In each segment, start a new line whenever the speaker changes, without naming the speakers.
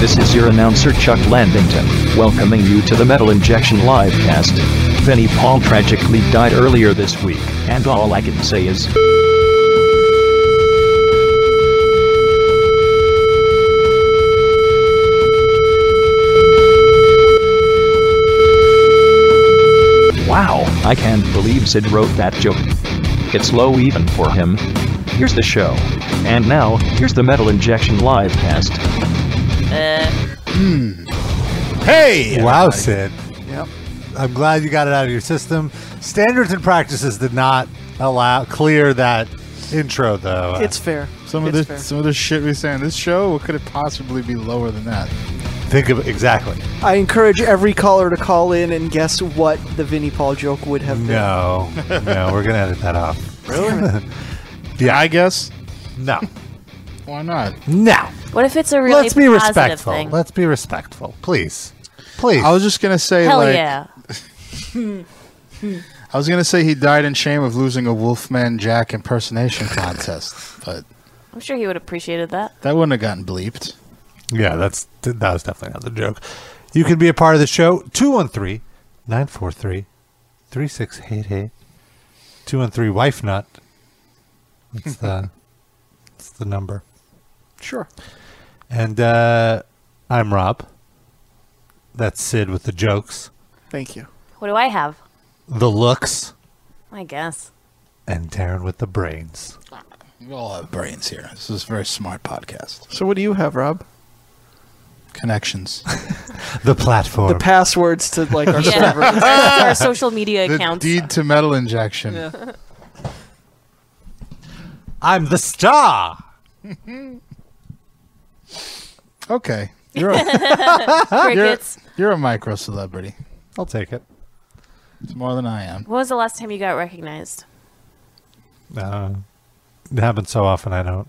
This is your announcer Chuck Landington, welcoming you to the Metal Injection Livecast. Vinnie Paul tragically died earlier this week, and all I can say is. Wow, I can't believe Sid wrote that joke. It's low even for him. Here's the show. And now, here's the Metal Injection Livecast.
Hey!
Wow, Sid. Yep. I'm glad you got it out of your system. Standards and practices did not allow clear that intro though.
It's fair.
Some of
It's
this,
fair.
some of the shit we say on this show, what could it possibly be lower than that?
think of exactly.
I encourage every caller to call in and guess what the Vinnie Paul joke would have been.
No, no, we're gonna edit that out.
Really?
Yeah.
I guess.
No,
Why not?
no.
What if it's a really
Let's be
positive
respectful.
thing?
Let's be respectful, please, please.
I was just gonna say
Hell
like
yeah!
I was gonna say he died in shame of losing a Wolfman Jack impersonation contest, but
I'm sure he would have appreciated that.
that wouldn't have gotten bleeped.
yeah, that's that was definitely not the joke. You can be a part of the show 213-943-3688. 213 wife nut. That's the that's the number.
Sure.
And uh, I'm Rob. That's Sid with the jokes,
Thank you.
What do I have?
the looks,
I guess.
and Taryn with the brains.
We all have brains here. This is a very smart podcast.
So what do you have, Rob?
Connections.
The platform.
The passwords to like our
Yeah.
server.
That's our social media
the
accounts.
deed to metal injection.
I'm the star.
Okay. You're a, you're,
Crickets.
you're a micro celebrity.
I'll take it.
It's more than I am.
When was the last time you got recognized?
Uh, it happens so often I don't.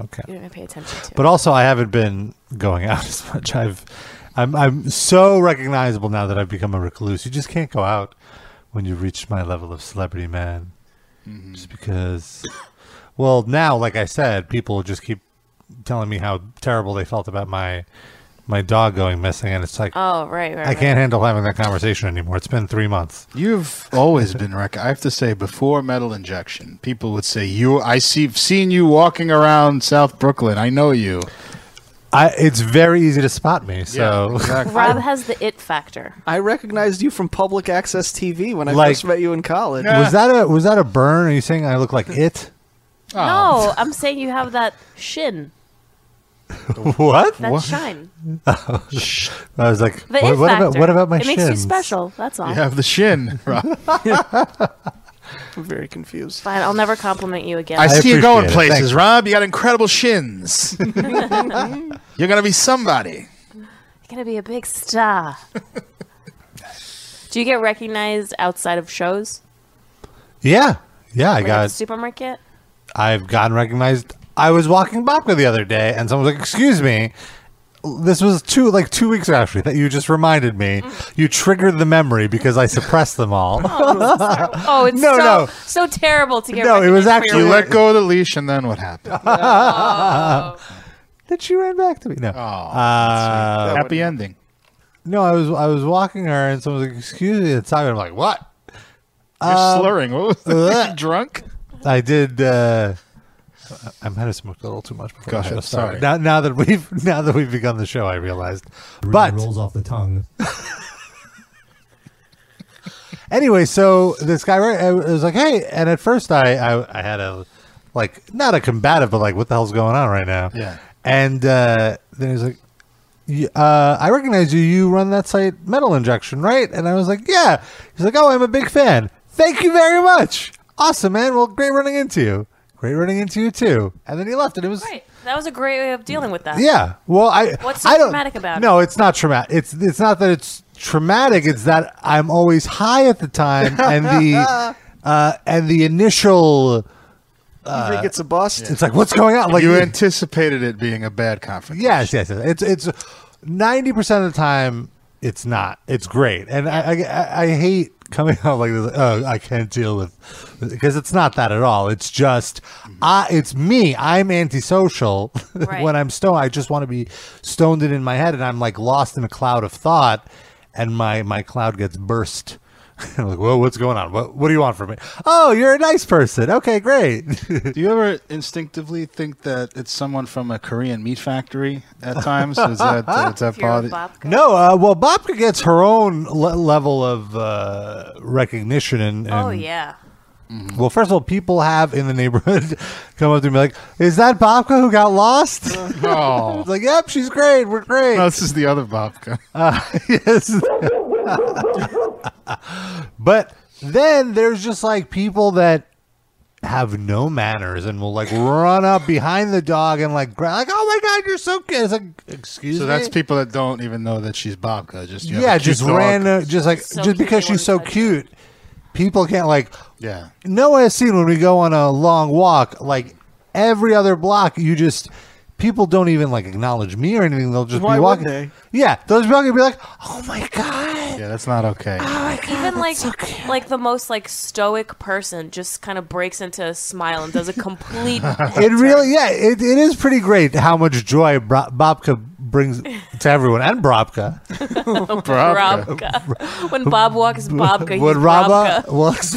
Okay.
You didn't pay attention to.
But also I haven't been going out as much. I've, I'm, I'm so recognizable now that I've become a recluse. You just can't go out when you reach my level of celebrity, man. Just because. Well, now, like I said, people just keep telling me how terrible they felt about my my dog going missing, and it's like
oh right, right.
I can't handle having that conversation anymore. It's been three months.
You've always been rec. I have to say, before metal injection, people would say you. I see, seen you walking around South Brooklyn. I know you.
I it's very easy to spot me. So
exactly.
Rob has the it factor.
I recognized you from public access TV when I
Like-
first met you in college.
Yeah.
was that a was that a burn? Are you saying I look like it? Oh.
No, I'm saying you have that shin,
what?
that
What?
shine.
I was like,
The
what,
it
what
factor.
about what about my
It makes you
shins?
special. That's all.
You have the shin, Rob.
I'm very confused.
Fine, I'll never compliment you again.
I see you
appreciate
going
it. Thank
places,
you.
Rob. You got incredible shins. You're gonna be somebody.
You're gonna be a big star. Do you get recognized outside of shows?
Yeah, yeah. I
Like at the
got.
supermarket?
I've gotten recognized. I was walking Bobka the other day, and someone was like, "Excuse me." This was two like two weeks ago, actually that you just reminded me.
Mm.
You triggered the memory because I suppressed them all.
Oh, it's
No,
so,
no.
so terrible to get
No, it was
recognized for
You
your
actually-
let go of the leash, and then what happened?
Uh, then she ran back to me. No, uh,
Oh, Happy ending.
no. I was I was walking her, and someone was like, "Excuse me." At the time, I'm like, "What?"
You're
Um,
slurring. What was
uh,
that? You drunk?
I did. Uh, I might have smoked a little too much before
Go
the show
ahead,
started. Now,
sorry.
now that we've now that we've begun the show, I realized. But
rolls off the tongue.
anyway, so this guy right, I was like, "Hey," and at first I, I I had a like not a combative, but like, "What the hell's going on right now?"
Yeah.
And uh, then he's like, "Y- uh, "I recognize you. You run that site, Metal Injection, right?" And I was like, "Yeah." He's like, "Oh, I'm a big fan. Thank you very much. Awesome, man. Well, great running into you. Great running into you too." And then he left, and it was
Right. That was a great way of dealing with that.
Yeah. Well, I.
What's so
I don't-
traumatic about it?
No, it's not traumatic. It's it's not that it's traumatic. It's that I'm always high at the time, and the uh, and the initial.
you think it's a bust?
It's like what's going on? Like
You anticipated it being a bad conference.
Yes, yes, yes. It's it's ninety percent of the time it's not. It's great, and I, I- I, I hate coming out like this. Oh, I can't deal with because it's not that at all. It's just, I, it's me. I'm antisocial
Right.
when I'm stoned. I just want to be stoned and in my head, and I'm like lost in a cloud of thought, and my my cloud gets burst. I'm like, whoa, what's going on? What what do you want from me? Oh, you're a nice person. Okay, great.
Do you ever instinctively think that it's someone from a Korean meat factory at times? Is that, is that
If you're a
part of-
babka.
No, uh, well, Bobka gets her own le- level of uh, recognition, and, and
Oh yeah.
well, first of all, people have in the neighborhood come up to me like, "Is that Bobka who got lost?" It's
Oh,
like, "Yep, she's great. We're great."
no, this is the other babka.
Uh, yes. but then there's just like people that have no manners and will like run up behind the dog and like grab like, "Oh my god, you're so good!" It's like, "Excuse
So
me."
that's people that don't even know that she's babka. Just you have a
yeah,
cute
just
dog.
random, just like
So
just
cute,
because
they
she's so
wanna touch her.
cute, people can't like.
Yeah,
Noah has seen when we go on a long walk, like every other block, you just people don't even like acknowledge me or anything. They'll just
Why
be
would
walking.
they?
Yeah, they'll just be walking and be like, "Oh my god,
yeah, that's not okay.
oh my god."
Even like
so cute.
like the most like stoic person just kind of breaks into a smile and does a complete.
It really, yeah, it, it is pretty great how much joy Bro- Bobka brings to everyone and Brobka.
Babka.
Robka. when Bob walks, Bobka.
When
When
Rabba
Robka.
walks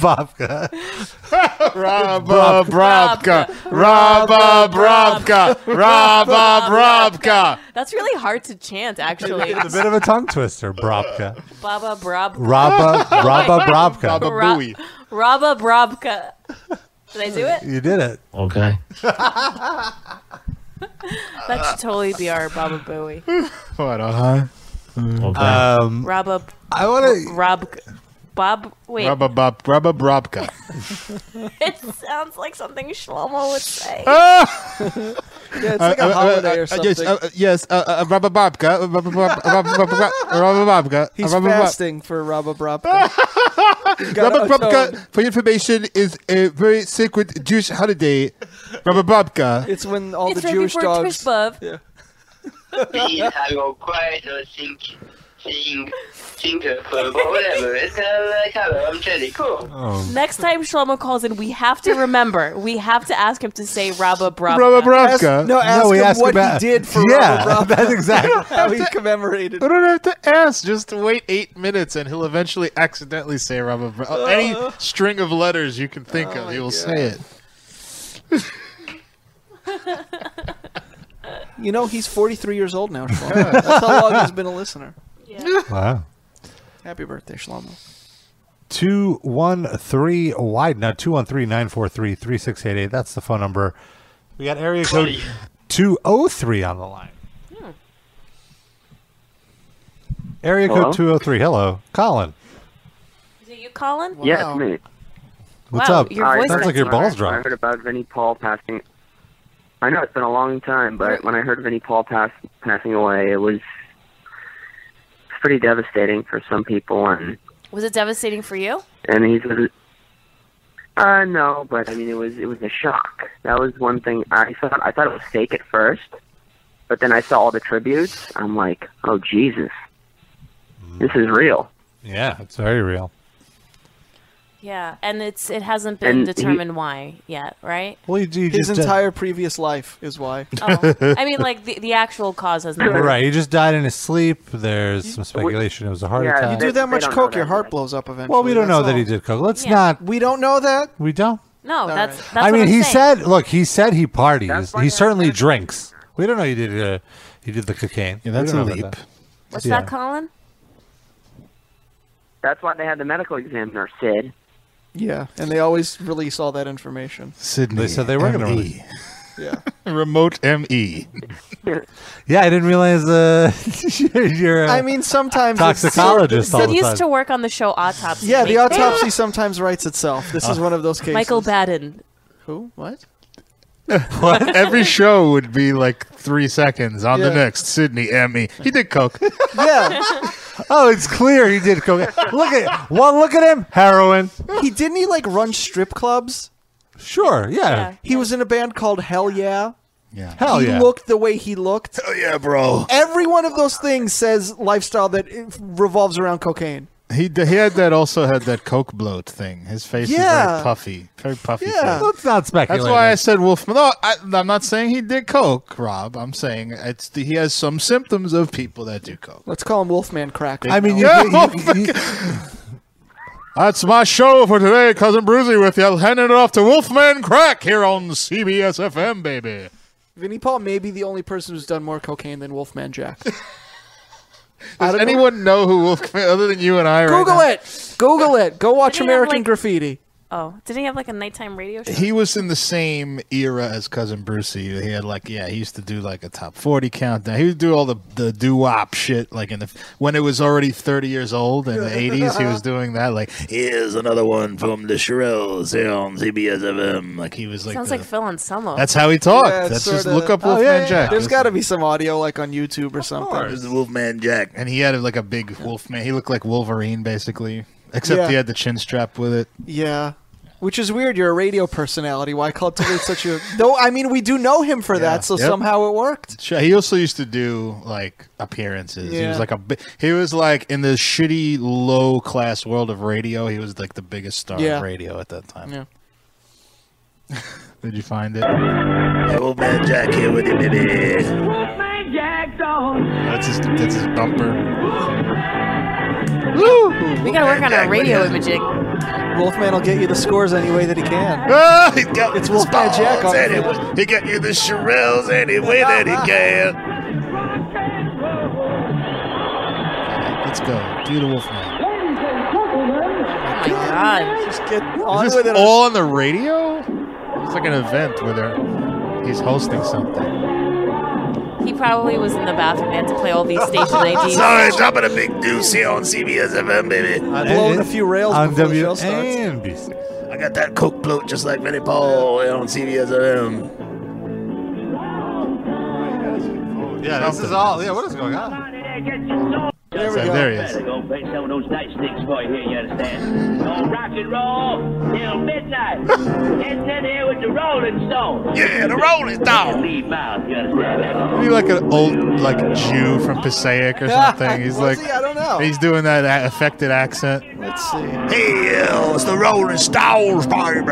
Bobka.
Rabba Brabka. Rabba Brabka. Rabba Brabka.
That's really hard to chant, actually.
It's a bit of a tongue twister, Brobka.
Baba Brob.
Rabba, Rabba Brobka.
Rabba
Ra-
Booey.
Rabba Brobka. Did I do it?
You did it.
Okay.
That should totally be our Baba Booey.
What uh-huh? a huh?
Okay.
Um,
Rabba
I want to.
Rob Bob. Wait,
Rabba Bob. Rabba Brabka.
it sounds like something Shlomo would say.
Yeah,
Uh,
it's like a holiday or something.
Yes, uh, uh, yes, uh, uh, Rabba Babka. uh, Rabba Bab- Rabba Babka. uh, Rabba Babka. uh,
He's
Rabba Bab-
fasting for Rabba Brabka. He's got
Rabba
a tone.
Babka, for your information, is a very sacred Jewish holiday. Rabba Babka.
It's when all
it's
the
right
Jewish
before
dogs.
Twishbub.
Yeah.
Please have your quiet or think, think, think for whatever. It's kind of like, hello, I'm Jenny. Cool.
Next time Shlomo calls in, we have to remember. We have to ask him to say Rabba Brabka.
Rabba
Ask,
Brabka.
no, ask
we
him
asked
what
about-
he did for
yeah,
Rabba Brabka.
that's exactly.
How he commemorated.
I don't have to ask. Just wait eight minutes, and he'll eventually accidentally say Rabba. Bra- any string of letters you can think
Oh
of, he will say it.
You know, he's 43 years old now, Shlomo. That's how long he's been a listener.
Wow.
Happy birthday, Shlomo.
Two one three wide now. Two one three nine four three three six eight eight. That's the phone number. We got area code two zero three on the line. Area
Hello?
code two zero three. Hello, Colin.
Is it you, Colin?
Yeah, it's me.
What's
Wow,
up?
your voice
Sounds
got
like your
so
balls
I
dropped.
heard about Vinnie Paul passing. I know it's been a long time, but when I heard Vinnie Paul pass, passing away, it was it's pretty devastating for some people. And,
Was it devastating for you?
and he's. Uh, no, but I mean, it was it was a shock. That was one thing I thought I thought it was fake at first, but then I saw all the tributes. I'm like, oh Jesus, this is real.
Yeah, it's very real.
Yeah, and it's it hasn't been
And he-
determined why yet, right?
Well, you, you
His
just di-
entire previous life is why.
Oh, I mean, like the, the actual cause has not.
right. He just died in his sleep. There's some speculation. It was a heart
Yeah,
attack.
they-
Do that
they
much
don't know
coke, your
that
heart
yet.
blows up eventually.
well, we don't know
that's
that he
all.
did coke. Let's
Yeah.
not.
We don't know that.
We don't.
No, that's
right.
that's.
I
what
mean,
I'm
he
saying.
said, look, he said he parties.
That's why
He
I-
certainly drinks. We don't know he did uh, he did the cocaine.
Yeah, that's
We
a
don't know
leap.
about that.
What's
yeah.
that, Colin?
That's why they had the medical examiner, Sid.
Yeah, and they always release all that information.
Sydney.
They said they were gonna
ME.
Yeah.
remote E. ME.
Yeah, I didn't realize uh, you're, you're uh, a
I mean, sometimes it's-
toxicologist all
Sid
the
used
time.
to work on the show Autopsy.
Yeah, the
Make-
autopsy sometimes writes itself. This is one of those cases.
Michael Badden.
Who? What?
Every show would be like three seconds on the
Yeah.
next Sydney ME. He did coke.
Yeah.
oh, it's clear he did cocaine. look at one. Look at him, heroin.
he didn't he like run strip clubs?
Sure, yeah.
Yeah.
He was in a band called Hell Yeah.
Yeah.
Hell
he
yeah.
looked the way he looked.
Hell yeah, bro.
Every one of those things says lifestyle that revolves around cocaine.
He d- he had that also had that coke bloat thing. His face is
Yeah.
very puffy, very puffy.
Yeah.
face.
Let's not speculate.
That's why I said Wolfman. No, I, I'm not saying he did coke, Rob. I'm saying it's the, he has some symptoms of people that do coke.
Let's call him Wolfman Crack.
I mean, you,
Yeah,
you- you-
That's my show for today, cousin Bruzy. With you, handing it off to Wolfman Crack here on CBS FM, baby.
Vinnie Paul may be the only person who's done more cocaine than Wolfman Jack.
Does
don't know.
anyone know, who Wolfman other than you and I? right
Google
now?
it. Google it. Go watch
Did he have,
American
like-
Graffiti.
Oh, did he have like a nighttime radio show?
He was in the same era as cousin Brucey. He had like, yeah, he used to do like a top forty countdown. He would do all the the doo wop shit, like in the when it was already thirty years old in the eighties. He was doing that, like here's another one from the Shirelles here on CBS FM. Like he was like,
Sounds
the-
like Phil Anselmo.
that's how he talked.
Yeah, it's
That's just
sorta-
look up
Oh,
Wolfman
yeah, yeah,
Jack.
There's got to be some audio like on YouTube or something.
There's the Wolfman Jack, and he had like a big Wolfman. He looked like Wolverine basically, except
Yeah.
he had the chin strap with it.
Yeah. Which is weird. You're a radio personality. Why cultivate such a? No, I mean we do know him for that, so
Yep.
somehow it worked.
Sure, He also used to do like appearances. He was
Yeah.
like a bi- he was like in the shitty low class world of radio. He was like the biggest star
Yeah.
of radio at that time.
Yeah.
Did you find it?
Old man Jack here with you, baby.
That's his that's his bumper.
we gotta work on our radio imaging. Oh
Wolfman will get you the scores any way that he can.
Ah, he got
It's Wolfman Jack on
Said
the
it
field.
was- He got you the Shirelles anyway that he can.
Let's go. Do the Wolfman.
Oh my god.
Just get on
Is
with
this
it.
all on the radio? It's like an event where they're he's hosting something.
He probably was in the bathroom. They had to play all these station IDs.
Sorry, dropping a big deuce here on CBS FM, baby.
on
Blowing
A-
a few rails
on
before the show starts.
WNBC.
I got that coke bloat just like Vinnie Paul here on CBS FM.
Oh,
Yeah, this is all. Oh, Yeah, what is going on?
There we
So
go.
there he is.
Go play some of those night sticks for you here, you understand? Gonna rock and roll till midnight. and then here with the Rolling Stones.
Yeah, the Rolling Stone.
Leave mouth, you understand?
Maybe like an old like Jew from Passaic or something. He's
Was
like
he? I don't know.
he's doing that a- affected accent.
Let's see.
Hey, Uh, it's the Rolling Stones, baby.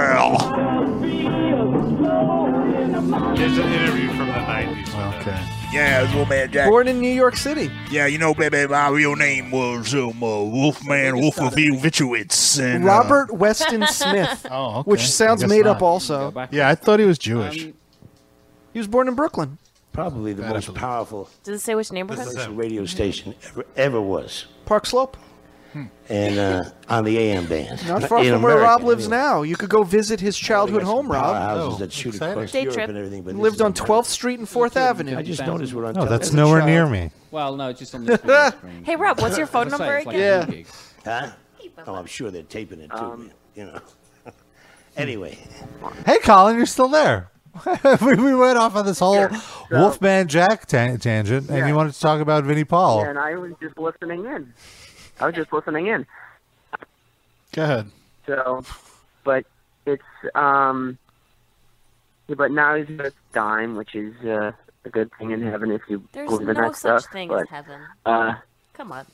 There's an interview from the 90s.
Okay.
Yeah, it's old man Jack.
Born in New York City.
Yeah, you know, baby, my real name was um, uh, Wolfman Wolf of Vituitz. And, uh,
Robert Weston Smith.
Oh, okay.
Which sounds
I guess
made
not. Um,
up also.
Yeah, I thought he was Jewish.
He was born in Brooklyn.
Probably the most powerful
Does it say which neighborhood?
is-
radio station ever, ever was.
Park Slope.
And uh, on the AM band.
Not far
In
from where
America,
Rob lives
anyway.
now. You could go visit his childhood home, Rob.
Powerhouses
Oh,
that shoot
exciting.
across
Day
Europe
trip.
and everything. But this
Lived
is
on
America.
12th Street and 4th Avenue.
I just noticed we're on
No, that's
television.
nowhere
child.
near me.
Well, no, just on the screen.
Hey Rob, what's your phone number again?
Yeah.
Huh? Oh, I'm sure they're taping it too,
Um,
man, you know. anyway,
Hey, Colin, you're still there. we, we went off on this whole Wolfman Jack tan tangent, and
Yeah.
you wanted to talk about Vinnie Paul.
And I was just listening in. I was just listening in.
Go ahead.
So, but it's um, yeah, but now he's got a dime, which is uh, a good thing in heaven if you
There's
believe in
no
that
such
stuff.
thing
but,
as heaven.
uh,
Come on.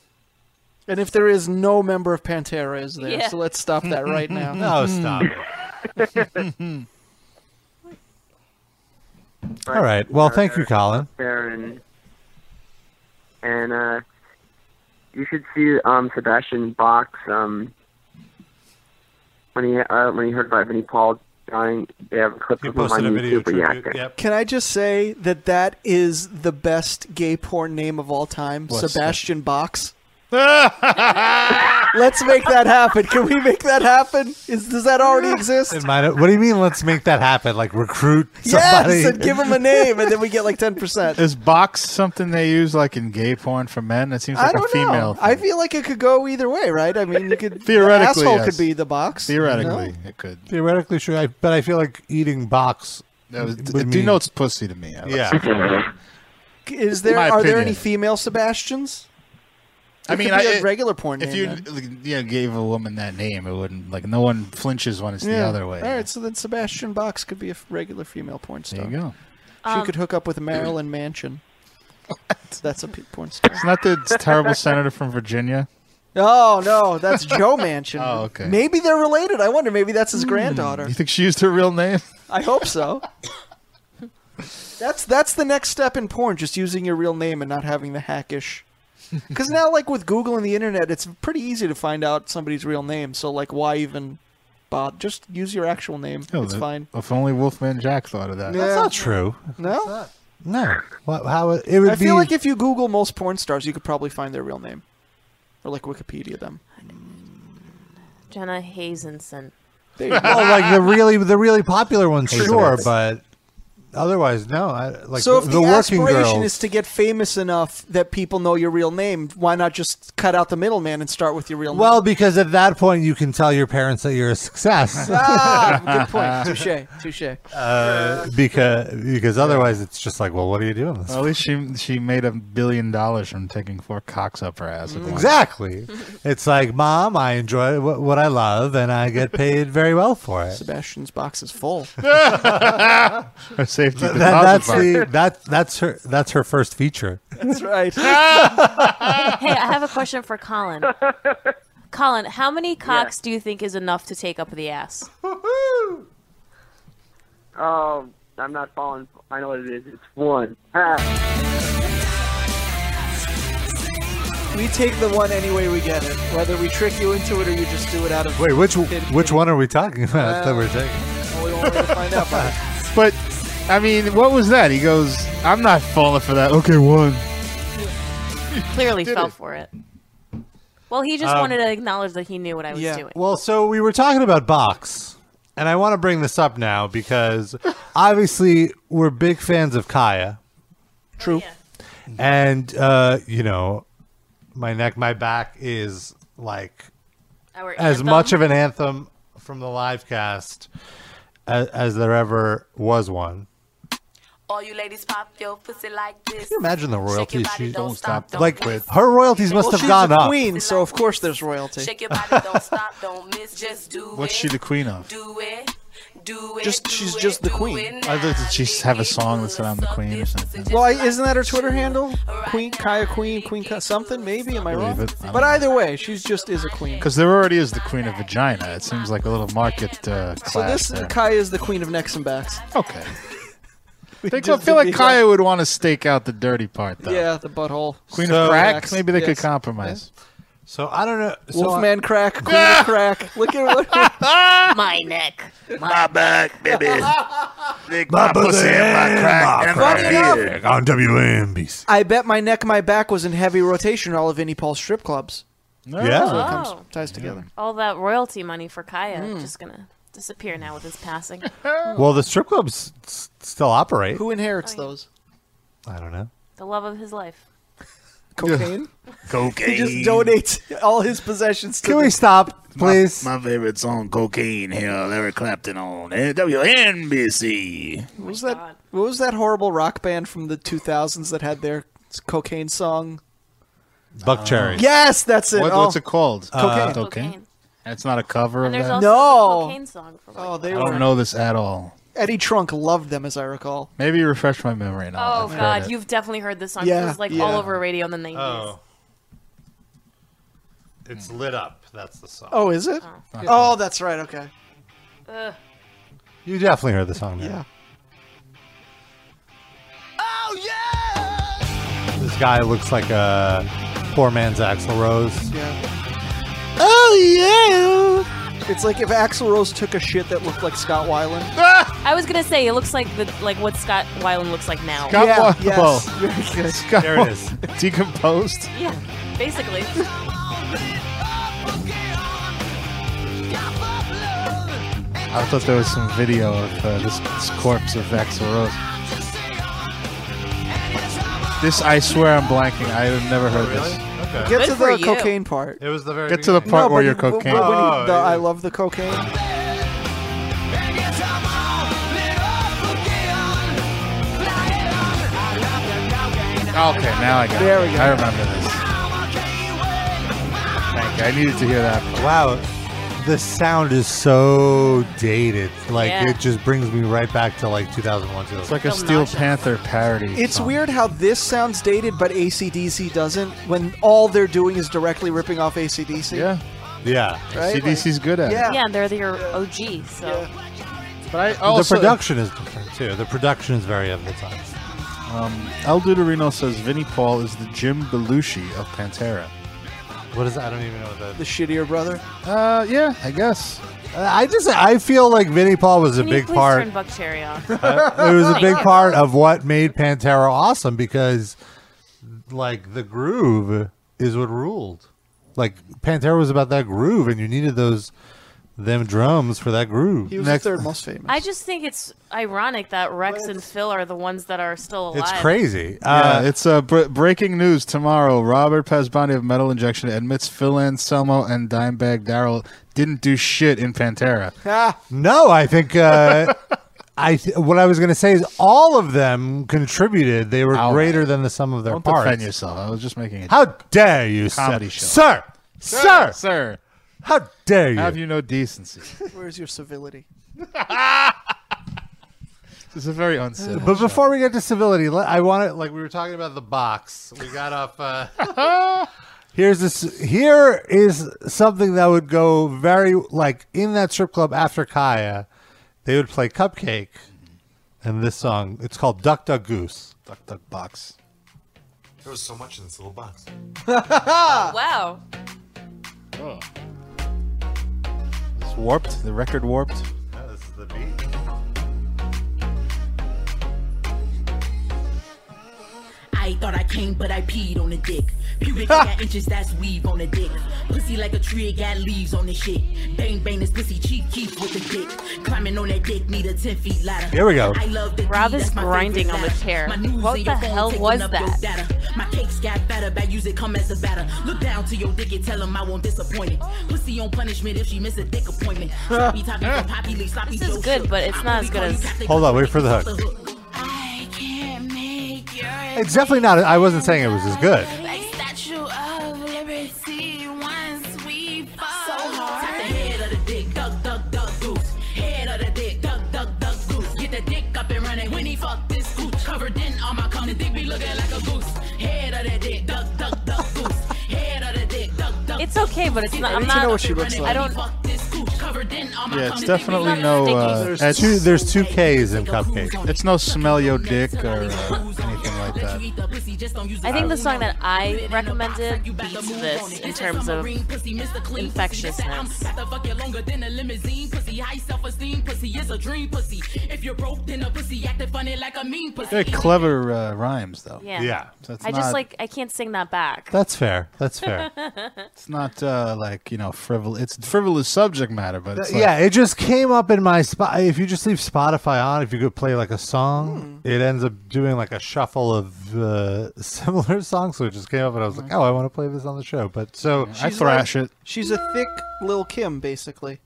And if there is no member of Pantera is there,
Yeah.
so let's stop that right now.
No, stop.
but
all right. Well, thank you, Colin.
There and and uh, you should see um Sebastian Bach's um when he uh, when he heard about Vinnie Paul dying. They have a clip
He
of him on
posted a video
YouTube
tribute.
reacting.
Yep.
Can I just say that that is the best gay porn name of all time,
What's
Sebastian Box. Let's make that happen. Can we make that happen? Is does that already exist?
It might- what do you mean? Let's make that happen. Like recruit somebody.
Yes, and give him a name, and then we get like ten percent.
Is box something they use like in gay porn for men? It seems
I
like a
don't know.
female.
I
thing.
feel like it could go either way, right? I mean, you could
Theoretically,
asshole
yes.
could be the box. you know?
Theoretically, it could.
Theoretically, sure. I, but I feel like eating box.
That was,
would
it
mean-
denotes pussy to me.
Yeah.
Is there
My
are there
opinion.
any female Sebastians?
I
It
mean,
could be
I-
a regular porn.
If
name,
you
then.
like, you know, gave a woman that name, it wouldn't like no one flinches when it's the other way.
All right, so then Sebastian Box could be a f- regular female porn star.
There you go.
she could hook up with Marilyn Mansion. That's a peak porn star.
It's not the terrible senator from Virginia.
Oh no, that's Joe Manchin. oh,
okay. Hmm.
Maybe they're related. I wonder. Maybe that's his granddaughter.
You think she used her real name?
I hope so. that's that's the next step in porn: just using your real name and not having the hackish. Because now, like with Google and the internet, it's pretty easy to find out somebody's real name. So, like, why even bother? Just use your actual name.
Oh,
it's
that-
fine.
If only Wolfman Jack thought of that.
Yeah.
That's not true.
No,
No. What, how it would
I
be?
feel like if you Google most porn stars, you could probably find their real name, or like Wikipedia them.
Jenna Hazenson.
well, like the really the really popular ones,
Hazel
sure,
Nuts.
but otherwise, no. I, like
so
the,
if
the
the,
working
aspiration
girl.
is to get famous enough that people know your real name, why not just cut out the middleman and start with your real name?
well, because at that point you can tell your parents that you're a success.
ah, good point. Touche. Touche.
Uh, because because otherwise it's just like, well, what are you doing? This
Well, at least she she made a billion dollars from taking four cocks up her ass. at once.
Exactly. it's like, mom, I enjoy what, what I love, and I get paid very well for it.
Sebastian's box is full.
Her safety
That,
deposit
that's
box.
the that that's her that's her first feature.
That's right. hey,
I have a question for Colin. Colin, how many cocks do you think is enough to take up the ass?
Oh, I'm not falling. I know what it is. It's one. Ha.
We take the one any way we get it, whether we trick you into it or you just do it out of.
Wait, which which one are we talking about that we're taking?
Well, we don't want to find out. but-
But I mean, what was that? He goes, "I'm not falling for that." Okay, one.
Clearly
Did
fell
it.
for it. Well, he just
Um,
wanted to acknowledge that he knew what I was doing.
Well, so we were talking about Box, and I want to bring this up now because obviously we're big fans of Kaya.
True.
Oh, And, uh, you know, my neck, my back is like
Our
as
anthem.
much of an anthem from the live cast as, as there ever was one.
All you ladies pop your pussy like this.
Can you imagine the royalties
body,
she
don't stop, don't
like
quit.
her royalties must
well,
have
she's
gone
a
up.
queen, so of course there's royalty.
Shake your body, don't stop, don't miss, just do
What's
it.
she the queen of?
Do it, do it.
Just
do
she's
it,
just the
do
queen.
it
I thought
now.
that she have a song that said "I'm the queen" or something.
Well, I- isn't that her Twitter handle? Queen Kaya Queen Queen Ka- something maybe? Am I wrong?
Believe it. I don't
But either way, she's just is a queen.
Because there already is the queen of vagina. It seems like a little market uh, class.
So this
there.
Kaya is the queen of necks and backs.
okay.
We
Think, I
just
feel
did
like
the-
Kaya would want to stake out the dirty part, though.
Yeah, the butthole.
Queen
So-
of crack.
Yes,
Maybe they could
yes.
compromise.
So I don't know. So
Wolfman crack, queen of crack. Look at what
My neck.
My back, baby. Lick my pussy and my crack and my
Funny enough-
beer.
on WMBC.
I bet my neck, my back was in heavy rotation at all of Vinnie Paul's strip clubs.
Yeah.
It comes-
Oh.
ties together.
All that royalty money for Kaya
Mm.
just gonna disappear now with his passing.
Well, the strip clubs s- still operate.
Who inherits
Oh, yeah.
those?
I don't know.
the love of his life.
Cocaine.
Cocaine.
He just donates all his possessions to.
Can
the-
we stop, please?
My favorite song, Cocaine Hill, Eric Clapton on WNBC.
what was that? What was that horrible rock band from the 2000s that had their cocaine song?
Buckcherry.
Yes, that's it.
What,
oh.
What's it called?
Cocaine.
Cocaine.
It's not a cover of
And there's
that.
also
No.
a cocaine song from like,
Oh, they
I
were.
don't know this at all.
Eddie Trunk loved them, as I recall.
Maybe refresh my memory now.
Oh god, you've definitely heard this song.
Yeah,
it was like
yeah.
all over radio in the nineties.
Oh. It's lit up. That's the song.
Oh, is it? Oh, that's right. Okay.
You definitely heard the song. now.
Yeah.
This guy looks like a poor man's Axl Rose.
Yeah.
Oh
It's like if Axl Rose took a shit that looked like Scott Weiland.
I was gonna say it looks like the like what Scott Weiland looks like now.
Scott
yeah.
Weiland.
Yes. Very good.
Scott
There it is.
Decomposed.
Yeah, basically.
I thought there was some video of uh, this, this corpse of Axl Rose. This, I swear, I'm blanking. I have never heard
Oh,
this.
Okay.
Get
Good
to
for
the
you.
cocaine part.
it was the very.
Get to the
beginning.
part
No,
where
but
you're
he- when-
cocaine.
when he-
Oh,
the
yeah.
I love the cocaine.
Okay, now I got
There
it.
we go.
I remember this. Thank you. I needed to hear that.
Wow. the sound is so dated. Like
Yeah.
it just brings me right back to like 2001. 2002.
It's like a Steel Panther parody.
It's weird how this sounds dated, but ACDC doesn't, when all they're doing is directly ripping off ACDC.
Yeah.
Yeah.
Right?
CDC's good at
Yeah.
Yeah, they're your OG. So.
But I
it. the production is different too. The production is very of the time.
Um, El Duderino says Vinnie Paul is the Jim Belushi of Pantera.
What is? I don't even know what that.
The shittier brother.
Uh, yeah, I guess.
Uh, I just I feel like Vinnie Paul was a
Can you
big
please
part.
turn Buck Cherry off?
it was a big
Thanks.
part of what made Pantera awesome because, like, the groove is what ruled. Like, Pantera was about that groove, and you needed those them drums for that groove.
He was the third most famous.
I just think it's ironic that Rex and Phil are the ones that are still alive.
It's crazy.
yeah, it's uh, br- breaking news tomorrow. Robert Pasbani of Metal Injection admits Phil Anselmo and Dimebag Darrell didn't do shit in Pantera.
No, I think uh, I th- what I was going to say is all of them contributed. They were greater than the sum of their
Don't
parts.
defend yourself. I was just making it.
How dare you,
Comedy
sir.
show.
sir? Sir,
sir,
how dare you?
Have you no decency?
Where's your civility?
This is a very uncivil.
But before we get to civility, let- I want to like we were talking about the box. We got off. Uh, here's this. Here is something that would go very like in that strip club after Kaya. They would play Cupcake, and this song. It's called Duck Duck Goose.
Duck Duck Box.
There was so much in this little box.
wow.
It's warped. The record warped.
Oh, this is the beat.
I thought I came, but I peed on the dick. Pubic got inches, that's weave on the dick. Pussy like a tree, it got leaves on the shit. Bang bang this pussy cheap, keep with the dick. Climbing on that dick, need a ten feet ladder.
Here we go.
I love the
Rob
D,
is
that's my
grinding
favorite
on the
ladder.
chair.
My news
What
in
the
your phone,
hell
taking
was
up
that?
your data. My cakes got fatter, bad use it come as a batter. Look down to your dick and tell him I won't disappoint it.
Oh.
Pussy on punishment if she miss a dick appointment. Sloppy toppy from Poppy Lee, sloppy
This is
Joe
good,
Shook.
but it's
I
not as
only
good
call you
as.
Catholic
Hold on, wait for the hook.
I can't make your
It's definitely not. I wasn't saying it was as good.
like Statue of Liberty once we fall. So hard. Tap the head of the dick, duck, duck, duck, goose. Head of the dick, duck, duck, duck, goose. Get the dick up and running when he fuck this gooch. Covered in all my cum, the dick be looking like a goose. Head of the dick, duck, duck, duck, goose. Head of the dick, duck, duck.
It's okay, but it's not. I'm
Get the
not.
dick up and running
I
when he
don't.
fuck this gooch. Covered in all my
Yeah,
cum, the dick
it's
be
definitely
looking
no.
like a
Uh,
goose.
it's,
Two, there's two K's in Cupcake.
it's no smell your dick or uh, anything like that.
I think the song that I recommended beats this in terms of infectiousness.
Got the fuck you longer than a limousine pussy. High self esteem pussy is a dream pussy. If you're broke, then a pussy acting funny like a mean pussy.
Very clever uh, rhymes, though.
Yeah.
So it's
I
not-
just like I can't sing that back.
That's fair. That's fair.
It's not uh, like you know frivolous. It's frivolous subject matter, but it's like,
Uh, yeah, it just came up in my spot. If you just leave Spotify on, if you could play like a
Hmm.
song, it ends up doing like a shuffle of uh, similar songs. So it just came up, and I was like, oh, I want to play this on the show. But so
She's like- She's a thick Lil Kim, basically.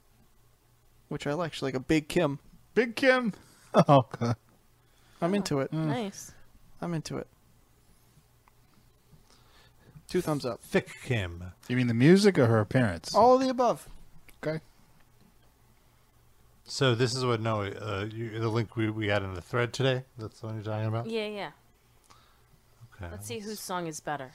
Which I like. She's like a big Kim.
Big Kim. Oh, God.
I'm into it.
Nice.
I'm into it. Two thumbs up.
Thick Kim.
You mean the music or her appearance?
Oh,
All of the above.
Okay.
So this is what no, uh, you, the link we, we had in the thread today. That's the one you're talking about.
Yeah, yeah.
Okay.
Let's see whose song is better.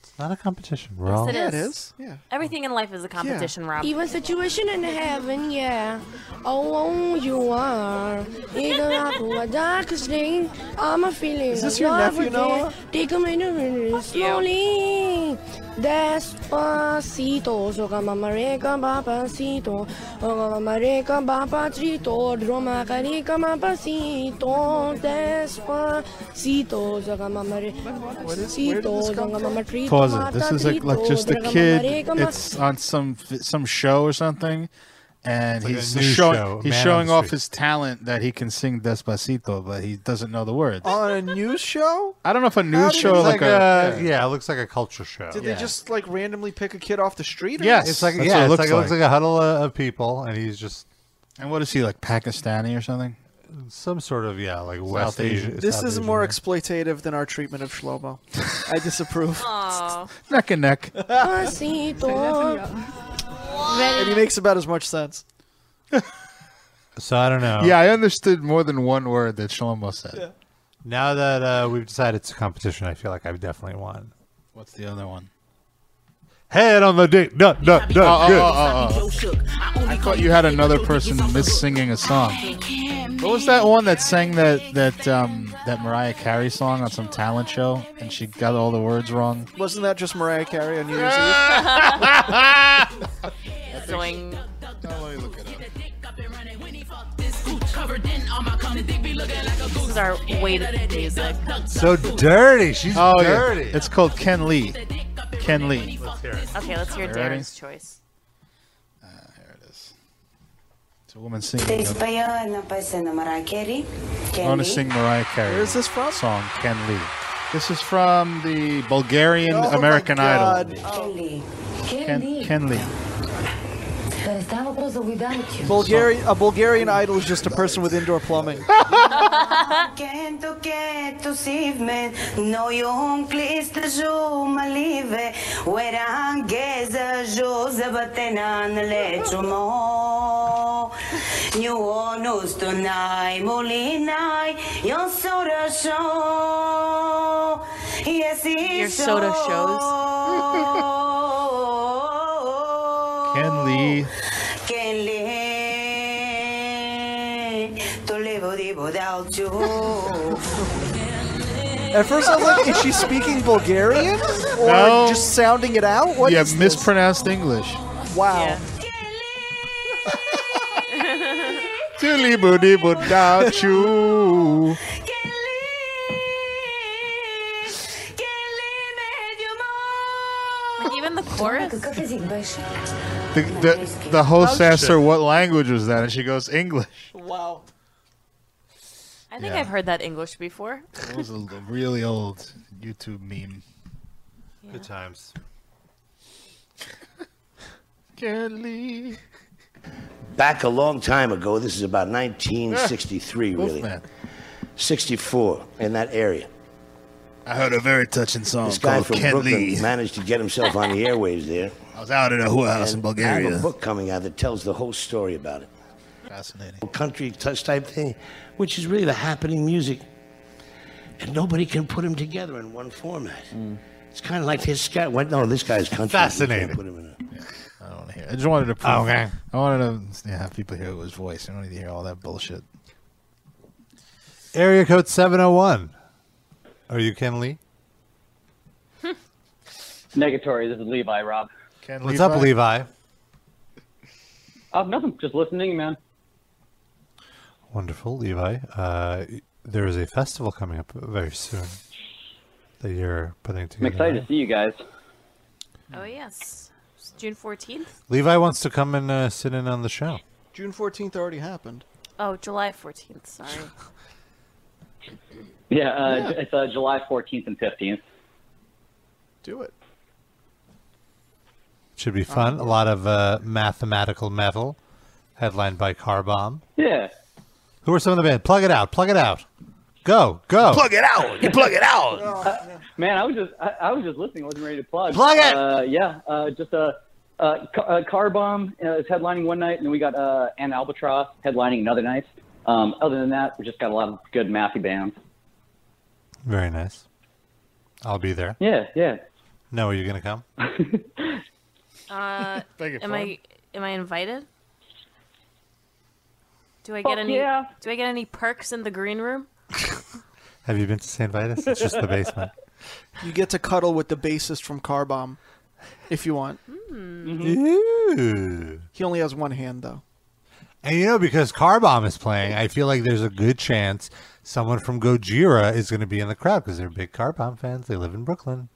It's not a competition. We're all
Yes,
Yeah,
it is.
Yeah.
Everything in life is a competition, Rob.
Even situation in heaven, yeah. Oh, oh, you are. Even up a darkest thing, I'm a feeling.
Is this
of
your
love
nephew,
again.
Noah?
Take a minute, slowly. Despacito, soca mamarica, papacito. Soca mamarica, papacito. Droma carica, mamacito. Despacito, soca
What is- where did
mamarica,
this come
soca mamarito.
Pause it. This is like, like just a kid.
mamarica,
It's on some some show or something, and
It's like
he's
a news
showing
show,
he's
man on
showing
the
off
street.
his talent that he can sing despacito, but he doesn't know the words.
Oh,
On a news show?
I don't know if a news
did
show
they-
or like,
Like
a,
a-
yeah.
it looks like a culture show.
Did they just like randomly pick a kid off the street? Or
Yes.
It's like
That's
yeah,
what
it's
it looks
like, it looks
like.
like a huddle of, of people, and he's just
And what is he like Pakistani or something?
some sort of yeah, like West Asia.
This
South
is
Asian.
more exploitative than our treatment of Shlomo. I disapprove.
Neck and neck.
Despacito.
and he makes about as much sense.
So I don't know.
Oh.
Yeah, I understood more than one word that Shlomo said.
Now that uh, we've decided it's a competition, I feel like I've definitely won.
What's the other one?
Head on the dick. No, no, no.
Oh, oh, oh, oh, oh. I thought you had another person miss singing a song. What was that one that sang that that um, that Mariah Carey song on some talent show, and she got all the words wrong?
Wasn't that just Mariah Carey on New Year's Eve?
Zoing. This is our weighted music.
So dirty. She's
Oh yeah,
dirty.
it's called Ken Lee. Ken Lee.
Okay, let's hear
You ready?
Darren's choice.
It's a woman
Ты
singing. I
спела одну песню Mariah Carey.
want to sing Mariah Carey.
Where is this from?
Song Ken Lee. This is from the Bulgarian
Oh
American Idol.
Kelly.
Ken, Ken Lee.
Bulgarian, a Bulgarian idol is just a person with indoor plumbing.
Can to get to Ah, save me? No, you home, please, the show, my live. Where I'm geza, Josebatena, lechumo. You on us tonight, Molina, your soda show. Yes, it's
Your soda
Oh.
Ken Lee.
Can live to live without you.
At first, I was like, is she speaking Bulgarian or
No.
just sounding it out? What
yeah,
is this?
mispronounced English.
Wow.
Dilly buddy without you.
Like even the chorus.
The, the, the host asks her what language was that, and she goes English.
Wow.
I think
Yeah.
I've heard that English before.
That was a l- really old YouTube meme.
Good times.
Kelly.
Back a long time ago, this is about
Ah,
1963, really. 64, in that area.
I heard a very touching song
This guy
called
from
Ken
Brooklyn
Lee.
managed to get himself on the airwaves there.
I was out at a
And I
whorehouse in
have
Bulgaria.
a book coming out that tells the whole story about it.
Fascinating.
Country touch type thing, which is really the happening music. And nobody can put them together in one format. It's kind of like this guy. Well, no, this guy's country. You can't
Fascinating.
put him in a-
I just wanted to prove.
Okay.
I wanted to yeah, have people hear his voice. I don't need to hear all that bullshit.
Area code 701. Are you Ken Lee?
Negatory. This is Levi. Rob.
What's up, Levi?
Oh, nothing. Just listening, man.
Wonderful, Levi. Uh, there is a festival coming up very soon that you're putting
I'm
together.
excited
right?
to see you guys.
Oh yes, It's June fourteenth.
Levi wants to come and uh, sit in on the show.
June 14th already happened.
Oh, July fourteenth. Sorry.
Yeah, uh, it's uh, July 14th and 15th.
Do it.
Should be fun. A lot of uh, mathematical metal, headlined by Car Bomb.
Yeah.
Who are some of the band? Plug it out. Plug it out. Go, go.
Plug it out. You plug it
out.
Uh, man, I was just I, I was just listening. I wasn't ready to plug.
Plug it!
Uh, yeah, uh, just a. Uh, Ca- uh, Car Bomb uh, is headlining one night, and then we got uh, Ann Albatross headlining another night. Um, other than that, we just got a lot of good mathy bands.
Very nice. I'll be there.
Yeah, yeah.
No, are you going to come?
Uh,
Beg your
am
pardon?
I am I invited? Do I get
Fuck
any?
yeah.
Do I get any perks in the green room?
Have you been to St. Vitus? It's just the basement.
You get to cuddle with the bassist from Car Bomb if you want.
Ooh.
He only has one hand, though.
And you know, because Car Bomb is playing, I feel like there's a good chance someone from Gojira is going to be in the crowd because they're big Car Bomb fans. They live in Brooklyn.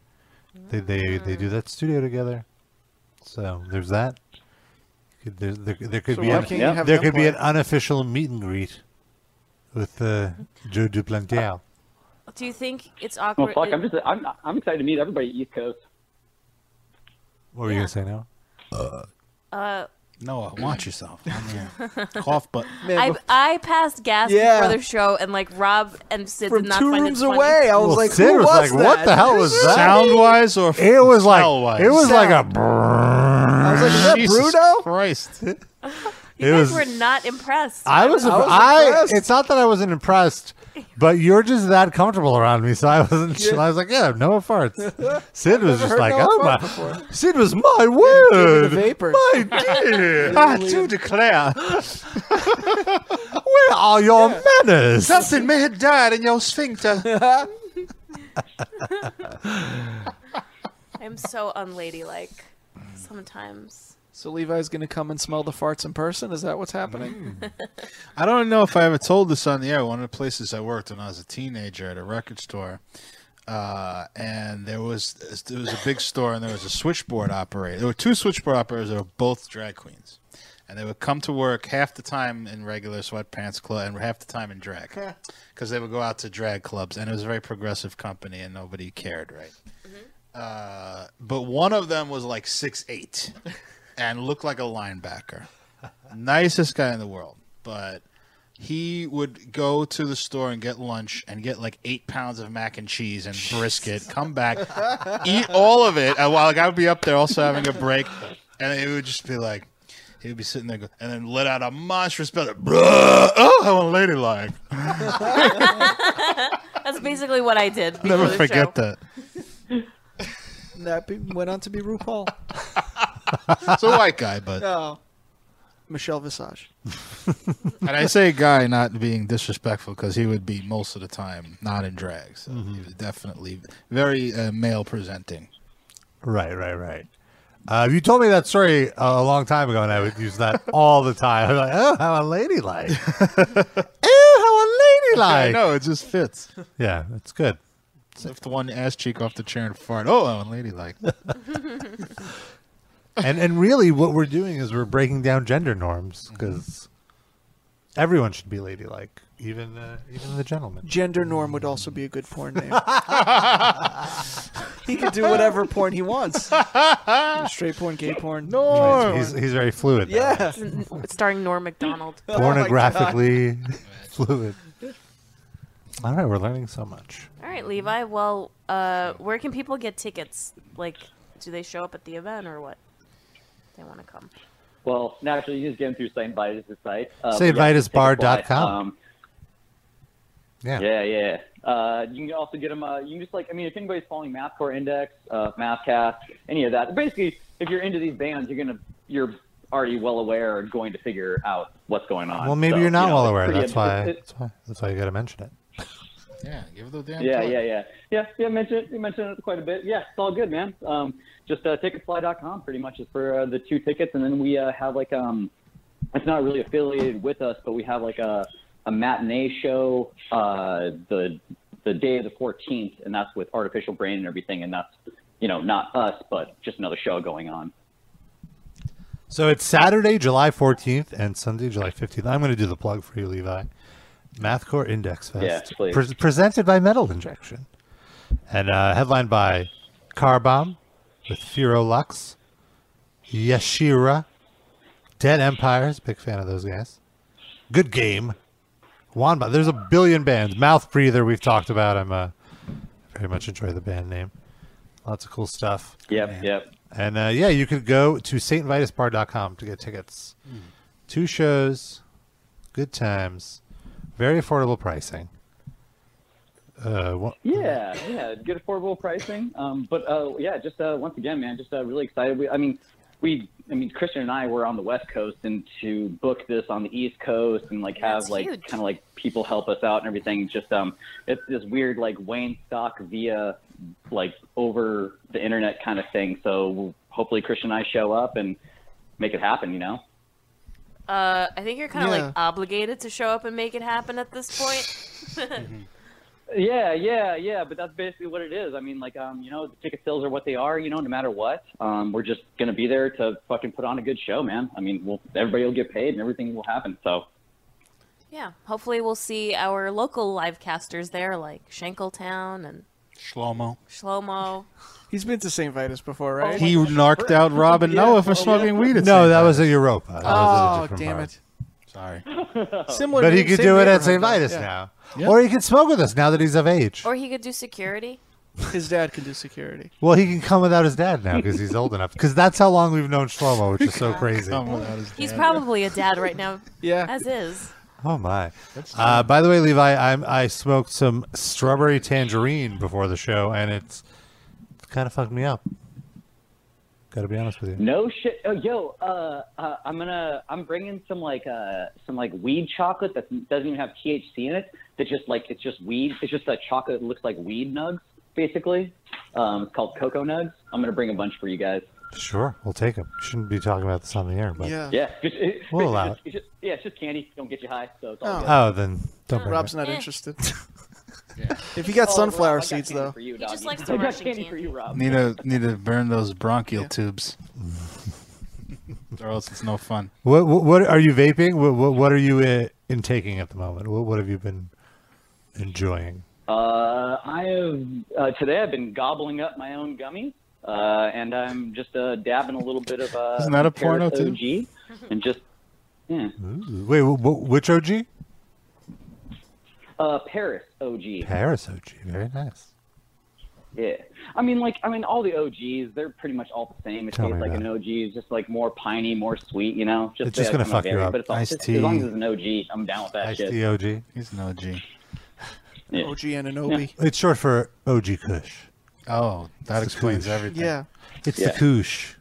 They they, they do that studio together. So there's that. Could- There, there, there could
So
be
why
an,
can't you have
there
them
could be
play?
an unofficial meet and greet with uh, Joe Duplantier.
Do you think it's
Well,
awkward?
Oh, fuck, I'm just I'm I'm excited to meet everybody East Coast.
What were you going to say now?
uh,
Noah, watch yourself. Cough button.
I, I passed gas
Yeah.
before the show, and like Rob and Sid
From
did not
two
find
rooms
it funny.
away, I was
Well,
like,
Sid
who
was
was
like, what
that?
the hell was that?
Sound wise or
It was like
smell-wise?
it was like a.
I
was like, is that Bruno?
Christ. it
You guys were not impressed.
I was, I, It's not that I wasn't impressed, but you're just that comfortable around me, so I wasn't.
Yeah.
I was like, yeah, Noah farts. Sid was
never
just
heard
like,
Noah
oh
fart
my, Sid was my word,
vapors.
my dear.
I do declare.
Where are your manners?
Something may have died in your sphincter.
I'm so unladylike sometimes.
So Levi's gonna come and smell the farts in person. Is that what's happening?
I don't know if I ever told this on the air. One of the places I worked when I was a teenager at a record store, uh, and there was there was a big store, and there was a switchboard operator. There were two switchboard operators that were both drag queens, and they would come to work half the time in regular sweatpants, clothes, and half the time in drag, because they would go out to drag clubs, and it was a very progressive company, and nobody cared, right? Uh, but one of them was like six eight, and looked like a linebacker nicest guy in the world, but he would go to the store and get lunch and get like eight pounds of mac and cheese and brisket, come back, eat all of it. And while like, I would be up there also having a break, and it would just be like, he would be sitting there go- and then let out a monstrous bellow. "Bruh, Oh, how unladylike.
That's basically what I did. before
Never
the
forget
show.
that.
And that be- went on to be RuPaul.
It's a white guy, but-
no, Michelle Visage.
And I say guy not being disrespectful because he would be most of the time not in drag. So he was definitely very uh, male presenting.
Right, right, right. Uh, you told me that story a long time ago, and I would use that all the time. I'm like, oh, how unladylike! oh, how
I
unladylike!
know, it just fits.
Yeah, that's good.
Lift one ass cheek off the chair and fart. Oh, how unladylike.
and and really, what we're doing is we're breaking down gender norms because everyone should be ladylike, even uh, even the gentleman.
Gender norm would also be a good porn name. he could do whatever porn he wants. Straight porn, gay porn.
No, he's, he's, he's very fluid. though.
Yeah.
It's starring Norm Macdonald.
pornographically
Oh
fluid. All right, we're learning so much.
All right, Levi. Well, uh, where can people get tickets? Like, do they show up at the event or what? They want to come.
Well, naturally, you just get them through St. Vitus' site.
St.
but yeah,
Vitus
just take a
Bar dot
flight.
com.
Um,
yeah.
Yeah, yeah. Uh, you can also get them. Uh, you can just like, I mean, if anybody's following MathCore Index, uh, MathCast, any of that. Basically, if you're into these bands, you're gonna you're already well aware or going to figure out what's going on.
Well, maybe
So,
you're not
you know,
well
it's
aware.
pretty-
That's why,
it's-
that's why. That's why you got to mention it.
Yeah, give the damn.
yeah,
plug.
yeah, yeah, yeah, yeah. Mention it. You mentioned it quite a bit. Yeah, it's all good, man. Um, just uh, ticketfly.com pretty much is for uh, the two tickets, and then we uh, have like um, it's not really affiliated with us, but we have like a a matinee show uh, the the day of the 14th, and that's with artificial brain and everything, and that's you know not us, but just another show going on.
So it's Saturday, July 14th, and Sunday, July 15th. I'm going to do the plug for you, Levi. Mathcore Index Fest,
Yeah, please.
Pre- presented by Metal Injection, and uh, headlined by Car Bomb with Furolux, Yashira, Dead Empires. Big fan of those guys. Good game. Wanba. There's a billion bands. Mouth Breather. We've talked about. I'm uh, very much enjoy the band name. Lots of cool stuff.
Yep, yep.
And uh, yeah, you could go to stvitusbar.com to get tickets.
Hmm.
Two shows, good times, very affordable pricing. Uh, wha-
Yeah, yeah, good affordable pricing. Um, but uh, yeah, just uh, once again, man, just uh, really excited. We, I mean, we, I mean, Christian and I were on the West Coast, and to book this on the East Coast and like have
That's
like
huge.
kind of like people help us out and everything. Just um, it's this weird like Wayne stock via like over the internet kind of thing. So hopefully, Christian and I show up and make it happen. You know.
Uh, I think you're kind of
Yeah.
like obligated to show up and make it happen at this point.
Yeah, yeah, yeah. But that's basically what it is. I mean, like, um, you know, the ticket sales are what they are. You know, no matter what, um, we're just gonna be there to fucking put on a good show, man. I mean, we'll, everybody will get paid and everything will happen. So
yeah. Hopefully, we'll see our local live casters there, like Shankletown and
Shlomo.
Shlomo.
He's been to St. Vitus before, right?
He narked out Rob and Noah for smoking weed. At
no,
St.
that was
Vitus.
a Europa. That was at a
Oh,
different
damn
bar.
it.
Sorry.
Similar
But he
name,
could
same
do it
neighborhood,
at St.
though.
Vitus
Yeah.
now. Or he could smoke with us now that he's of age.
Or he could do security.
His dad can do security.
Well, he can come without his dad now because he's old enough. Because that's how long we've known Shlomo, which is so crazy.
He's probably a dad right now.
yeah.
As is.
Oh my! Uh, by the way, Levi, I'm, I smoked some strawberry tangerine before the show, and it's, it's kind of fucked me up. Got to be honest with you.
No shit. Oh, yo, uh, uh, I'm gonna, I'm bringing some like, uh, some like weed chocolate that doesn't even have THC in it. That just like, it's just weed. It's just a chocolate that looks like weed nugs, basically. Um, it's called cocoa nugs. I'm gonna bring a bunch for you guys.
Sure, we'll take them. Shouldn't be talking about this on the air, but
Yeah. Just, it,
We'll
it's
allow
just,
it.
it's just- yeah, it's just candy. Don't get you high. So it's all good.
Oh, then don't bring
Rob's
it.
not interested. If you got
Oh, Rob, I
sunflower
got
seeds,
candy
though,
for you,
He
doggy.
just likes
I
to
got
ration
candy for you, Rob.
Need to need to burn those bronchial tubes, or else it's no fun.
What, what what are you vaping? What what, what are you uh, intaking at the moment? What what have you been enjoying?
Uh, I have uh, today. I've been gobbling up my own gummy, uh, and I'm just uh, dabbing a little bit of. Uh,
Isn't that a porno,
Paris OG, and just
Ooh. Wait, wh- wh- which OG?
uh, Paris OG.
Paris OG. Very nice.
Yeah, I mean, like, I mean, all the OGs, they're pretty much all the same. It
Tell
tastes
me
like
about
an OG. It's just like more piney, more sweet. You know, just
It's just
uh,
gonna
kind of
fuck you
vary,
up.
But it's all,
Iced
just, as long
tea.
as it's an OG, I'm down with that shit.
The OG.
He's an OG.
OG and an OB.
It's short for OG Kush.
Oh, that
It's the
explains
Kush.
everything.
Yeah.
It's
Yeah.
the Kush.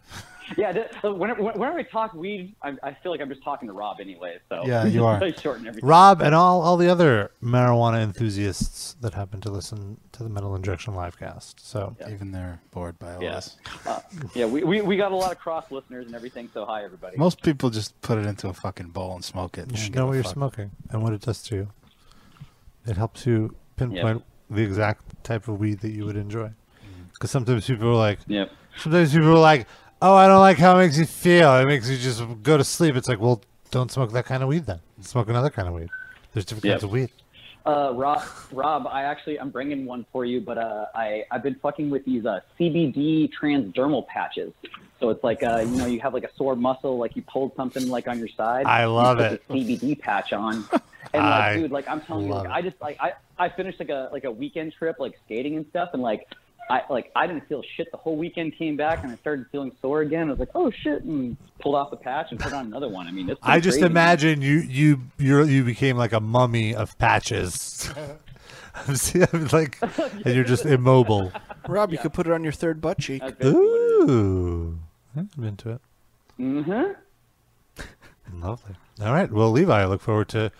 Yeah, that, uh, whenever, whenever I talk weed, I, I feel like I'm just talking to Rob anyway. So
Yeah, you are.
I shorten everything.
Rob and all, all the other marijuana enthusiasts that happen to listen to the Metal Injection livecast. So
even they're bored by all this.
Uh, yeah, we, we, we got a lot of cross listeners and everything. So hi everybody.
Most people just put it into a fucking bowl and smoke it.
You should know what you're smoking and what it does to you. It helps you pinpoint the exact type of weed that you would enjoy. Because sometimes people are like,
Yep.
sometimes people are like, oh, I don't like how it makes you feel. It makes you just go to sleep. It's like, well, don't smoke that kind of weed then. Smoke another kind of weed. There's different
Yep.
kinds of weed.
Uh, Rob, Rob, I actually I'm bringing one for you, but uh, I I've been fucking with these uh, CBD transdermal patches. So it's like uh, you know you have like a sore muscle, like you pulled something like on your side.
I love
you put
it.
the CBD patch on, and like
I
dude, like I'm telling you, like,
love
I just like I I finished like a like a weekend trip like skating and stuff, and like. I like I didn't feel shit the whole weekend. Came back and I started feeling sore again. I was like, "Oh shit!" and pulled off the patch and put on another one. I mean, it's
I
pretty
just
crazy.
imagine you you you you became like a mummy of patches. I'm see- I'm like, and you're just immobile.
Rob, you could put it on your third butt cheek.
Uh, Ooh, I'm into it.
Mm-hmm.
Lovely. All right. Well, Levi, I look forward to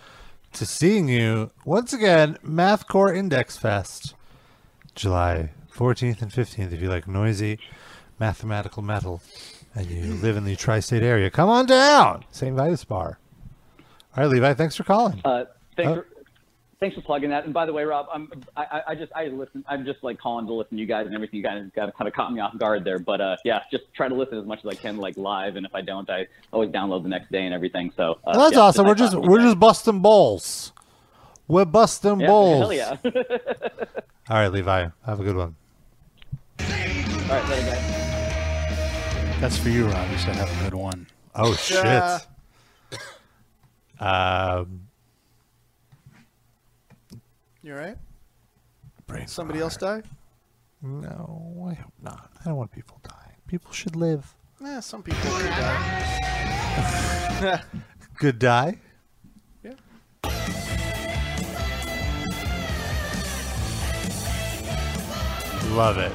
to seeing you once again. Mathcore Index Fest, July 14th and 15th. If you like noisy mathematical metal and you live in the tri-state area, come on down. St. Vitus Bar. All right, Levi. Thanks for calling.
Uh, thanks,
Oh.
for, thanks for plugging that. And by the way, Rob, I'm, I, I- I just I listen. I'm just like calling to listen to you guys and everything. You guys kind of, kind of caught me off guard there, but uh, yeah, just try to listen as much as I can, like live. And if I don't, I always download the next day and everything. So uh,
Well, that's
yeah,
awesome.
I
We're
thought-
just we're just busting balls. We're busting
yeah,
balls.
Hell yeah! All
All right, Levi. Have a good one.
right, later, guys.
That's for you, Rob. You should have a good one.
Oh shit.
Yeah.
um,
You all right? Somebody else die?
no, I hope not. I don't want people dying. People should live.
Eh, some people could die.
Good die.
Yeah.
Love it.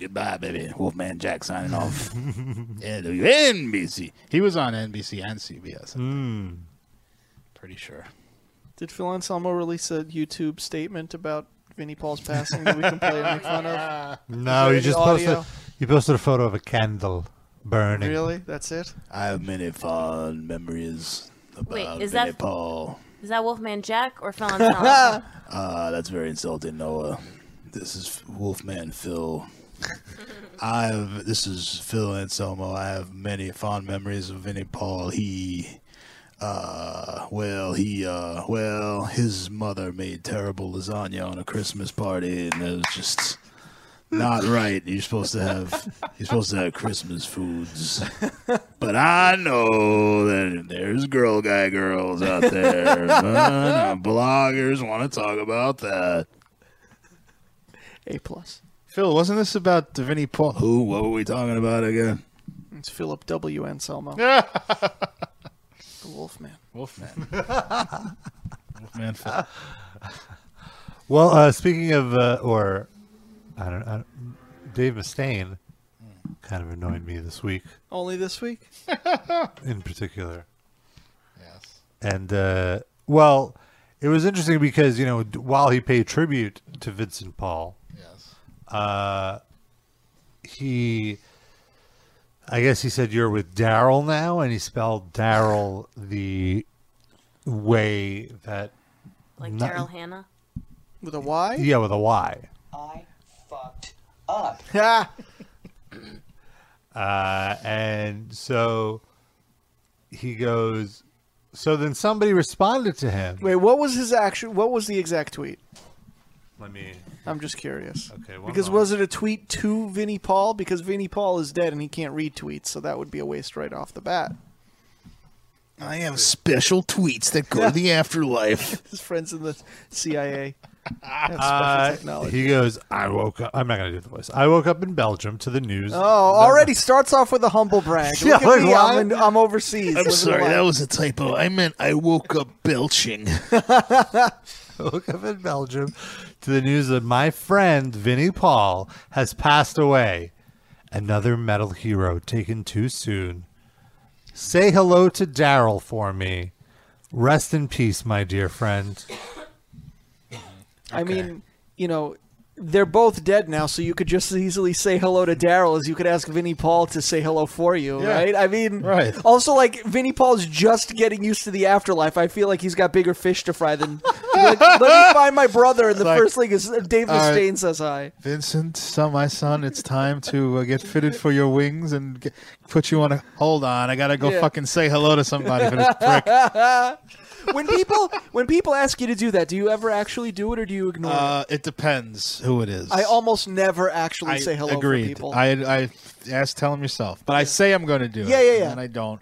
Goodbye, baby. Wolfman Jack signing off. NBC. He was on NBC and CBS. Pretty sure.
Did Phil Anselmo release a YouTube statement about Vinnie Paul's passing that we can play and make fun of?
No,
Is there
you just
any audio?
posted. You posted a photo of a candle burning.
Really? That's it?
I have many fond memories
Wait, is that-
Vinnie Paul.
Is that Wolfman Jack or Felon Tom?
Uh, that's very insulting, Noah. This is Wolfman Phil. I have this is Phil Anselmo. I have many fond memories of Vinnie Paul. He, uh, well, he, uh, well, his mother made terrible lasagna on a Christmas party, and it was just
not right. You're supposed to have you're supposed to have Christmas foods. But I know that there's girl guy girls out there. Uh, bloggers want to talk about that.
A plus.
Phil, wasn't this about Vinnie Paul?
Who? What were we talking about again?
It's Philip W. Anselmo. The Wolfman.
Wolfman.
Man, well, uh, speaking of, uh, or I don't, I don't, Dave Mustaine
Hmm.
kind of annoyed me this week
Only this week?
in particular. Yes. And uh, well, it was interesting because you know d- while he paid tribute to Vincent Paul, yes, uh, he, I guess he said you're with Daryl now, and he spelled Daryl the way that
Like
not-
Daryl Hannah.
With a Y?
yeah, with a Y.
Up.
Uh, and so he goes. So then somebody responded to him.
Wait, what was his action? What was the exact tweet?
Let me.
I'm just curious. Okay,
one
because was it a tweet to Vinnie Paul? Because Vinnie Paul is dead and he can't read tweets, so that would be a waste right off the bat.
I have special tweets that go to the afterlife.
His friends in the CIA. have special
Uh,
technology.
he goes. I woke up. I'm not gonna do the voice. I woke up in Belgium to the news.
Oh, already starts off with a humble brag. Look
Yeah,
at me,
like,
I'm,
why?
in- I'm overseas.
I'm sorry, that was a typo. I meant I woke up belching.
I woke up in Belgium to the news that my friend Vinnie Paul has passed away. Another metal hero taken too soon. Say hello to Daryl for me. Rest in peace, my dear friend.
I mean, you know, they're both dead now, so you could just as easily say hello to Daryl as you could ask Vinnie Paul to say hello for you,
Yeah.
right? I mean,
Right.
also, like, Vinnie Paul's just getting used to the afterlife. I feel like he's got bigger fish to fry than. like, let me find my brother, and the
like,
first thing is uh, Dave
all right.
Mustaine says hi.
Vincent, son, my son, it's time to uh, get fitted for your wings and get, put you on a. Hold on, I gotta go
Yeah.
fucking say hello to somebody for this prick.
when people when people ask you to do that, do you ever actually do it or do you ignore
Uh, it depends who it is.
it? I almost never actually
I
say hello
agreed.
for people.
I I asked, tell him yourself, but I say I'm going to do
Yeah,
it.
yeah,
and
yeah.
then I don't.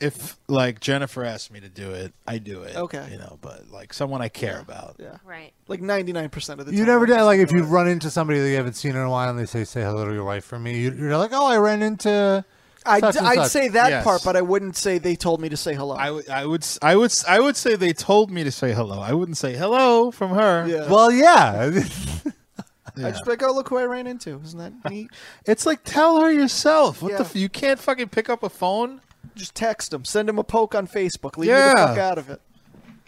If like Jennifer asked me to do it, I do it.
Okay.
you know, but like someone I care about.
Yeah,
right.
like ninety nine percent of the time.
You never did like if you run into somebody that you haven't seen in a while and they say say hello to your wife for me. you- You're like, oh, I ran into.
I'd,
such and
I'd
such."
say that part, but I wouldn't say they told me to say hello.
I would, I would, s- I would, s- I would say they told me to say hello. I wouldn't say hello from her.
Yeah.
Well, yeah.
I just be like, oh, look who I ran into. Isn't that neat?
it's like tell her yourself. What
Yeah.
the? F- you can't fucking pick up a phone.
Just text them. Send them a poke on Facebook. Leave me the
Yeah.
fuck out of it.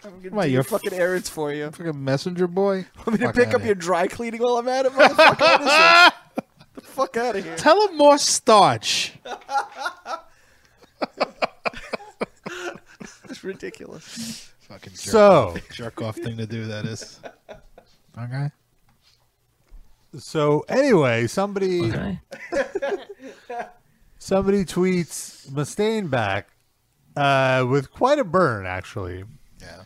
I'm gonna
Why,
do
you're
your
f-
fucking errands for you.
Fucking messenger boy.
Want me to
Fuck
pick
outta
up
here.
your dry cleaning while I'm at it? Motherfucker, what is this? the fuck out of here.
Tell him more starch.
It's ridiculous.
Fucking jerk
So-
off- jerk off thing to do. That is. Okay.
So anyway, somebody somebody tweets Mustaine back uh, with quite a burn, actually.
Yeah.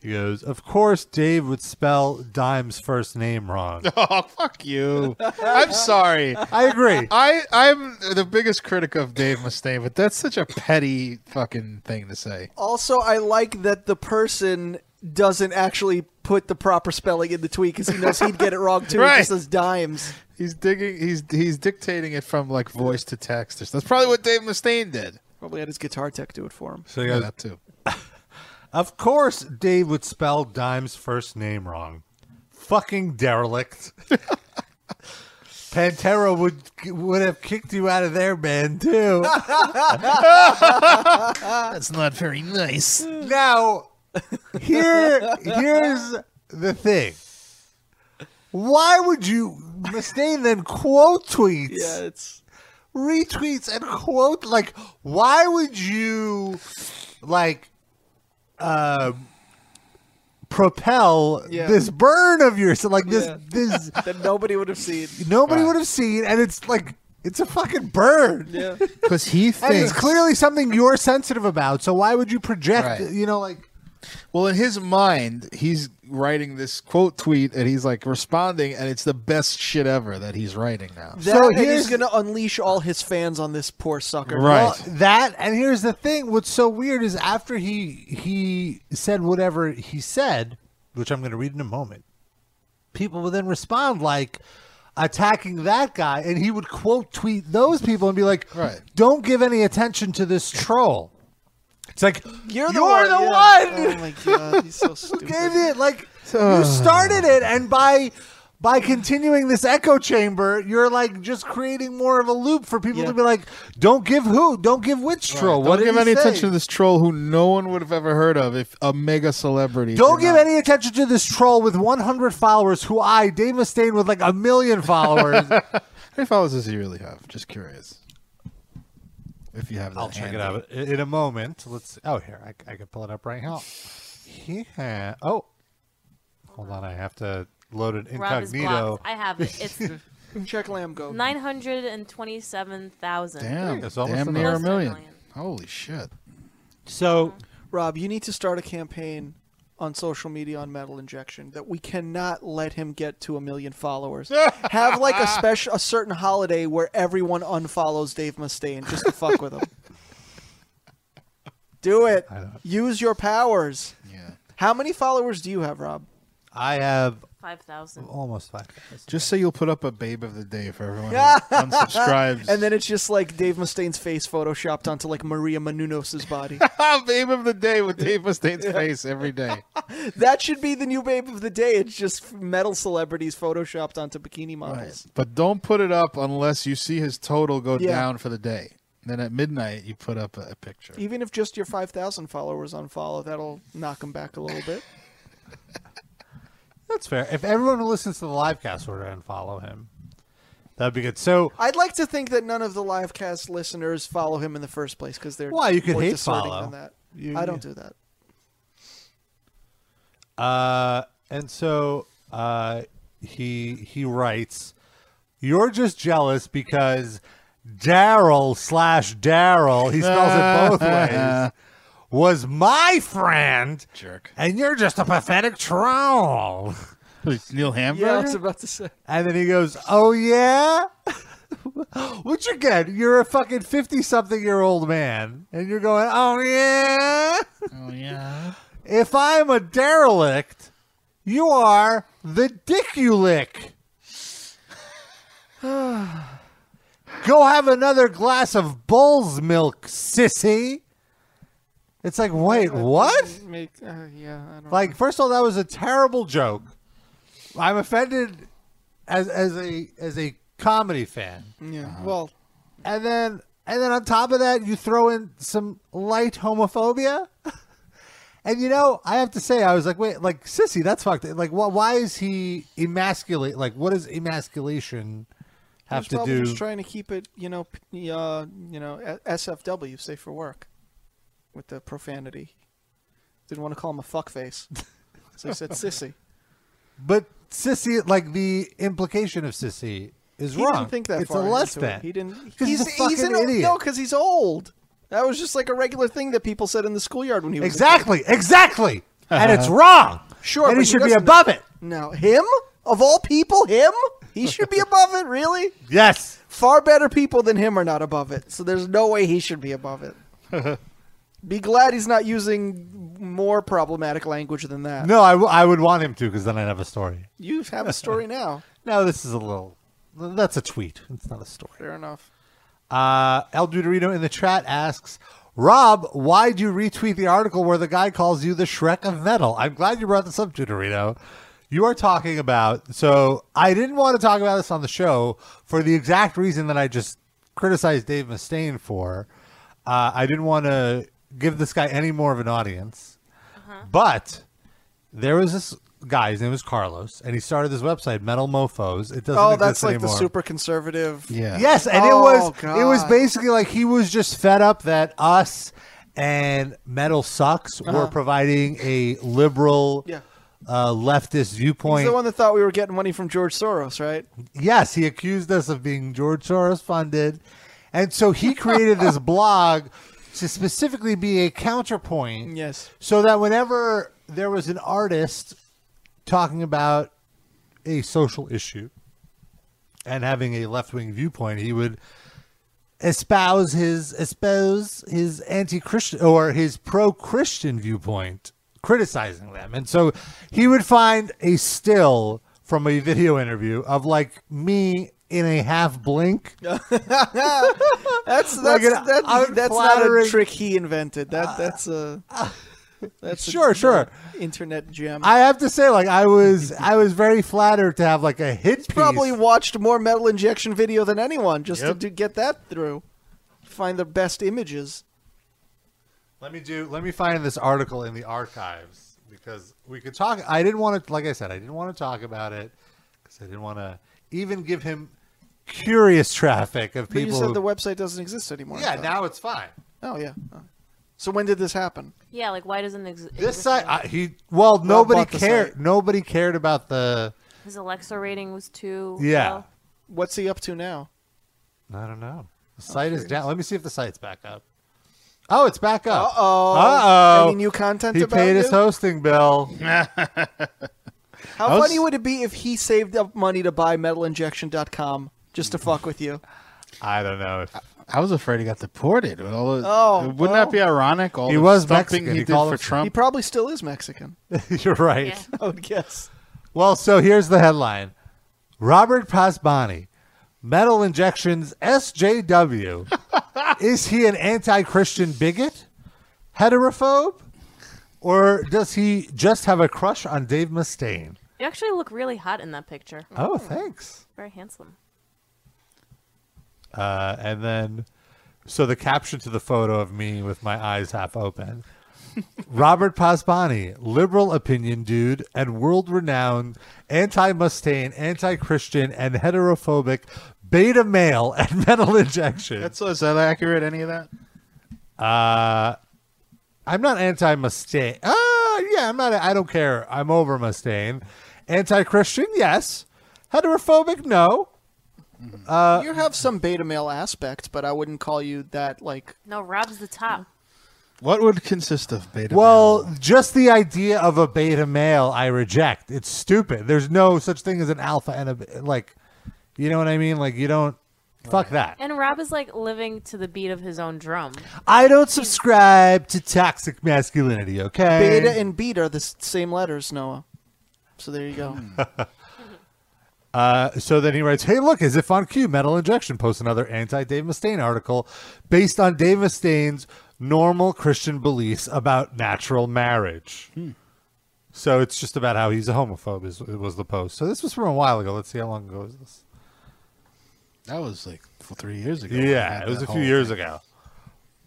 He goes, "Of course, Dave would spell Dime's first name wrong."
Oh fuck you! I'm sorry.
I agree.
I I'm the biggest critic of Dave Mustaine, but that's such a petty fucking thing to say.
Also, I like that the person doesn't actually put the proper spelling in the tweet because he knows he'd get it wrong too. He
Right.
just says dimes.
He's digging. He's he's dictating it from like voice to text. or something. That's probably what Dave Mustaine did.
Probably had his guitar tech do it for him.
So he
Yeah,
goes,
that too.
"Of course, Dave would spell Dime's first name wrong." Fucking derelict. Pantera would would have kicked you out of their band too.
That's not very nice.
Now, here, here's the thing. Why would you Mustaine then quote tweets?
Yeah, it's
retweets and quote like why would you like uh propel
Yeah.
this burn of yours like this this
that nobody would have seen.
nobody would have seen and it's like it's a fucking burn.
Yeah.
Because he
And it's
thinks
clearly something you're sensitive about, so why would you project
Right.
you know like
Well, in his mind, he's writing this quote tweet and he's like responding, and it's the best shit ever that he's writing now.
That and he's going to unleash all his fans on this poor sucker.
Well, that and here's the thing. What's so weird is after he he said whatever he said, which I'm going to read in a moment, people would then respond like attacking that guy, and he would quote tweet those people and be like,
Right.
"Don't give any attention to this troll." It's like
You're
you're
the
the
one,
one.
yeah. Oh my God, he's so
Who gave it? Like you started it, and by by continuing this echo chamber, you're like just creating more of a loop for people to be like, "Don't give who? Don't give which troll?
Don't
what did
give
he
any
say?
attention to this troll who no one would have ever heard of if a mega celebrity.
Don't
did
give any attention to this troll with 100 followers who I, Dave Mustaine, with like a million followers.
How many followers does he really have? Just curious. If you have that
I'll check it
handy.
out in in a moment. Let's. see. Oh, here I, I can pull it up right now. He ha- Oh, hold on. I have to load it
Rob is
incognito.
blocked. I have it. It's
check lamb go.
Nine hundred and twenty-seven thousand.
Damn,
It's almost enough.
damn near a
Close to a
million. Holy shit!
So,
Rob, you need to start a campaign on social media on metal injection that we cannot let him get to a million followers. Have like a special, a certain holiday where everyone unfollows Dave Mustaine just to fuck with him. Do it. Use your powers. Yeah. How many followers do you have, Rob?
I have
Five thousand.
almost five.
Just say you'll put up a babe of the day for everyone who unsubscribes.
and then it's just like Dave Mustaine's face photoshopped onto like Maria Menounos' body.
babe of the day with Dave Mustaine's face every day.
that should be the new babe of the day. It's just metal celebrities photoshopped onto bikini models.
But don't put it up unless you see his total go
Yeah.
down for the day. Then at midnight, you put up a, a picture.
Even if just your 5,000 followers unfollow, that'll knock them back a little bit.
That's fair. If everyone who listens to the live cast were to unfollow him, that'd be good. So,
I'd like to think that none of the live cast listeners follow him in the first place because they're
Why, you could
more
hate
discerning
follow.
than that.
You-
I don't do that.
Uh, and so uh, he he writes, "You're just jealous because Daryl slash Daryl, he spells it both ways, was my friend,
Jerk.
and you're just a pathetic troll."
Neil Hamburger.
Yeah, I was about to say.
And then he goes, "Oh yeah." Which again, you're a fucking fifty-something-year-old man, and you're going, "Oh yeah,
oh yeah."
If I'm a derelict, you are the dick you lick. Go have another glass of bull's milk, sissy. It's like, wait, what?
Make, uh, yeah, I don't
Like, first of all, that was a terrible joke. I'm offended as as a as a comedy fan.
Yeah.
uh-huh.
Well,
and then and then on top of that, you throw in some light homophobia. and you know, I have to say, I was like, wait, like sissy, that's fucked. Like, wh- why is he emasculate? Like, what does emasculation have
He's
to
probably
do?
just trying to keep it, you know, p- uh, you know, a- SFW, safe for work, with the profanity. Didn't want to call him a fuckface, so I said sissy.
but sissy, like the implication of sissy is
he
wrong.
didn't think that
it's
far
a
into it.
lesbian.
He didn't.
'Cause he's a fucking
an old-
idiot.
No, because he's old. That was just like a regular thing that people said in the schoolyard when he was a kid.
Exactly, exactly, and it's wrong.
Sure,
and
but
he should be
doesn't-
above it.
No, him of all people, him. He should be above it. Really?
Yes.
Far better people than him are not above it. So there's no way he should be above it. be glad he's not using more problematic language than that.
No, I, w- I would want him to because then I'd have a story.
You have a story now.
No, this is a little. That's a tweet. It's not a story.
Fair enough.
Uh, El Duderino in the chat asks, Rob, why'd you retweet the article where the guy calls you the Shrek of metal? I'm glad you brought this up, Duderino. You are talking about. So I didn't want to talk about this on the show for the exact reason that I just criticized Dave Mustaine for. Uh, I didn't want to give this guy any more of an audience. But there was this guy, his name was Carlos, and he started this website, Metal Mofos. It doesn't
Oh,
exist
that's like the
anymore.
super conservative. Yeah.
Yes, and it was
Oh,
it was basically like he was just fed up that us and metal sucks
Uh-huh.
were providing a liberal
Yeah.
uh, leftist viewpoint.
He's the one that thought we were getting money from George Soros, right?
Yes, he accused us of being George Soros funded. And so he created this blog to specifically be a counterpoint.
Yes.
So that whenever there was an artist talking about a social issue and having a left wing viewpoint, he would espouse his espouse his anti Christian or his pro Christian viewpoint, criticizing them. And so he would find a still from a video interview of like me in a half blink
That's that's
Like an
that's,
out-
that's not a
flattering-
trick he invented. That that's a that's a
Sure, sure.
internet gem.
I have to say, like I was, I was very flattered to have like a hit piece.
probably watched more metal injection video than anyone just
Yep.
to do, get that through. Find the best images.
Let me do. Let me find this article in the archives because we could talk. I didn't want to, like I said, I didn't want to talk about it because I didn't want to even give him curious traffic of
But you
people.
said the
who-
website doesn't exist anymore. I
Yeah,
thought.
now it's fine.
Oh yeah. Oh. So when did this happen?
Yeah, like why doesn't it exi- exist?
This site, I, he well, nobody
bought the
cared. Nobody cared about the.
His Alexa rating was too.
Yeah.
low.
What's he up to now?
I don't know. The site is down. Let me see if the site's back up. Oh, it's back up.
Uh-oh.
Uh oh.
Any new content
He
about
paid his
you?
hosting bill.
How
I was-
funny would it be if he saved up money to buy metalinjection.com just to fuck with you?
I don't know.
Uh,
If...
I was afraid he got deported. With all the,
Oh,
wouldn't that
well.
be ironic? All
He
the
was
stumping
Mexican.
he
He
did
called
for
us-
He
Trump.
probably still is Mexican.
You're right.
I would guess.
Well, so here's the headline Robert Pasbani, metal injections SJW. is he an anti Christian bigot, heterophobe, or does he just have a crush on Dave Mustaine?
You actually look really hot in that picture.
Oh, thanks.
Very handsome.
Uh, and then, so the caption to the photo of me with my eyes half open. Robert Pasbani, liberal opinion dude and world renowned anti Mustaine, anti Christian, and heterophobic beta male at metal injection.
That's is that accurate? Any of that?
Uh, I'm not anti Mustaine. Ah, yeah, I'm not. I don't care. I'm over Mustaine. Anti Christian, yes. Heterophobic, no. Uh,
you have some beta male aspect, but I wouldn't call you that like
No, Rob's the top.
What would consist of beta?
Well, just the idea of a beta male, I reject. It's stupid. There's no such thing as an alpha and a be- like, you know what I mean? Like, you don't fuck that.
And Rob is like living to the beat of his own drum.
I don't subscribe to toxic masculinity. Okay.
beta and beat are the s- same letters, Noah. So there you go.
Uh, so then he writes, "Hey, look, as if on cue, Metal Injection posts another anti-Dave Mustaine article based on Dave Mustaine's normal Christian beliefs about natural marriage."
Hmm.
So it's just about how he's a homophobe. Is it was the post? So this was from a while ago. Let's see how long ago is this.
That was like f- three years ago.
Yeah, it was a few years ago.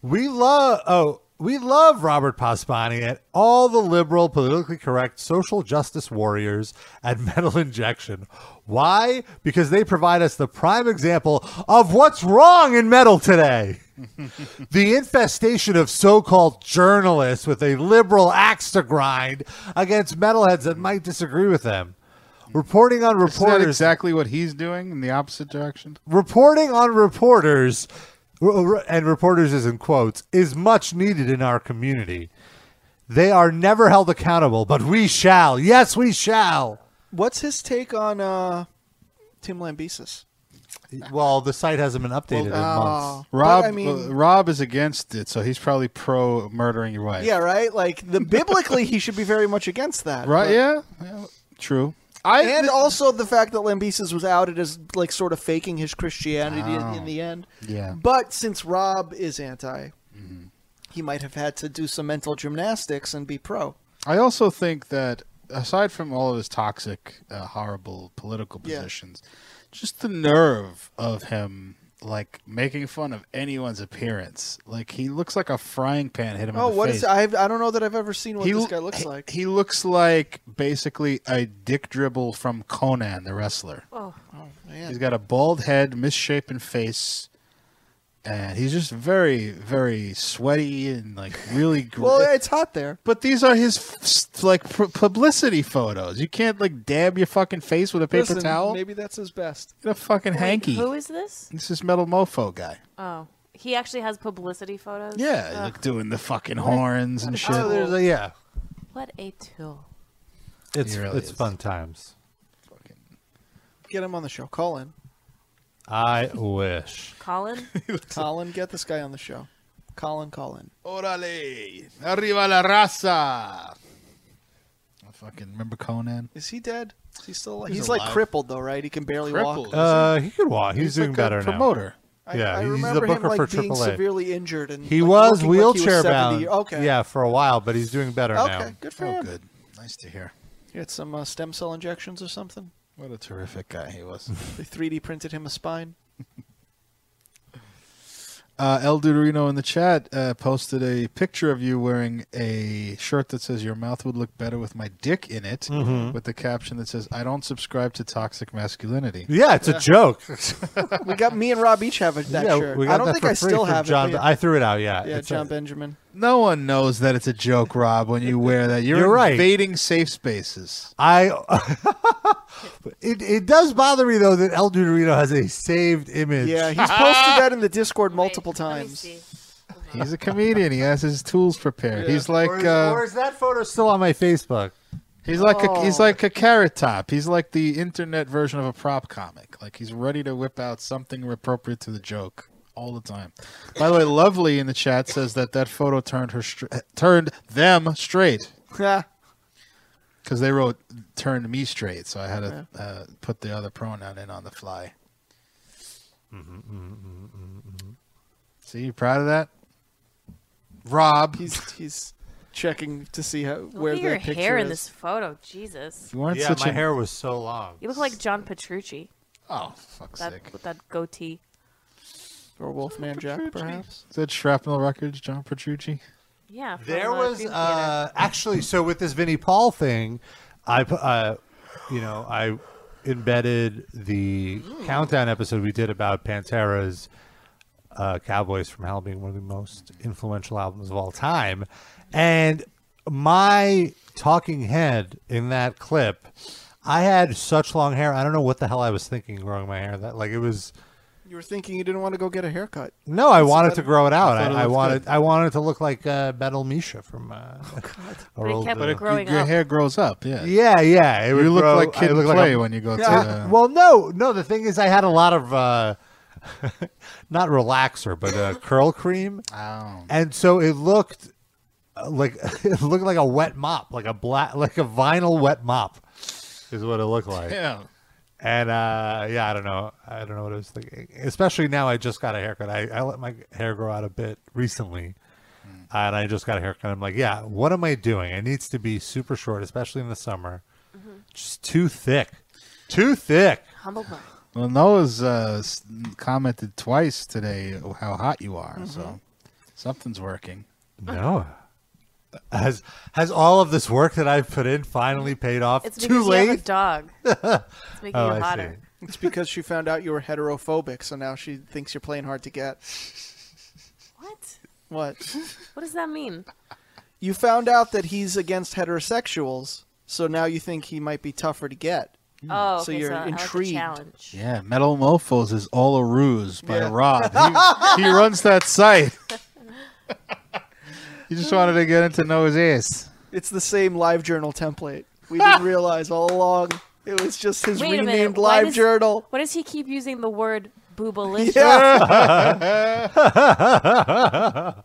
We love oh, we love Robert Pasbani and all the liberal, politically correct, social justice warriors at Metal Injection. Why? Because they provide us the prime example of what's wrong in metal today. the infestation of so-called journalists with a liberal axe to grind against metalheads that might disagree with them. Reporting on
Isn't that
reporters
exactly what he's doing in the opposite direction?
reporting on reporters r- r- and reporters is in quotes is much needed in our community they are never held accountable but we shall yes we shall
What's his take on uh, Tim Lambesis?
well the site hasn't been updated in months
But,
Rob,
I mean-
uh, Rob is against it, so he's probably pro murdering your wife.
Yeah, right. Like the biblically, he should be very much against that.
Right?
but-
Yeah. yeah. True.
and also the fact that Lambesis was outed as like sort of faking his Christianity in, in the end.
Oh. Yeah. Mm-hmm.
But since Rob is anti, he might have had to do some mental gymnastics and be pro.
I also think that aside from all of his toxic, uh, horrible political
Yeah.
positions, just the nerve of him like making fun of anyone's appearance. Like he looks like a frying pan hit him.
Oh,
in the
what
face.
is? I I don't know that I've ever seen what
He
this
l-
guy looks like.
He looks like basically a dick dribble from Conan the wrestler.
Oh,
He's got a bald head, misshapen face, and he's just very, very sweaty and like really. Gr-
Well, it's hot there.
But these are his f- s- like pr- publicity photos. You can't like dab your fucking face with a paper
Listen,
towel.
Maybe that's his best.
Get a fucking hanky.
Who is this?
This is Metal Mofo guy.
Oh, He actually has publicity photos.
Yeah,
Uh,
Ugh,
like doing the fucking horns and shit.
Oh, there's
a- yeah.
what a tool.
It's
He really
it's fun times.
Get him on the show. Call in.
I wish.
Colin?
Colin, get this guy on the show. Colin, Colin.
Orale! Arriba la raza! I fucking remember Conan.
Is he dead? Is he still alive?
He's
He's,
alive.
like crippled though, right? He can barely
Crippled,
walk.
isn't he? Uh,
he could walk. He's doing
like
better
a
now.
promoter. I,
Yeah,
I
he's the
remember him
booker
like
for
being
AAA.
severely injured and
He
like,
was
looking like he
wheelchair
70
bound.
year- Okay.
Yeah, for a while, but he's doing better
okay,
now.
good for
Oh,
him.
good. Nice to hear.
He had some uh, stem cell injections or something.
What a terrific guy he was.
They 3D printed him a spine.
Uh, El Dorino in the chat uh, posted a picture of you wearing a shirt that says "Your mouth would look better with my dick in it,"
Mhm.
with the caption that says "I don't subscribe to toxic masculinity."
Yeah, it's a joke.
we got me and Rob each have a, that
Yeah,
shirt.
we
I
got
don't
that
think
for
I
free
still
from
have
John-
it. but
I threw it out, yeah.
Yeah,
It's
John
a-
Benjamin.
No one knows that it's a joke, Rob. When you wear that, you're,
You're right.
invading safe spaces.
I. it, it does bother me though that El Dorito has a saved image.
Yeah, he's posted that in the Discord multiple times.
He's a comedian. He has his tools prepared. He's like,
Or is,
uh,
or is that photo still on my Facebook?
he's like, a, he's
Oh.
like a carrot top. He's like the internet version of a prop comic. Like he's ready to whip out something appropriate to the joke all the time. By the way, Lovely in the chat says that that photo turned her str- turned them straight
Yeah.
because they wrote turned me straight, so I had to uh, put the other pronoun in on the fly. See, you proud of that? Rob.
He's he's checking to see how
Look
where
at
the
your
picture
hair in
is.
this photo. Jesus.
You weren't
yeah,
such
my
a-
hair was so long.
You look like John Petrucci.
Oh, fuck's
that, sake. With that goatee.
Or Wolfman Jack, perhaps.
Is that Shrapnel Records, John Petrucci?
Yeah. from,
There
uh,
was
Dream
uh, actually so with this Vinnie Paul thing, I pu- uh, you know I embedded the countdown episode we did about Pantera's uh, Cowboys from Hell being one of the most influential albums of all time, and my talking head in that clip, I had such long hair. I don't know what the hell I was thinking growing my hair that like it was.
You were thinking you didn't want to go get a haircut.
No, I
That's
wanted
better.
to grow it out.
I thought it
I, I
looked
wanted
good.
I wanted it to look like uh, Battle Misha from. Uh, our
it
old,
kept
uh,
growing
Your hair grows up, yeah.
yeah, yeah. It
You
would
look
grow-
like Kid
I look
Clay
a-
when you go to. uh,
Yeah. well, no, no. The thing is, I had a lot of uh, not relaxer, but uh, curl cream,
oh.
and so it looked uh, like it looked like a wet mop, like a black, like a vinyl wet mop, is what it looked like.
Yeah.
And uh, yeah, I don't know. I don't know what I was thinking. Especially now, I just got a haircut. I, I let my hair grow out a bit recently,
Hmm.
and I just got a haircut. I'm like, yeah, what am I doing? It needs to be super short, especially in the summer.
Mm-hmm.
Just too thick, too thick.
Humble brag.
Well, Noah's uh, s- commented twice today how hot you are, so
Mm-hmm.
something's working.
No. Has has all of this work that I've put in finally paid off?
It's
too
because you have a
late.
dog. it's making
Oh, I
you
see.
hotter.
It's because she found out you were heterophobic, so now she thinks you're playing hard to get.
What?
What?
What does that mean?
You found out that he's against heterosexuals, so now you think he might be tougher to get.
Mm.
Oh, okay,
so you're
I like a
intrigued.
challenge.
Yeah, Metal Mofos is all a ruse by Rob. He, he runs that site. he just wanted to get into Noah's ass.
It's the same live journal template. We didn't realize all along it was just his
Wait a
renamed
minute. why
live
does,
journal.
Why does he keep using the word boobalicious?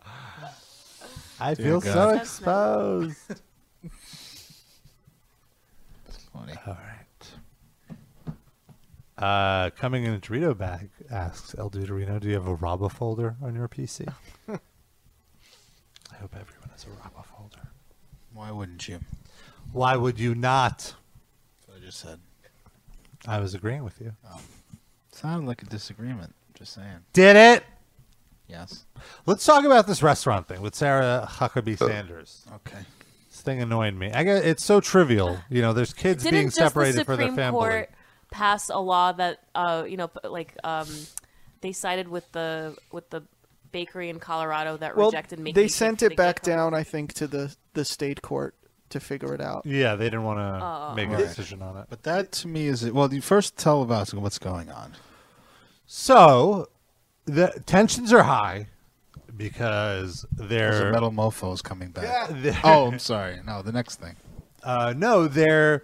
I
Dear
feel
God.
so exposed. All right. Uh, coming in a Dorito bag asks El Dorito, do you have a Raba folder on your PC? I hope everyone has a Raba folder.
Why wouldn't you?
Why would you not?
That's what I just said.
I was agreeing with you.
Sounded like a disagreement. Just saying.
Did it?
Yes.
Let's talk about this restaurant thing with Sarah Huckabee Sanders.
Okay.
This thing annoyed me. I guess it's so trivial. You know, there's kids
Didn't
being
just
separated
the
for their
Supreme
family.
Court pass a law that uh, you know, p- like um, they sided with the with the bakery in Colorado that
Well,
rejected making.
they
cake
sent
for
it
the
back down, I think, to the, the state court to figure it out.
Yeah, they didn't want to
Oh.
make a
Right.
decision on it.
But that to me is well. You first tell about what's going on.
So the tensions are high because
Those are
they're
metal mofos coming back.
Er. Yeah.
Oh, I'm sorry. No, the next thing.
Uh, no, there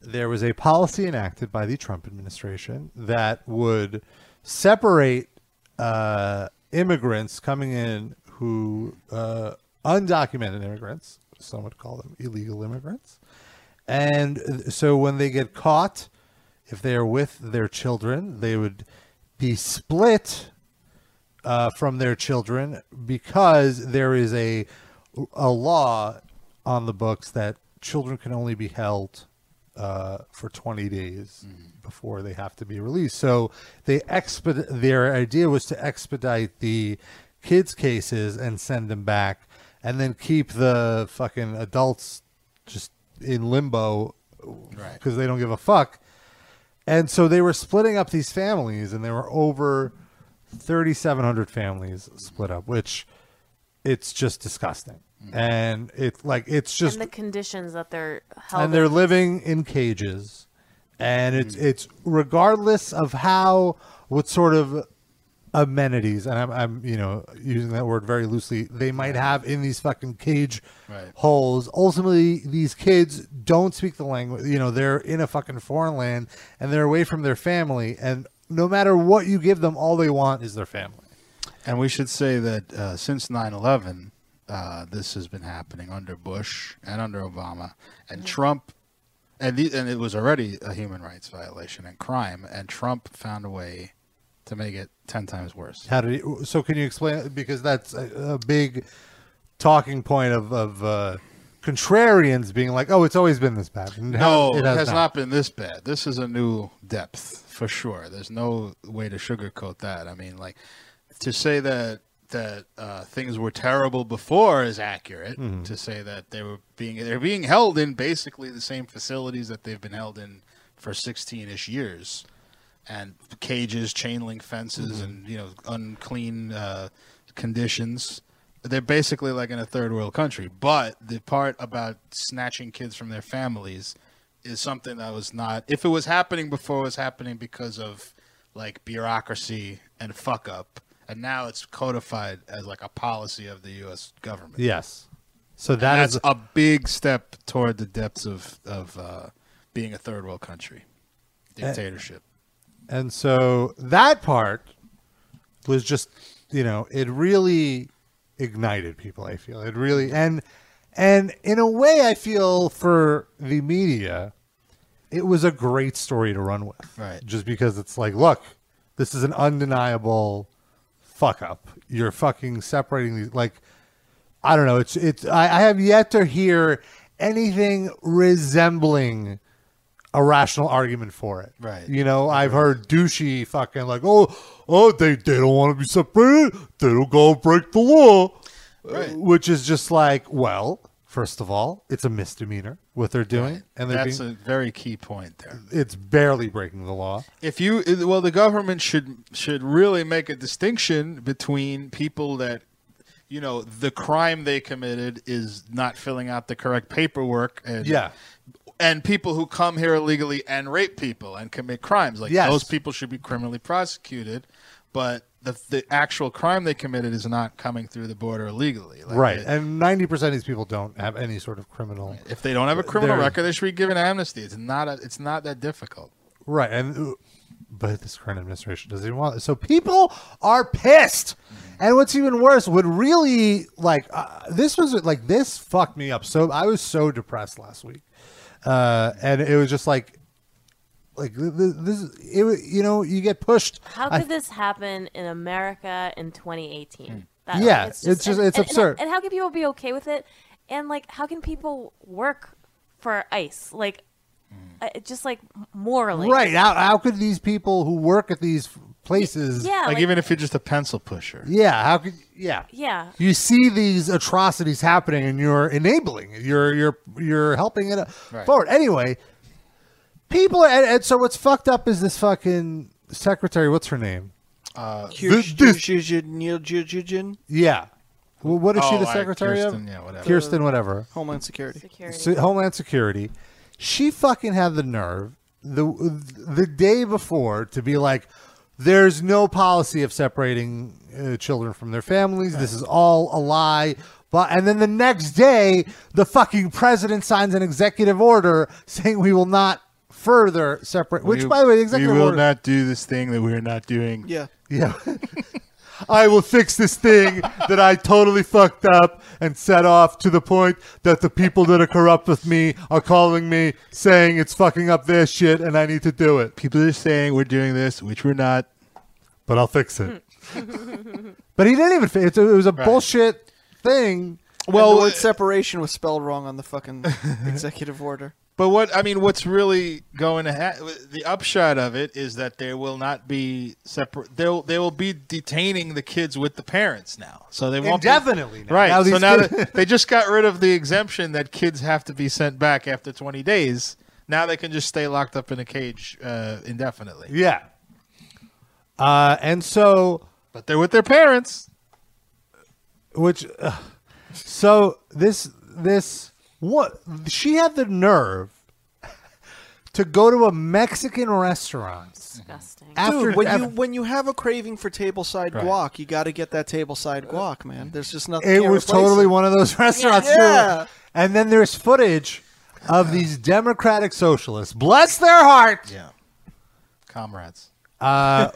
there was a policy enacted by the Trump administration that would separate uh, immigrants coming in who uh, undocumented immigrants, some would call them illegal immigrants, and uh, so when they get caught, if they are with their children, they would be split uh, from their children because there is a a law on the books that children can only be held uh, for 20 days before they have to be released. So they expedite. Their idea was to expedite the kids' cases and send them back, and then keep the fucking adults just in limbo because they don't give a fuck. And so they were splitting up these families, and there were over 3,700 families split up, which it's just disgusting. And it's like, it's just
and the conditions that they're held.
and they're
in.
living in cages and it's it's regardless of how what sort of amenities and I'm, I'm you know using that word very loosely they might have in these fucking cage
Right.
holes ultimately these kids don't speak the language you know they're in a fucking foreign land and they're away from their family and no matter what you give them all they want is their family
And we should say that uh, since 9 11, uh, this has been happening under Bush and under Obama and Trump. And, the, and it was already a human rights violation and crime. And Trump found a way to make it 10 times worse.
How did he, so? Can you explain? Because that's a, a big talking point of of uh, contrarians being like, "Oh, it's always been this bad." And
No,
how-
it has, not. been this bad. This is a new depth for sure. There's no way to sugarcoat that. I mean, like to say that that uh, things were terrible before is accurate.
Mhm.
To say that they were being they're being held in basically the same facilities that they've been held in for 16ish years, and cages, chain link
Mm-hmm.
fences,
Mhm.
and you know unclean uh, conditions. They're basically like in a third world country. But the part about snatching kids from their families is something that was not. If it was happening before, it was happening because of like bureaucracy and fuck up. And now it's codified as like a policy of the U.S. government.
Yes. So
And
that
that's
is
a big step toward the depths of of uh, being a third world country,
Eh,
dictatorship.
And so that part was just, you know, it really ignited people, I feel. It really and and in a way I feel for the media, it was a great story to run with.
Right.
Just because it's like, look, this is an undeniable fuck up. You're fucking separating these like I don't know, it's it's I, I have yet to hear anything resembling a rational argument for it.
Right.
You know, I've heard douchey fucking like, oh, oh, they, they don't want to be separated. They don't go break the law. Uh,
Right.
Which is just like, well, first of all, it's a misdemeanor what they're doing, and they're
that's
being,
a very key point there.
it's barely breaking the law.
If you well, the government should should really make a distinction between people that, you know, the crime they committed is not filling out the correct paperwork and
Yeah.
and people who come here illegally and rape people and commit crimes like
Yes.
those people should be criminally prosecuted, but the the actual crime they committed is not coming through the border illegally. Like,
right.
it-
and ninety percent of these people don't have any sort of criminal.
if they don't have a criminal
They're-
record, they should be given amnesty. It's not a, it's not that difficult.
Right, and but this current administration doesn't even want it. So people are pissed.
Mm-hmm.
And what's even worse, would really like uh, this was like this fucked me up. So I was so depressed last week, uh, and it was just like, like th- th- this. It wa- you know you get pushed.
How
I- Hmm.
could this happen in America in 2018?
Yeah, it's just-
and-
it's
and- and-
absurd.
And, how can people be okay with it? And like, how can people work for ICE? Like,
Hmm.
uh, just like morally,
right? How how could these people who work at these places?
yeah, Like, like-
even if you're just a pencil pusher.
Yeah. How could yeah.
Yeah.
you see these atrocities happening and you're enabling it. You're you're you're helping it
Right.
forward. Anyway, people are, and, and so what's fucked up is this fucking secretary. What's her name?
Uh,
This- this- yeah. Well, what is she
Oh,
the
like
secretary
Kirsten,
of?
yeah, whatever.
Kirsten, whatever.
Homeland Security. Security.
Se- Homeland Security. She fucking had the nerve the the day before to be like, There's no policy of separating uh, children from their families. This is all a lie. But and then the next day, the fucking president signs an executive order saying we will not further separate. Which,
We-
by the way, the executive
we will
order.
not do this thing that we're not doing.
Yeah.
Yeah. I will fix this thing that I totally fucked up and set off to the point that the people that are corrupt with me are calling me saying it's fucking up their shit and I need to do it.
People are saying we're doing this, which we're not.
But I'll fix it. but he didn't even. fi- It was a
Right.
bullshit thing.
Well, the word separation was spelled wrong on the fucking executive order.
But what I mean, what's really going to ha- the upshot of it is that there will not be separate. They will they will be detaining the kids with the parents now, so they won't be-
Indefinitely now.
right?
Now
so
these
now
kids-
that they just got rid of the exemption that kids have to be sent back after twenty days. Now they can just stay locked up in a cage uh, indefinitely.
Yeah. Uh, and so,
but they're with their parents,
which, uh, so this this what she had the nerve to go to a Mexican restaurant
Disgusting.
after
Dude, when
after-
you when you have a craving for tableside
Right.
guac, you got to get that tableside guac, man. There's just nothing.
it
can't
was
replace
totally
it.
one of those restaurants. too.
Yeah.
And then there's footage of these democratic socialists, bless their heart,
comrades.
uh,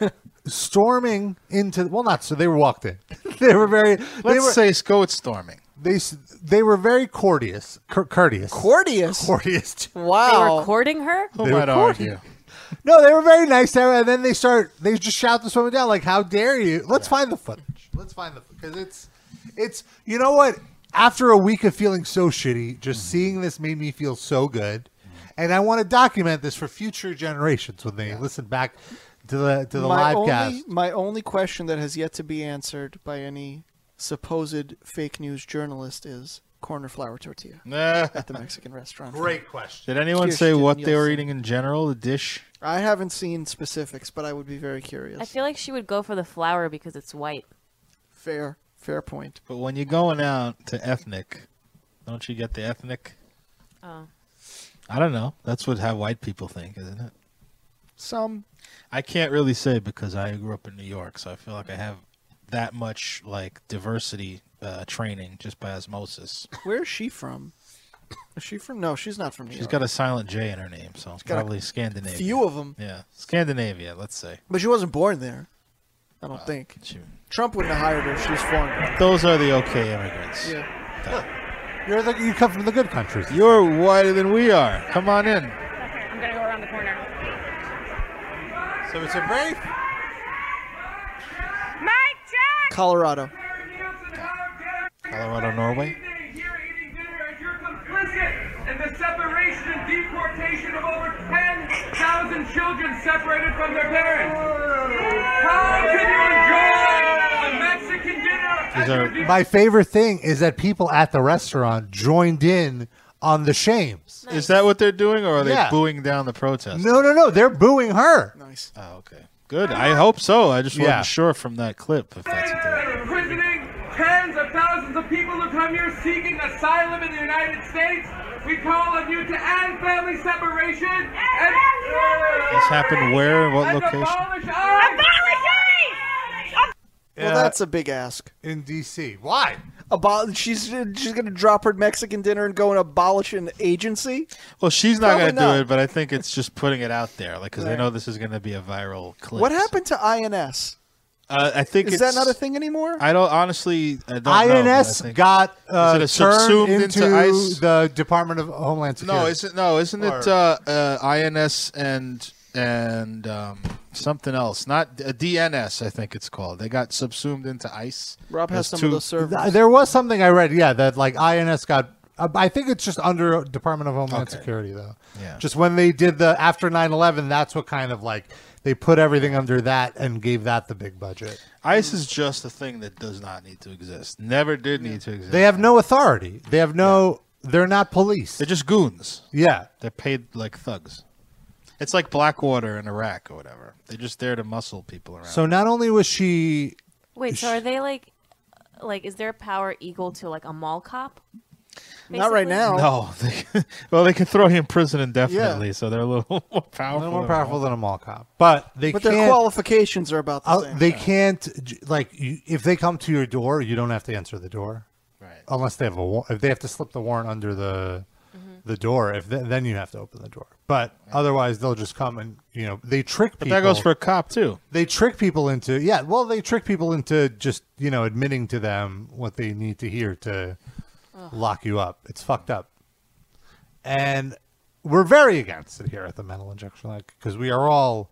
storming into well, not so they were walked in. They were very. they
Let's
were,
say go with storming.
They s- they were very courteous, cour- courteous,
courteous,
courteous. to-
They
Oh.
were courting her?
They were courteous. No, they were very nice there, and then they start. They just shout this woman down, like, "How dare you!" Let's find the footage. Let's find the because it's it's you know what. After a week of feeling so shitty, just seeing this made me feel so good, and I want to document this for future generations when they listen back to the to the
my
live
only,
cast.
My only question that has yet to be answered by any supposed fake news journalist is corner flour tortilla at the Mexican restaurant.
Great question.
Eh, Did anyone say
Kirsten
what they were
Nielsen.
eating in general? The dish.
I haven't seen specifics, but I would be very curious.
I feel like she would go for the flower because it's white.
Fair. Fair point.
But when you're going out to ethnic, don't you get the ethnic?
Oh.
I don't know. That's what how white people think, isn't it?
Some
I can't really say because I grew up in New York, so I feel like I have that much like diversity uh, training just by osmosis.
Where is she from? Is she from? No, she's not from New
She's
York.
got a silent J in her name, so it's
got a
probably Scandinavia.
few of 'em.
Yeah, Scandinavia. Let's say
But she wasn't born there. I don't think. Trump wouldn't have hired her if she was foreign.
those are the okay immigrants.
Yeah.
You're the, you come from the good countries.
You're whiter than we are. Come on in.
I'm gonna go around the corner.
So it's a very
Mike Jack!
Colorado.
Colorado, Norway.
in the separation and deportation of over 10,000 children separated from their parents. How can you enjoy a Mexican dinner?
My favorite thing is that people at the restaurant joined in on the shames.
Is that what they're doing, or are they
Yeah.
booing down the protest?
No, no, no. They're booing her.
Nice.
Oh, okay. Good. I hope so. I just wasn't
Yeah.
sure from that clip. If that's what they
Imprisoning tens of thousands of people who come here seeking asylum in the United States. We call on you to end family separation and
this happened where? What
and
location?
abolish ICE.
Well, that's a big ask.
In D.C. Why?
Abol- she's she's gonna drop her Mexican dinner and go and abolish an agency.
Well, she's not
Probably
going to do
not.
it, but I think it's just putting it out there, like because they
Right.
know this is going to be a viral clip.
What happened to INS?
Uh, I think
Is
it's,
that not a thing anymore?
I don't honestly. I don't
INS
know, but I think-
got uh,
Is it a
turned
subsumed
into,
into ICE?
the Department of Homeland Security.
No, isn't no, isn't it
Or-
uh, uh, INS and and um, something else? Not uh, DNS, I think it's called. They got subsumed into ICE.
Rob has
There's
some
two-
of those servers.
Th- There was something I read, yeah, that like INS got. uh, I think it's just under Department of Homeland Security though.
Yeah.
Just when they did the after 9/11, that's what kind of like they put everything under that and gave that the big budget.
ICE is just a thing that does not need to exist. Never did need to exist.
They have no authority. They have no. They're not police. They're
just goons.
Yeah.
They're paid like thugs. It's like Blackwater in Iraq or whatever. They're just there to muscle people around.
So not only was she
Wait, so are they like, like, is their power equal to like a mall cop?
Not right now.
No. They, well, they can throw you in prison indefinitely, so they're a little more powerful.
more powerful than a mall cop. But they
but
can't.
their qualifications are about the
I'll-
same.
they can't j- like you, if they come to your door, you don't have to answer the door, right? Unless they have a war- if they have to slip the warrant under the the door, if th- then you have to open the door. But otherwise, they'll just come and you know they trick
But
people.
that goes for a cop too.
They trick people into yeah. Well, they trick people into just you know admitting to them what they need to hear to lock you up. It's fucked up, and we're very against it here at the Mental Injection League because we are all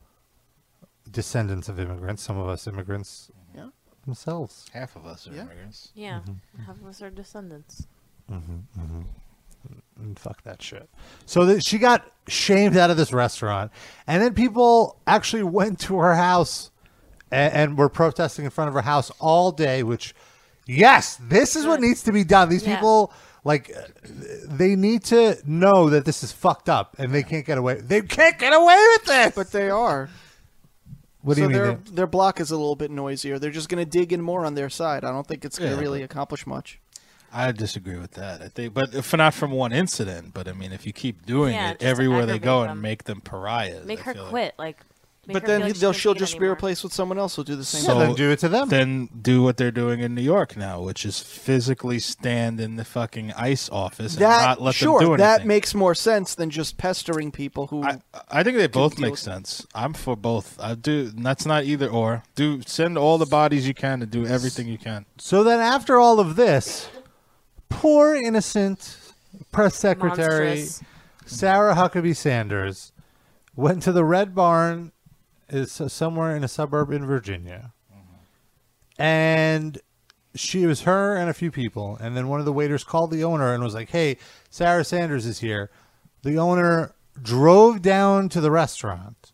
descendants of immigrants. Some of us immigrants
Yeah.
themselves.
Half of us are immigrants.
Yeah, half of us are descendants.
Mm-hmm, And fuck that shit. So that she got shamed out of this restaurant, and then people actually went to her house and, and were protesting in front of her house all day. Which, yes, this is what needs to be done. These
Yeah.
people, like, uh, they need to know that this is fucked up, and they can't get away. They can't get away with this.
But they are.
What do
so
you mean?
Their,
they-
their block is a little bit noisier. They're just going to dig in more on their side. I don't think it's going to
Yeah.
really accomplish much.
I disagree with that. I think, but if not from one incident, but I mean, if you keep doing
Yeah,
it
just
everywhere they
aggravate
go
them.
and make them pariahs,
Make
I
her
feel like-
quit. Like, make
but
her
then
feel like she
they'll
can't
she'll
take it
just be replaced with someone else who'll do the same.
So
thing.
it to them.
Then do what they're doing in New York now, which is physically stand in the fucking ICE office and
that
not let
sure
them do anything.
that makes more sense than just pestering people who.
I think they both
deal
make
with it.
sense. I'm for both. I do. That's not either or. Do send all the bodies you can and do everything you can.
So then, after all of this, poor innocent press secretary
Monstrous.
Sarah Huckabee Sanders went to the Red Barn, is somewhere in a suburb in Virginia, and she it was her and a few people, and then one of the waiters called the owner and was like, "Hey, Sarah Sanders is here." The owner drove down to the restaurant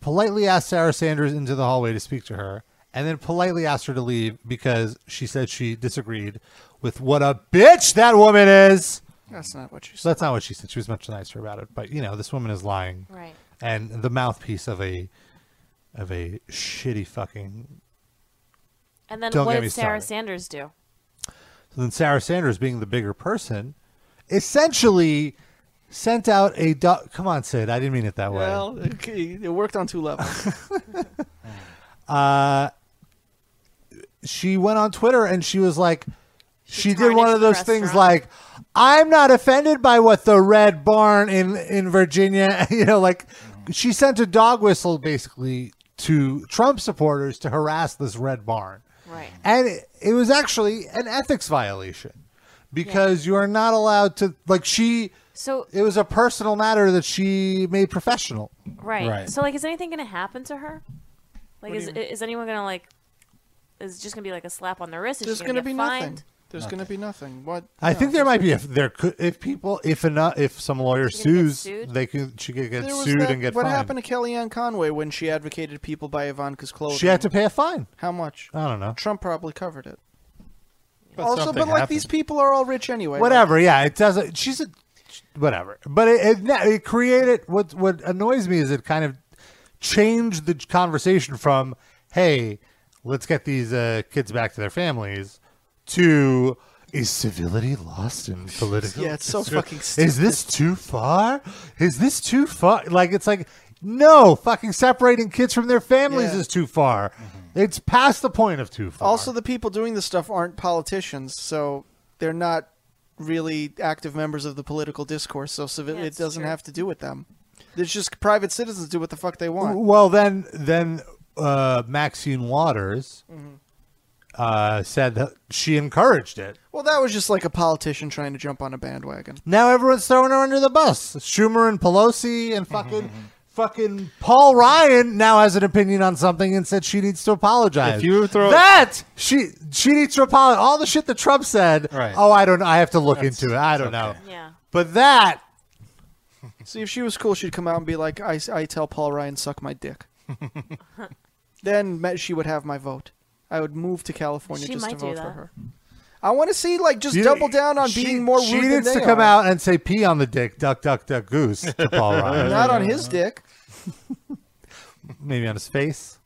politely asked Sarah Sanders into the hallway to speak to her, and then politely asked her to leave because she said she disagreed with what a bitch that woman is.
That's not what she said.
So that's not what she said. She was much nicer about it, but you know, this woman is lying,
Right.
And the mouthpiece of a of a shitty fucking.
And then
Don't
what
get me
did Sarah
started.
Sanders do?
So then Sarah Sanders, being the bigger person, essentially sent out a. Do- Come on, Sid. I didn't mean it that way.
Well, it, it worked on two levels.
Uh, she went on Twitter and she was like, she, did one of
the
those things
restaurant.
like, I'm not offended by what the Red Barn in in Virginia, you know, like she sent a dog whistle basically to Trump supporters to harass this Red Barn.
Right.
And it, it was actually an ethics violation because you are not allowed to like she
So
it was a personal matter that she made professional.
Right. So like, is anything gonna happen to her? Like,
What do
is
you mean?
is anyone gonna like? Is it just gonna be like a slap on the wrist? Is
There's
she
going to
gonna,
be
get
nothing.
fined?
There's going to be nothing. What?
I think there might be if there could if people if enough if some lawyer sues they could she could get
There was
sued
that-
and get
what
fined.
happened to Kellyanne Conway when she advocated people buy Ivanka's clothing?
She had to pay a fine.
How much?
I don't know.
Trump probably covered it.
But
also, but
something
like these people are all rich anyway.
Whatever, yeah, it doesn't. She's a whatever, but it, it no, it created what what annoys me is it kind of changed the conversation from hey let's get these uh, kids back to their families to is civility lost in political?
Yeah, it's so
discourse?
fucking
Is this too far? Is this too far? Like it's like no fucking separating kids from their families
Yeah. Mm-hmm.
is too far. It's past the point of too far.
Also, the people doing this stuff aren't politicians, so they're not really active members of the political discourse. So civi- it doesn't have to do with them. It's just private citizens do what the fuck they want.
Well, then, then uh, Maxine Waters uh, said that she encouraged it.
Well, that was just like a politician trying to jump on a bandwagon.
Now everyone's throwing her under the bus. Schumer and Pelosi and fucking fucking Paul Ryan now has an opinion on something and said she needs to apologize.
If you throw-
that, she she needs to apologize. All the shit that Trump said.
Right.
Oh, I don't. I have to look into it. I don't know.
Yeah.
But that
See, if she was cool, she'd come out and be like, "I, I tell Paul Ryan, suck my dick." then ma- she would have my vote. I would move to California
She
just to
might do
vote for
that.
her. I want to see like just
You-
double down on
she-
being more rude
She
than
needs
they
to come
are.
out and say pee on the dick, duck, duck, duck, goose to Paul Ryan.
Not on his dick.
Maybe on his face.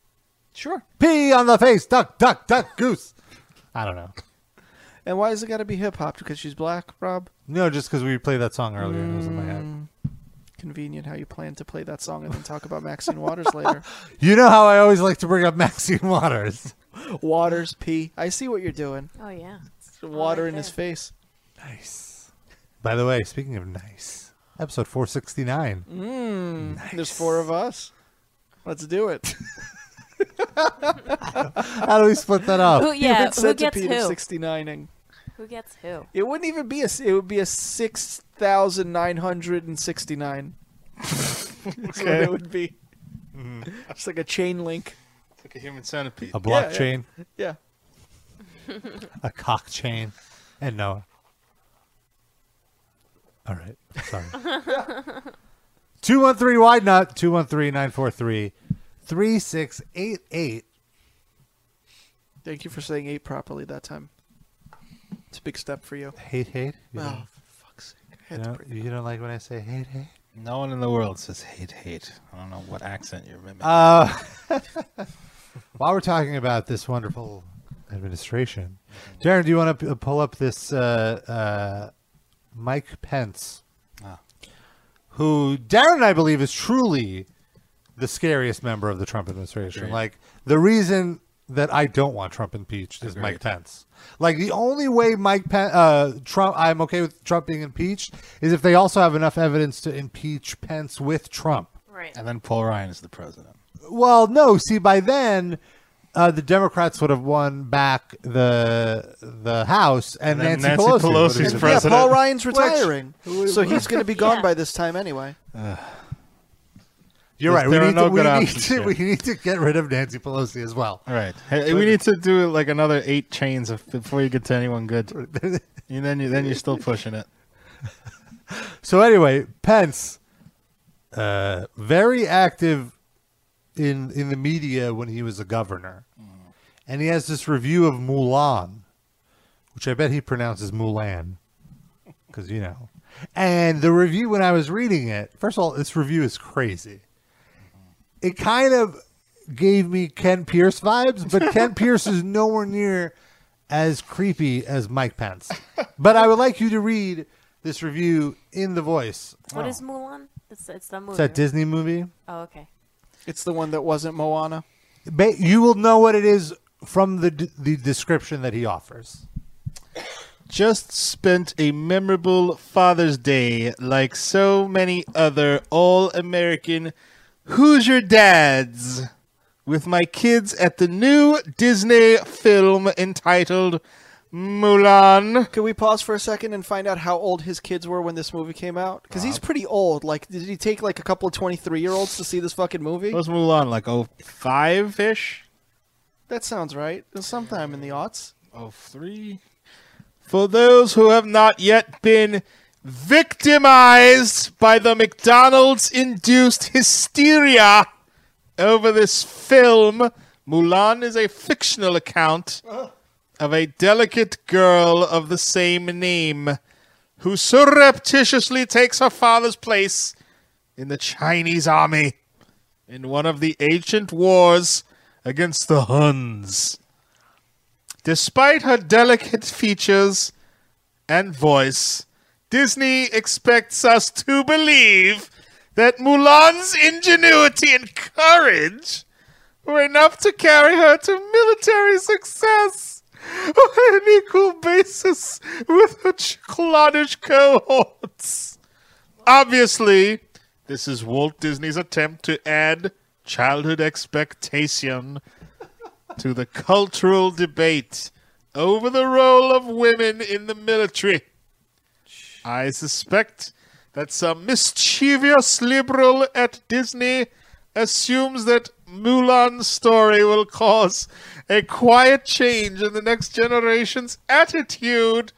Sure.
Pee on the face, duck, duck, duck, goose. I don't know.
And why is it got to be hip hop? Because she's black, Rob.
No, just because we played that song earlier and it was in my head.
Convenient how you plan to play that song and then talk about Maxine Waters later.
You know how I always like to bring up Maxine Waters.
Waters P. I see what you're doing.
Oh yeah.
Water in his face.
Nice. By the way, speaking of nice, episode 469.
Mm, There's four of us. Let's do it.
How do we split that
Oh.
up?
Who- yeah,
Human
who gets
centipede of
who?
69ing.
Who gets who?
It wouldn't even be a. s- It would be a six thousand nine hundred and sixty-nine. That's what
Okay.
it would be. It's like a chain link.
Like a human centipede.
A blockchain,
Yeah.
a cock chain, and Noah. All right. Sorry.
yeah.
213 wide nut 213 943 3688
Thank you for saying eight properly that time. It's a big step for you.
hate hate you,
Oh,
don't- you, don't, you don't like when i say hate hate
No one in the world says hate, hate. I don't know what accent you're mimicking.
uh, while we're talking about this wonderful administration darren do you want to p- pull up this uh, uh, mike pence
Ah.
who darren i believe is truly the scariest member of the trump administration
Agreed.
like the reason that i don't want trump impeached is mike
Agreed.
pence like the only way mike Pen- uh, trump i'm okay with trump being impeached is if they also have enough evidence to impeach pence with trump
Right.
And then Paul Ryan is the president.
well, no. See, by then, uh, the Democrats would have won back the the House, and,
And then
Nancy,
Nancy
Pelosi
Pelosi's
would have been-
Yeah, Paul Ryan's retiring,
Which-
so he's going to be gone by this time anyway.
You're right.
There
we
are
need
no
to, we
good
need
options
to-
here.
we need to get rid of Nancy Pelosi as well.
All right. Hey, we need to do like another eight chains of, before you get to anyone good. and then, you, then you're still pushing it.
So anyway, Pence, uh, very active in in the media when he was a governor, and he has this review of Mulan, which I bet he pronounces Mulan, because you know. And the review when I was reading it, first of all, this review is crazy. It kind of gave me Ken Pierce vibes, but Ken Pierce is nowhere near as creepy as Mike Pence. But I would like you to read this review in the voice.
What is Mulan? It's it's the movie.
It's that
right?
Disney movie.
Oh okay.
It's the one that wasn't Moana.
Ba- You will know what it is from the d- the description that he offers.
just spent a memorable Father's Day like so many other all American Hoosier dads with my kids at the new Disney film entitled Mulan.
Can we pause for a second and find out how old his kids were when this movie came out? Because he's pretty old. Like, did he take like a couple of twenty-three-year-olds to see this fucking movie?
Was Mulan like oh five ish?
That sounds right. It was sometime in the aughts.
Oh three. For those who have not yet been victimized by the McDonald's induced hysteria over this film, Mulan is a fictional account of a delicate girl of the same name who surreptitiously takes her father's place in the Chinese army in one of the ancient wars against the Huns. Despite her delicate features and voice, Disney expects us to believe that Mulan's ingenuity and courage were enough to carry her to military success on an equal basis with her cloddish cohorts. Obviously, this is Walt Disney's attempt to add childhood expectation to the cultural debate over the role of women in the military. I suspect that some mischievous liberal at Disney assumes that Mulan's story will cause a quiet change in the next generation's attitude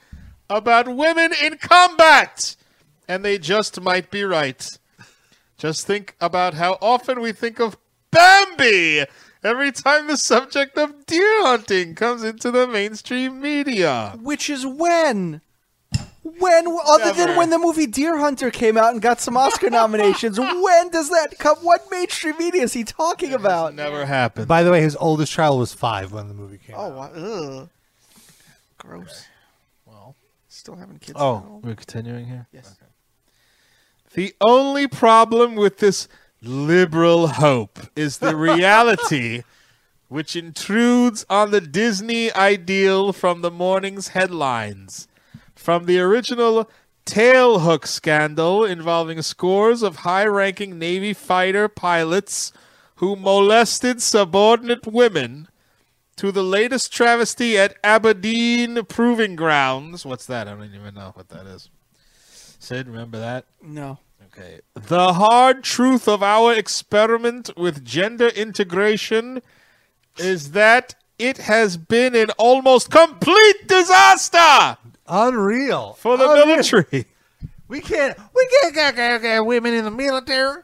about women in combat. And they just might be right. Just think about how often we think of Bambi every time the subject of deer hunting comes into the mainstream media.
Which is when? When, other than
Never.
when the movie Deer Hunter came out and got some Oscar nominations, when does that come? What mainstream media is he talking about?
Never happened. Oh,
By the way, his oldest child was five when the movie came.
Oh, wow. Ugh. Oh, uh, gross. Still having kids.
Oh, we're continuing here?
Yes.
The only problem with this liberal hope is the reality which intrudes on the Disney ideal from the morning's headlines. From the original tailhook scandal involving scores of high ranking Navy fighter pilots who molested subordinate women to the latest travesty at Aberdeen Proving Grounds. What's that? I don't even know what that is. Sid, remember that?
No.
Okay. The hard truth of our experiment with gender integration is that it has been an almost complete disaster.
Unreal
for the military.
We can't. We can't get, get, get women in the military.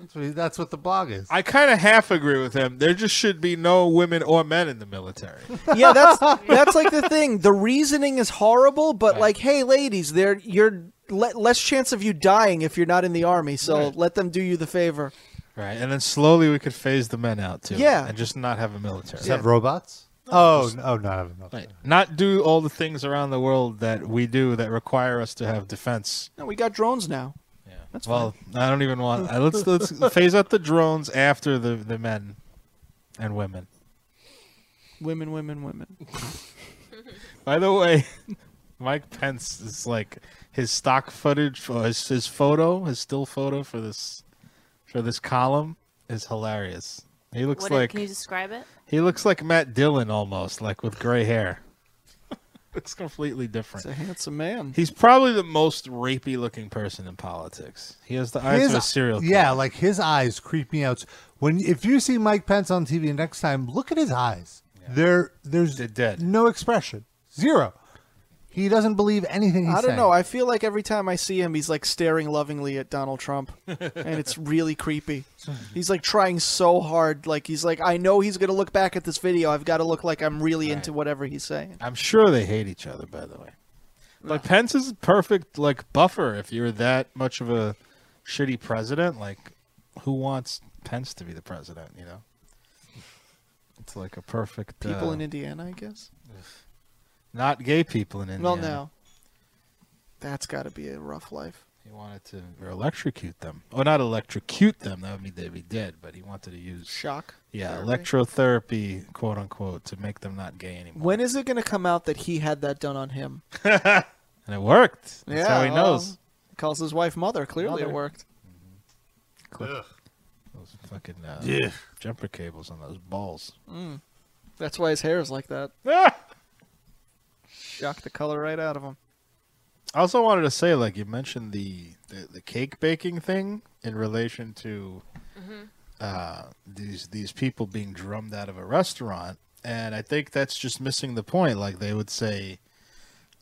That's what, that's what the blog is.
I kind of half agree with him. There just should be no women or men in the military.
yeah, that's that's like the thing. The reasoning is horrible, but like, hey, ladies, there you're le- less chance of you dying if you're not in the army. So
Right.
let them do you the favor.
Right, and then slowly we could phase the men out too.
Yeah.
and just not have a military.
Just have robots. Oh, oh, not have military.
Right. Not do all the things around the world that we do that require us to have defense.
No, we got drones now. Yeah, that's
well, I don't even want. uh, let's let's phase out the drones after the the men and women.
fine. Women, women, women.
By the way, Mike Pence is like his stock footage or his, his photo, his still photo for this for this column is hilarious. He looks
What-
like
Can you describe it?
he looks like Matt Dillon almost, like with gray hair. looks completely different.
It's a handsome man.
He's probably the most rapey looking person in politics. He has the eyes of a serial killer.
Yeah, like his eyes creep me out. When if you see Mike Pence on TV next time, look at his eyes. There, there's no expression, zero. He doesn't believe anything. He's
I don't
saying.
know. I feel like every time I see him, he's like staring lovingly at Donald Trump, and it's really creepy. He's like trying so hard. Like he's like, I know he's gonna look back at this video. I've got to look like I'm really into whatever he's saying.
I'm sure they hate each other, by the way. Like Pence is a perfect like buffer if you're that much of a shitty president. Like, who wants Pence to be the president? You know, it's like a perfect
People
uh,
in Indiana, I guess.
not gay people in Indiana.
Well, no. That's got to be a rough life.
He wanted to or electrocute them. Oh, not electrocute them. That would mean they'd be dead. But he wanted to use
shock.
Yeah, electrotherapy, quote unquote, to make them not gay anymore.
When is it going to come out that he had that done on him?
And it worked.
yeah,
That's how he
well,
knows.
he calls his wife mother. Clearly, it
Mother.
worked.
Those fucking uh,
Yeah.
jumper cables on those balls.
Mm. That's why his hair is like that. Shocked the color right out of him.
I also wanted to say, like you mentioned the the, the cake baking thing in relation to
Mm-hmm.
uh, these these people being drummed out of a restaurant, and I think that's just missing the point. Like they would say,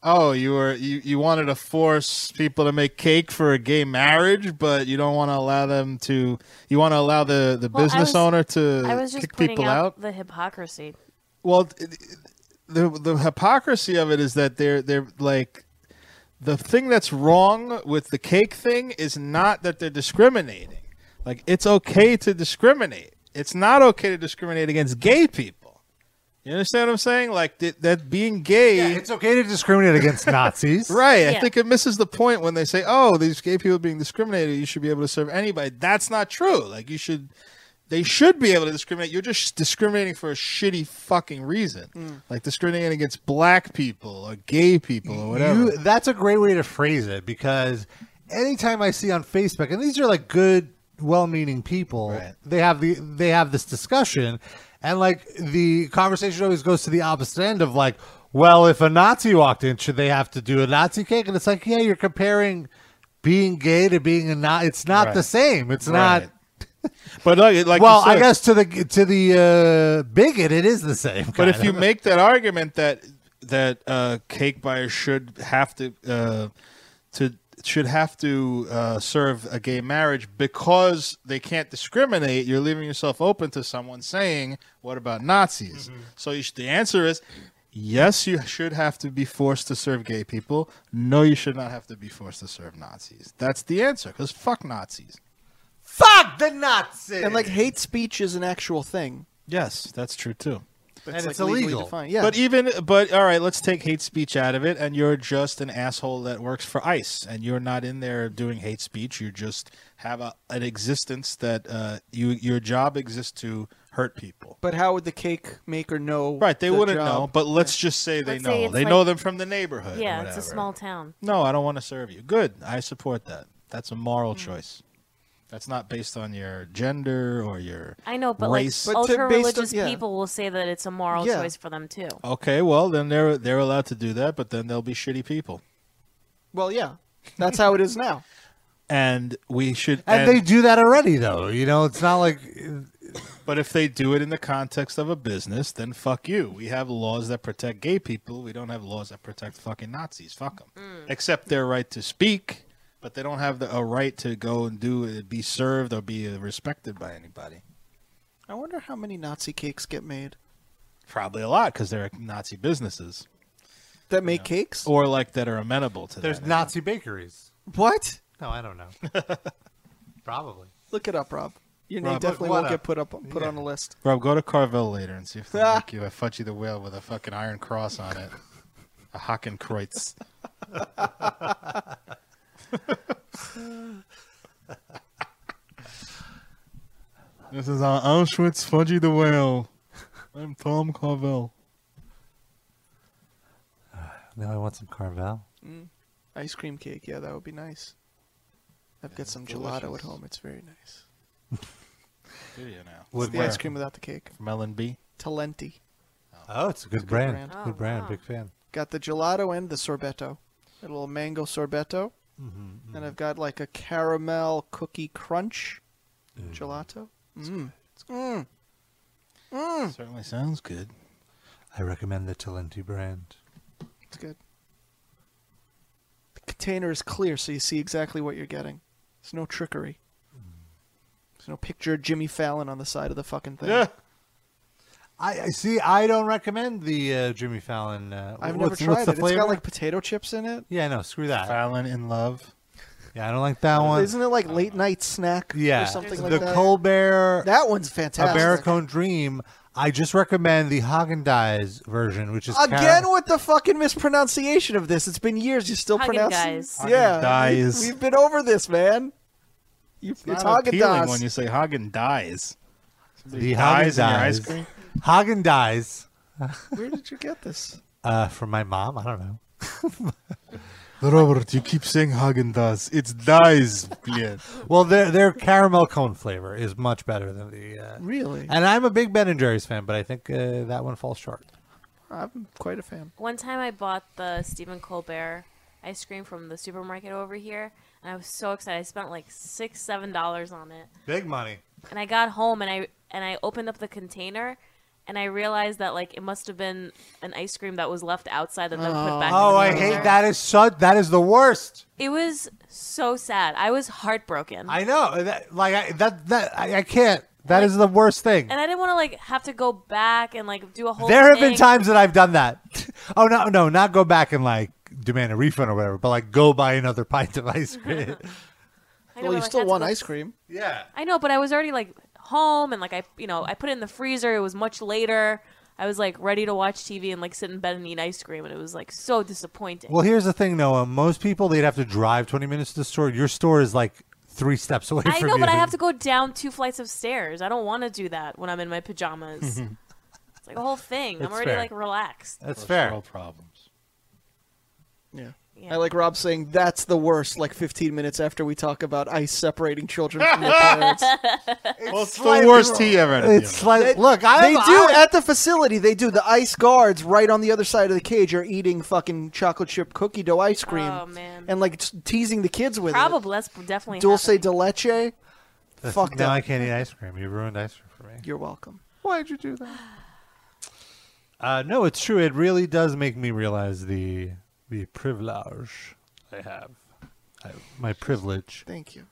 "Oh, you were you, you wanted to force people to make cake for a gay marriage, but you don't want to allow them to. You want to allow the the
Well, I
business
was-
owner to
I was just
kick
pointing
people
out,
out."
the hypocrisy.
Well, th- the the hypocrisy of it is that they're they're like the thing that's wrong with the cake thing is not that they're discriminating. Like it's okay to discriminate. It's not okay to discriminate against gay people. You understand what I'm saying? Like th- that being gay,
it's okay to discriminate against Nazis,
right? I think it misses the point when they say, "Oh, these gay people being discriminated, you should be able to serve anybody." That's not true. Like you should, they should be able to discriminate. You're just discriminating for a shitty fucking reason,
Mm.
like discriminating against black people or gay people or whatever.
You, that's a great way to phrase it because anytime I see on Facebook, and these are like good, well-meaning people, they have the they have this discussion, and like the conversation always goes to the opposite end of like, well, if a Nazi walked in, should they have to do a Nazi cake? And it's like, yeah, you're comparing being gay to being a Nazi. It's not
Right.
the same. It's not.
Right. But like, like you
well, I
said-
guess to the to the uh, bigot, it is the same.
But if
kinda.
you make that argument that that uh, cake buyers should have to uh, to should have to uh, serve a gay marriage because they can't discriminate, you're leaving yourself open to someone saying, "What about Nazis?" So you should, the answer is. Yes, you should have to be forced to serve gay people. No, you should not have to be forced to serve Nazis. That's the answer, because fuck Nazis.
fuck the Nazis,
Eh.
and like hate speech is an actual thing.
Yes, that's true too.
That's, like, legally defined. Yeah.
But even but all right, let's take hate speech out of it and you're just an asshole that works for ICE and you're not in there doing hate speech. You just have a, an existence that uh, you your job exists to hurt people.
But how would the cake maker know?
Right, they
the
wouldn't
job?
know, but let's just say they
Let's say
know.
it's
They
like-
know them from the neighborhood. or
Yeah, it's a
whatever.
small town.
No, I don't want to serve you. Good. I support that. That's a moral
Mm.
choice. That's not based on your gender or your
I know, but
race.
like ultra-religious people will say that it's a moral
Yeah.
choice for them too.
Okay, well then they're they're allowed to do that, but then they'll be shitty people.
Well, yeah. That's how it is now.
And we should
And they do that already, though. You know, it's not like.
But if they do it in the context of a business, then fuck you. We have laws that protect gay people. We don't have laws that protect fucking Nazis. Fuck them. Except their right to speak, but they don't have the, a right to go and do it, be served or be uh, respected by anybody.
I wonder how many Nazi cakes get made.
Probably a lot because they're Nazi businesses
that make cakes
or like that are amenable to
There's
that.
Nazi bakeries.
What?
No, I don't know. Probably.
Look it up, Rob. Your
Rob,
name
look
definitely
one
won't
up.
get put up put on the list.
Rob, go to Carvel later and see if they make you a Fudgy the Whale with a fucking iron cross on it. A Hakenkreuz. this is our Auschwitz Fudgy the Whale. I'm Tom Carvel.
Now I want some Carvel.
Mm. Ice cream cake, yeah, that would be nice. I've got some gelato at home. It's very nice.
Do you now?
It's the ice cream without the cake.
From L&B.
Talenti.
Oh, it's a good
good
brand.
brand.
Good brand. Big fan.
Got the gelato and the sorbetto. A little mango sorbetto.
Mm-hmm.
And I've got like a caramel cookie crunch gelato. Mm. Mm. Mm.
Certainly sounds good.
I recommend the Talenti brand.
It's good. The container is clear, so you see exactly what you're getting. There's no trickery. There's no picture of Jimmy Fallon on the side of the fucking thing.
Yeah. I, I see. I don't recommend the uh, Jimmy Fallon. Uh,
I've never
what's-
tried
what's the
it.
Flavor?
It's got like potato chips in it.
yeah, no, screw that.
Fallon in love.
Yeah, I don't like that one.
Isn't it like late night snack
Yeah,
or something
the
like that?
Colbert.
That one's
a
fantastic.
Barricone Dream. I just recommend the Haagen Dazs version, which is car-
Again with the fucking mispronunciation of this. It's been years. You still pronounce
Häagen-Dazs.
Yeah,
Häagen-Dazs.
we've been over this, man. You, it's
It's not
Hagen
appealing
Dazs.
when you say Hagen dies.
the Haagen
dies in your ice
Dazs.
cream.
Haagen Dazs.
Where did you get this?
Uh, from my mom. I don't know.
Robert, you keep saying Hagen Dazs. It's dies,
Well, their their caramel cone flavor is much better than the. Uh,
Really?
And I'm a big Ben and Jerry's fan, but I think uh, that one falls short.
I'm quite a fan.
One time I bought the Stephen Colbert ice cream from the supermarket over here, and I was so excited. I spent like six, seven dollars on it.
Big money.
and I got home and I and I opened up the container and I realized that like it must have been an ice cream that was left outside that then put back. in
Oh,
the
I
freezer.
hate that. Is such that is the worst.
It was so sad. I was heartbroken.
I know uh, that like I, that that I, I can't. That is the worst thing.
and I didn't want to like have to go back and like do a whole.
There have been
thing.
times that I've done that. Oh no, no, not go back and like demand a refund or whatever, but like go buy another pint of ice cream.
I know,
Well,
but,
you
like,
still
that's
want
what-
ice cream.
Yeah.
I know, but I was already like home and like I you know I put it in the freezer. It was much later. I was like ready to watch TV and like sit in bed and eat ice cream, and it was like so disappointing.
Well, here's the thing, Noah. Most people they'd have to drive 20 minutes to the store. Your store is like three steps away
I
from
know,
you.
but I have to go down two flights of stairs. I don't want to do that when I'm in my pajamas. it's like a whole thing. I'm
That's
already
fair.
like relaxed.
That's
fair. Problems.
Yeah.
Yeah.
I like Rob saying that's the worst. Like 15 minutes after we talk about ice separating children from their parents.
It's the worst he ever had. at
It's like
They-
look, I
they do at the facility. They do the ice guards right on the other side of the cage are eating fucking chocolate chip cookie dough ice cream.
Oh, man.
And like t- teasing the kids with it.
Probably that's definitely
Dulce
happened.
de leche.
That's-
Fuck
Now
that.
I can't eat ice cream. You ruined ice cream for me.
You're welcome. Why'd you do that?
Uh, no, it's true. It really does make me realize the the privilege I have. I, my privilege.
Thank you.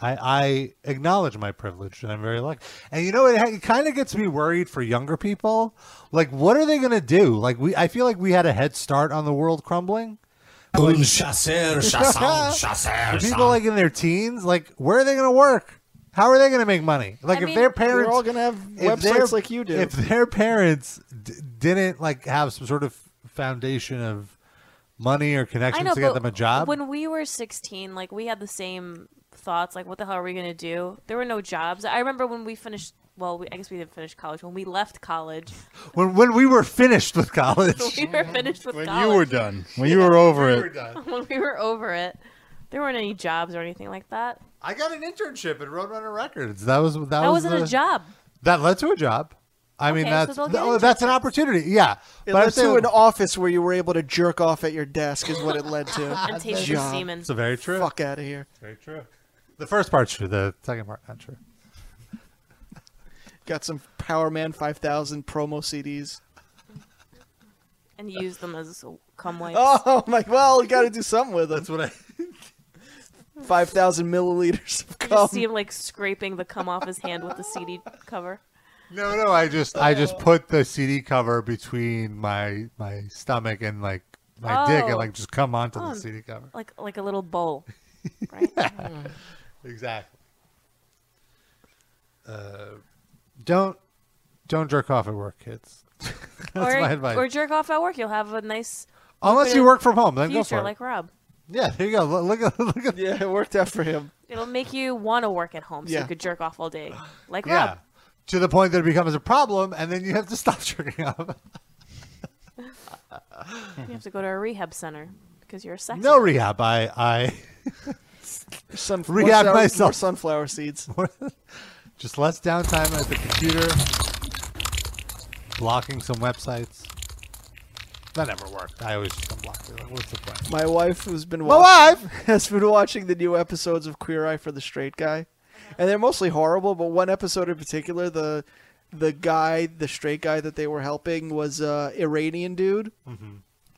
I, I, I acknowledge my privilege and I'm very lucky. And you know, it, ha- it kind of gets me worried for younger people. Like, what are they going to do? Like, we I feel like we had a head start on the world crumbling.
Un chasseur, chassant, chasseur,
people like in their teens, like, where are they going to work? How are they going to make money? Like
I
if
mean,
their
we're
parents
all gonna have
if
websites
their-
like you do.
If their parents d- didn't like have some sort of foundation of money or connections to get
but
them a job,
When we were 16, like we had the same thoughts. Like, what the hell are we gonna do? There were no jobs. I remember when we finished. Well, we, I guess we didn't finish college. When we left college,
when when we were finished with college,
we were finished with
When
college.
you were done, when you were over it,
when we were over it, there weren't any jobs or anything like that.
I got an internship at Roadrunner Records. That was that,
That
was
wasn't a
the-
job.
That led to a job. I mean,
Okay, so
that's
they'll get
oh, that's an opportunity. Yeah,
It
I'm
led
saying-
to an office where you were able to jerk off at your desk, is what it led to.
And taste your
Job.
semen.
It's a very true.
Fuck out of here.
Very true. The first part's true. The second part not true.
Got some Power Man 5000 promo CDs.
and use them as cum wipes.
Oh my! Well, you got to do something with them. That's
what I.
Five thousand milliliters of
You just see
cum.
him like scraping the cum off his hand with the CD cover.
No, no, I just I
Oh.
just put the CD cover between my my stomach and like my dick and
Oh.
like just come onto
Oh,
the CD cover.
Like like a little bowl.
Exactly. Uh, don't don't jerk off at work, kids. That's
or,
my advice.
or jerk off at work. You'll have a nice.
Unless you
lucrative
work from home, then go
future,
for it.
like Rob.
yeah, there you go. Look, look at look at.
Yeah, it worked out for him.
It'll make you want to work at home so
Yeah.
you could jerk off all day. Like
yeah,
Rob.
to the point that it becomes a problem, and then you have to stop jerking off.
You have to go to a rehab center because you're a sex.
No rehab. I I
Sun- more
rehab
sour- More
myself.
sunflower seeds.
Just less downtime at the computer, blocking some websites. That never worked. I always just unblocked it. Like, what's the point?
My wife has been
My
watching, has been watching the new episodes of Queer Eye for the Straight Guy,
Uh-huh.
and they're mostly horrible. But one episode in particular, the the guy, the straight guy that they were helping, was a Iranian dude,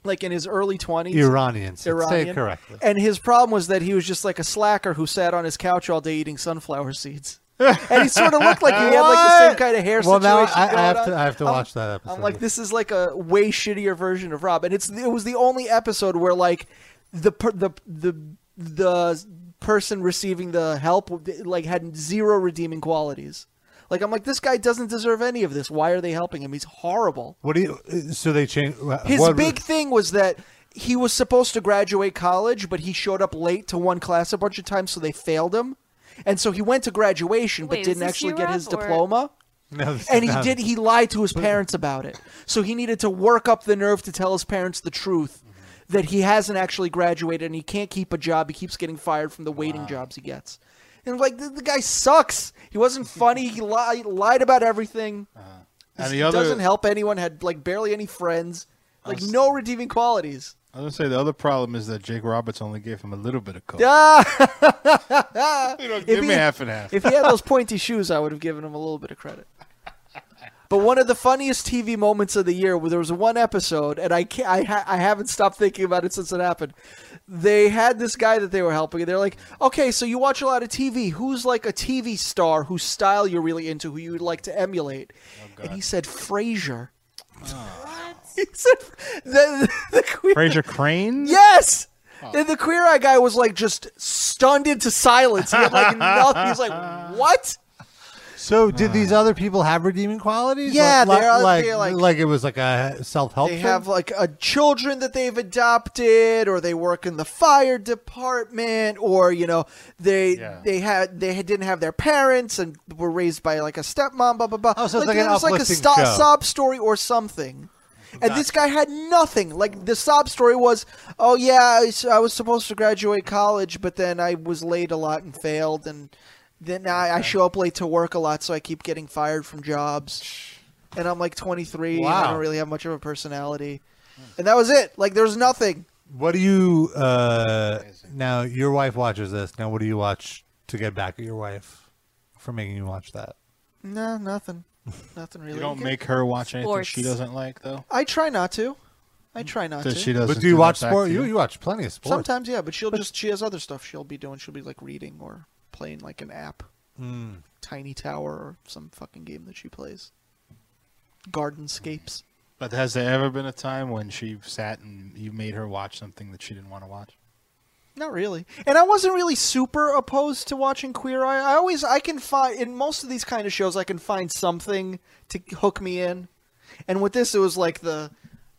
like in his early twenties.
Iranian, say it
Iranian.
correctly.
And his problem was that he was just like a slacker who sat on his couch all day eating sunflower seeds. and he sort of looked like he had like the same
What?
kind of hair
Well, now
situation.
I- I
going
have
on.
to- I have to
I'm-
watch that episode.
I'm like, this is like a way shittier version of Rob, and it's it was the only episode where like the per, the the the person receiving the help like had zero redeeming qualities. Like I'm like, this guy doesn't deserve any of this. Why are they helping him? He's horrible.
What do you? So they changed
His big thing was that he was supposed to graduate college, but he showed up late to one class a bunch of times, so they failed him. And so he went to graduation,
Wait,
but
is
didn't
this
actually
you,
get
Rob,
his
or-
diploma.
No, this is
and he
not-
did. He lied to his parents about it. So he needed to work up the nerve to tell his parents the truth that he hasn't actually graduated and he can't keep a job. He keeps getting fired from the waiting jobs he gets. And like the, the guy sucks. He wasn't funny. He lied, lied about everything.
Uh-huh. And
This
the other-
doesn't help anyone. Had like barely any friends. Like no redeeming qualities.
I was gonna say the other problem is that Jake Roberts only gave him a little bit of coke.
Ah! If
give
he-
me half and half.
If he had those pointy shoes, I would have given him a little bit of credit. But one of the funniest TV moments of the year, where there was one episode, and I can I, ha- I haven't stopped thinking about it since it happened. They had this guy that they were helping, and they're like, "Okay, so you watch a lot of TV. Who's like a TV star whose style you're really into, who you'd like to emulate?" and he said Frasier. He said the, the queer
Fraser Crane.
Yes. And the queer eye guy was like just stunned into silence. He had like nothing. He's like, what?
So did these other people have redeeming qualities?
Yeah,
like,
they're-
like,
they're like-
it was like a self help.
they have like a children that they've adopted, or they work in the fire department, or you know they they had they didn't have their parents and were raised by like a stepmom, blah blah blah.
Oh, so it's like an
there was like a
uplifting
sto-
show.
sob story or something. And this guy had nothing. Like the sob story was, oh yeah, I s- I was supposed to graduate college, but then I was late a lot and failed, and then I, I show up late to work a lot, so I keep getting fired from jobs. And I'm like 23. and I
Wow.
don't really have much of a personality.
Hmm.
And that was it. Like there was nothing.
What do you uh, now? Your wife watches this. Now, what do you watch to get back at your wife for making you watch that?
No, nothing. Nothing really.
You don't make her watch anything she
Sports.
doesn't like, though.
I try not to. I try not
So
to.
she doesn't
But do you
that
watch
back
sport?
to
You, you watch plenty of sports.
Sometimes, yeah, but she'll just she has other stuff she'll be doing. She'll be like reading or playing like an app,
Hmm.
Mm.
Tiny Tower or some fucking game that she plays. Gardenscapes.
But has there ever been a time when she sat and you made her watch something that she didn't want to watch?
Not really. And I wasn't really super opposed to watching Queer Eye. I always I can find in most of these kind of shows I can find something to hook me in. And with this it was like the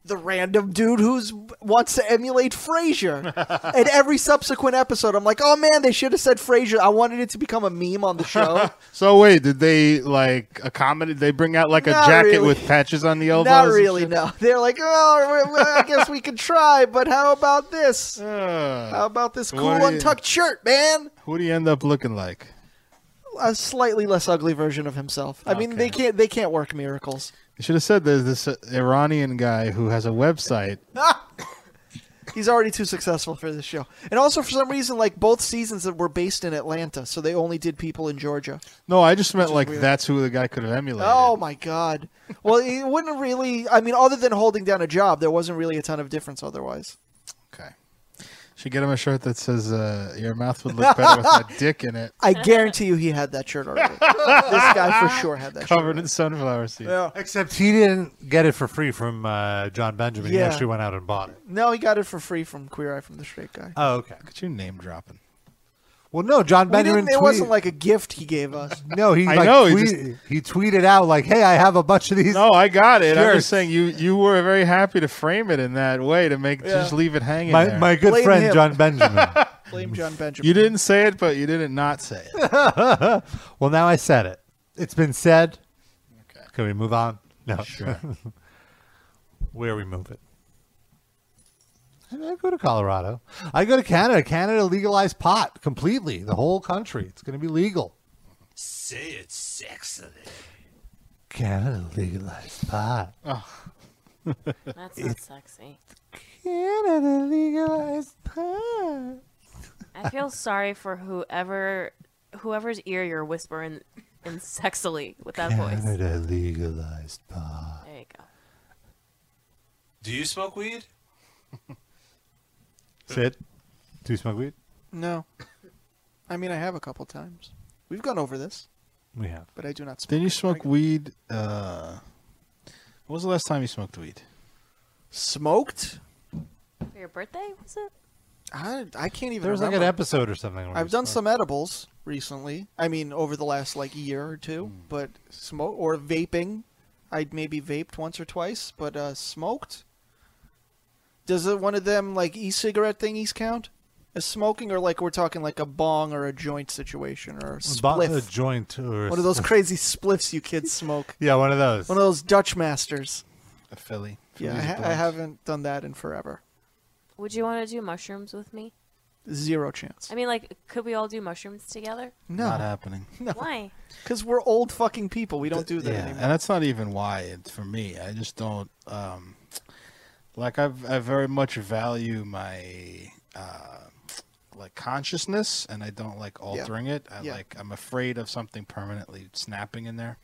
the random dude who's wants to emulate Frasier. and every subsequent episode I'm like, "Oh man, they should have said Frasier. I wanted it to become a meme on the show."
so wait, did they like accommodate? They bring out like a
Not
jacket
really.
with patches on the elbows.
Not
and
really,
shit?
no. They're like, "Oh, well, I guess we could try, but how about this? how about this
what
cool
do you-
untucked shirt, man?"
Who do you end up looking like?
a slightly less ugly version of himself. I mean, they can't they can't work miracles.
You should have said there's this uh, Iranian guy who has a website.
He's already too successful for this show. And also for some reason like both seasons that were based in Atlanta, so they only did people in Georgia.
No, I just meant
Which is
like
weird.
that's who the guy could have emulated.
Oh my god. Well, it wouldn't really I mean other than holding down a job, there wasn't really a ton of difference otherwise.
Should get him a shirt that says uh, "Your mouth would look better with my dick in it."
I guarantee you he had that shirt already. this guy for sure had that shirt.
covered in sunflower seeds.
Except he didn't get it for free from uh, John Benjamin. He
Yeah.
actually went out and bought it.
No, he got it for free from Queer Eye from the Straight Guy.
Oh, okay.
Could you name dropping?
Well, no, John
We didn't-
Benjamin.
it
tweeted-
wasn't like a gift he gave us.
No, he.
I
like,
know, he
tweeted- He, tweeted out like, "Hey, I have a bunch of these."
No, I got it. I'm
Shirts.
just saying you you were very happy to frame it in that way to make just leave it hanging.
My,
there.
my good friend John Benjamin.
Blame John Benjamin.
you didn't say it, but you didn't not say it.
well, now I said it. It's been said. Can we move on? No.
Sure.
Where we move it? I I go to Colorado. I go to Canada. Canada legalized pot completely. The whole country. It's going to be legal.
Say it sexily.
Canada legalized pot.
That's not sexy.
Canada legalized pot.
I feel sorry for whoever, whoever's ear you're whispering in sexily with that voice.
Canada legalized pot.
There you go.
Do you smoke weed?
Sid, do you smoke weed?
No. I mean, I have a couple times. We've gone over this.
We have.
But I do not smoke.
Didn't you smoke weed? Uh, when was the last time you smoked weed?
Smoked?
For your birthday, was it?
I, I can't even
There was like an
remember.
episode or something. where
I've
we
done
smoked.
some edibles recently. I mean, over the last like year or two, but smoke or vaping. I maybe vaped once or twice, but uh, smoked. Does it, one of them like e-cigarette thingies count as smoking, or like we're talking like a bong or a joint situation or a
Bo-
spliff?
a joint or a
one of those
spliff.
crazy spliffs you kids smoke.
Yeah, one of those.
One of those Dutch masters.
A Philly.
Yeah, I,
Philly's a
ha- I
blunt.
haven't done that in forever.
Would you want to do mushrooms with me?
Zero chance.
I mean, like, could we all do mushrooms together?
No.
Not happening.
No.
Why?
Because we're old fucking people. We don't do that
yeah,
anymore.
and that's not even why it's for me. I just don't um, like. I've, I very much value my uh, like consciousness, and I don't like altering it. I
Yeah.
like. I'm afraid of something permanently snapping in there.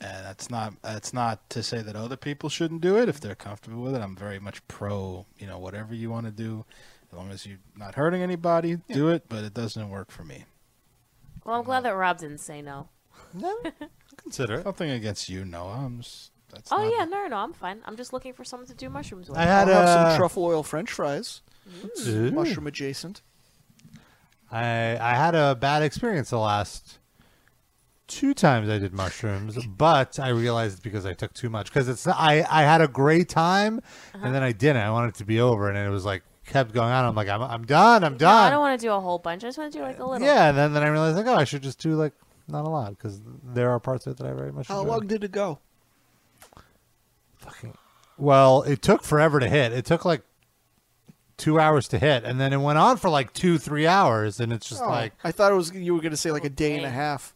And that's not that's not to say that other people shouldn't do it if they're comfortable with it. I'm very much pro, you know, whatever you want to do, as long as you're not hurting anybody, do it. But it doesn't work for me.
Well, I'm glad that Rob didn't say no.
No. Consider it.
Nothing against you, Noah. I'm just, that's
oh
not
yeah, no, no, no, I'm fine. I'm just looking for someone to do mushrooms with.
I had
I'll have
uh,
some truffle oil French fries,
Ooh.
mushroom adjacent.
I I had a bad experience the last two times I did mushrooms, but I realized because I took too much because it's not- I I had a great time
Uh-huh.
and then I didn't. I wanted it to be over, and it was like kept going on. I'm like I'm I'm done. I'm
No, I
done.
don't want to do a whole bunch. I just want to do like a little.
yeah, and then, then I realized like oh I should just do like not a lot because there are parts of it that I very much.
How
enjoy.
long did it go?
Well, it took forever to hit. It took like two hours to hit, and then it went on for like two three hours, and it's just
Oh,
like.
I thought it was you were going to say like a day and a half.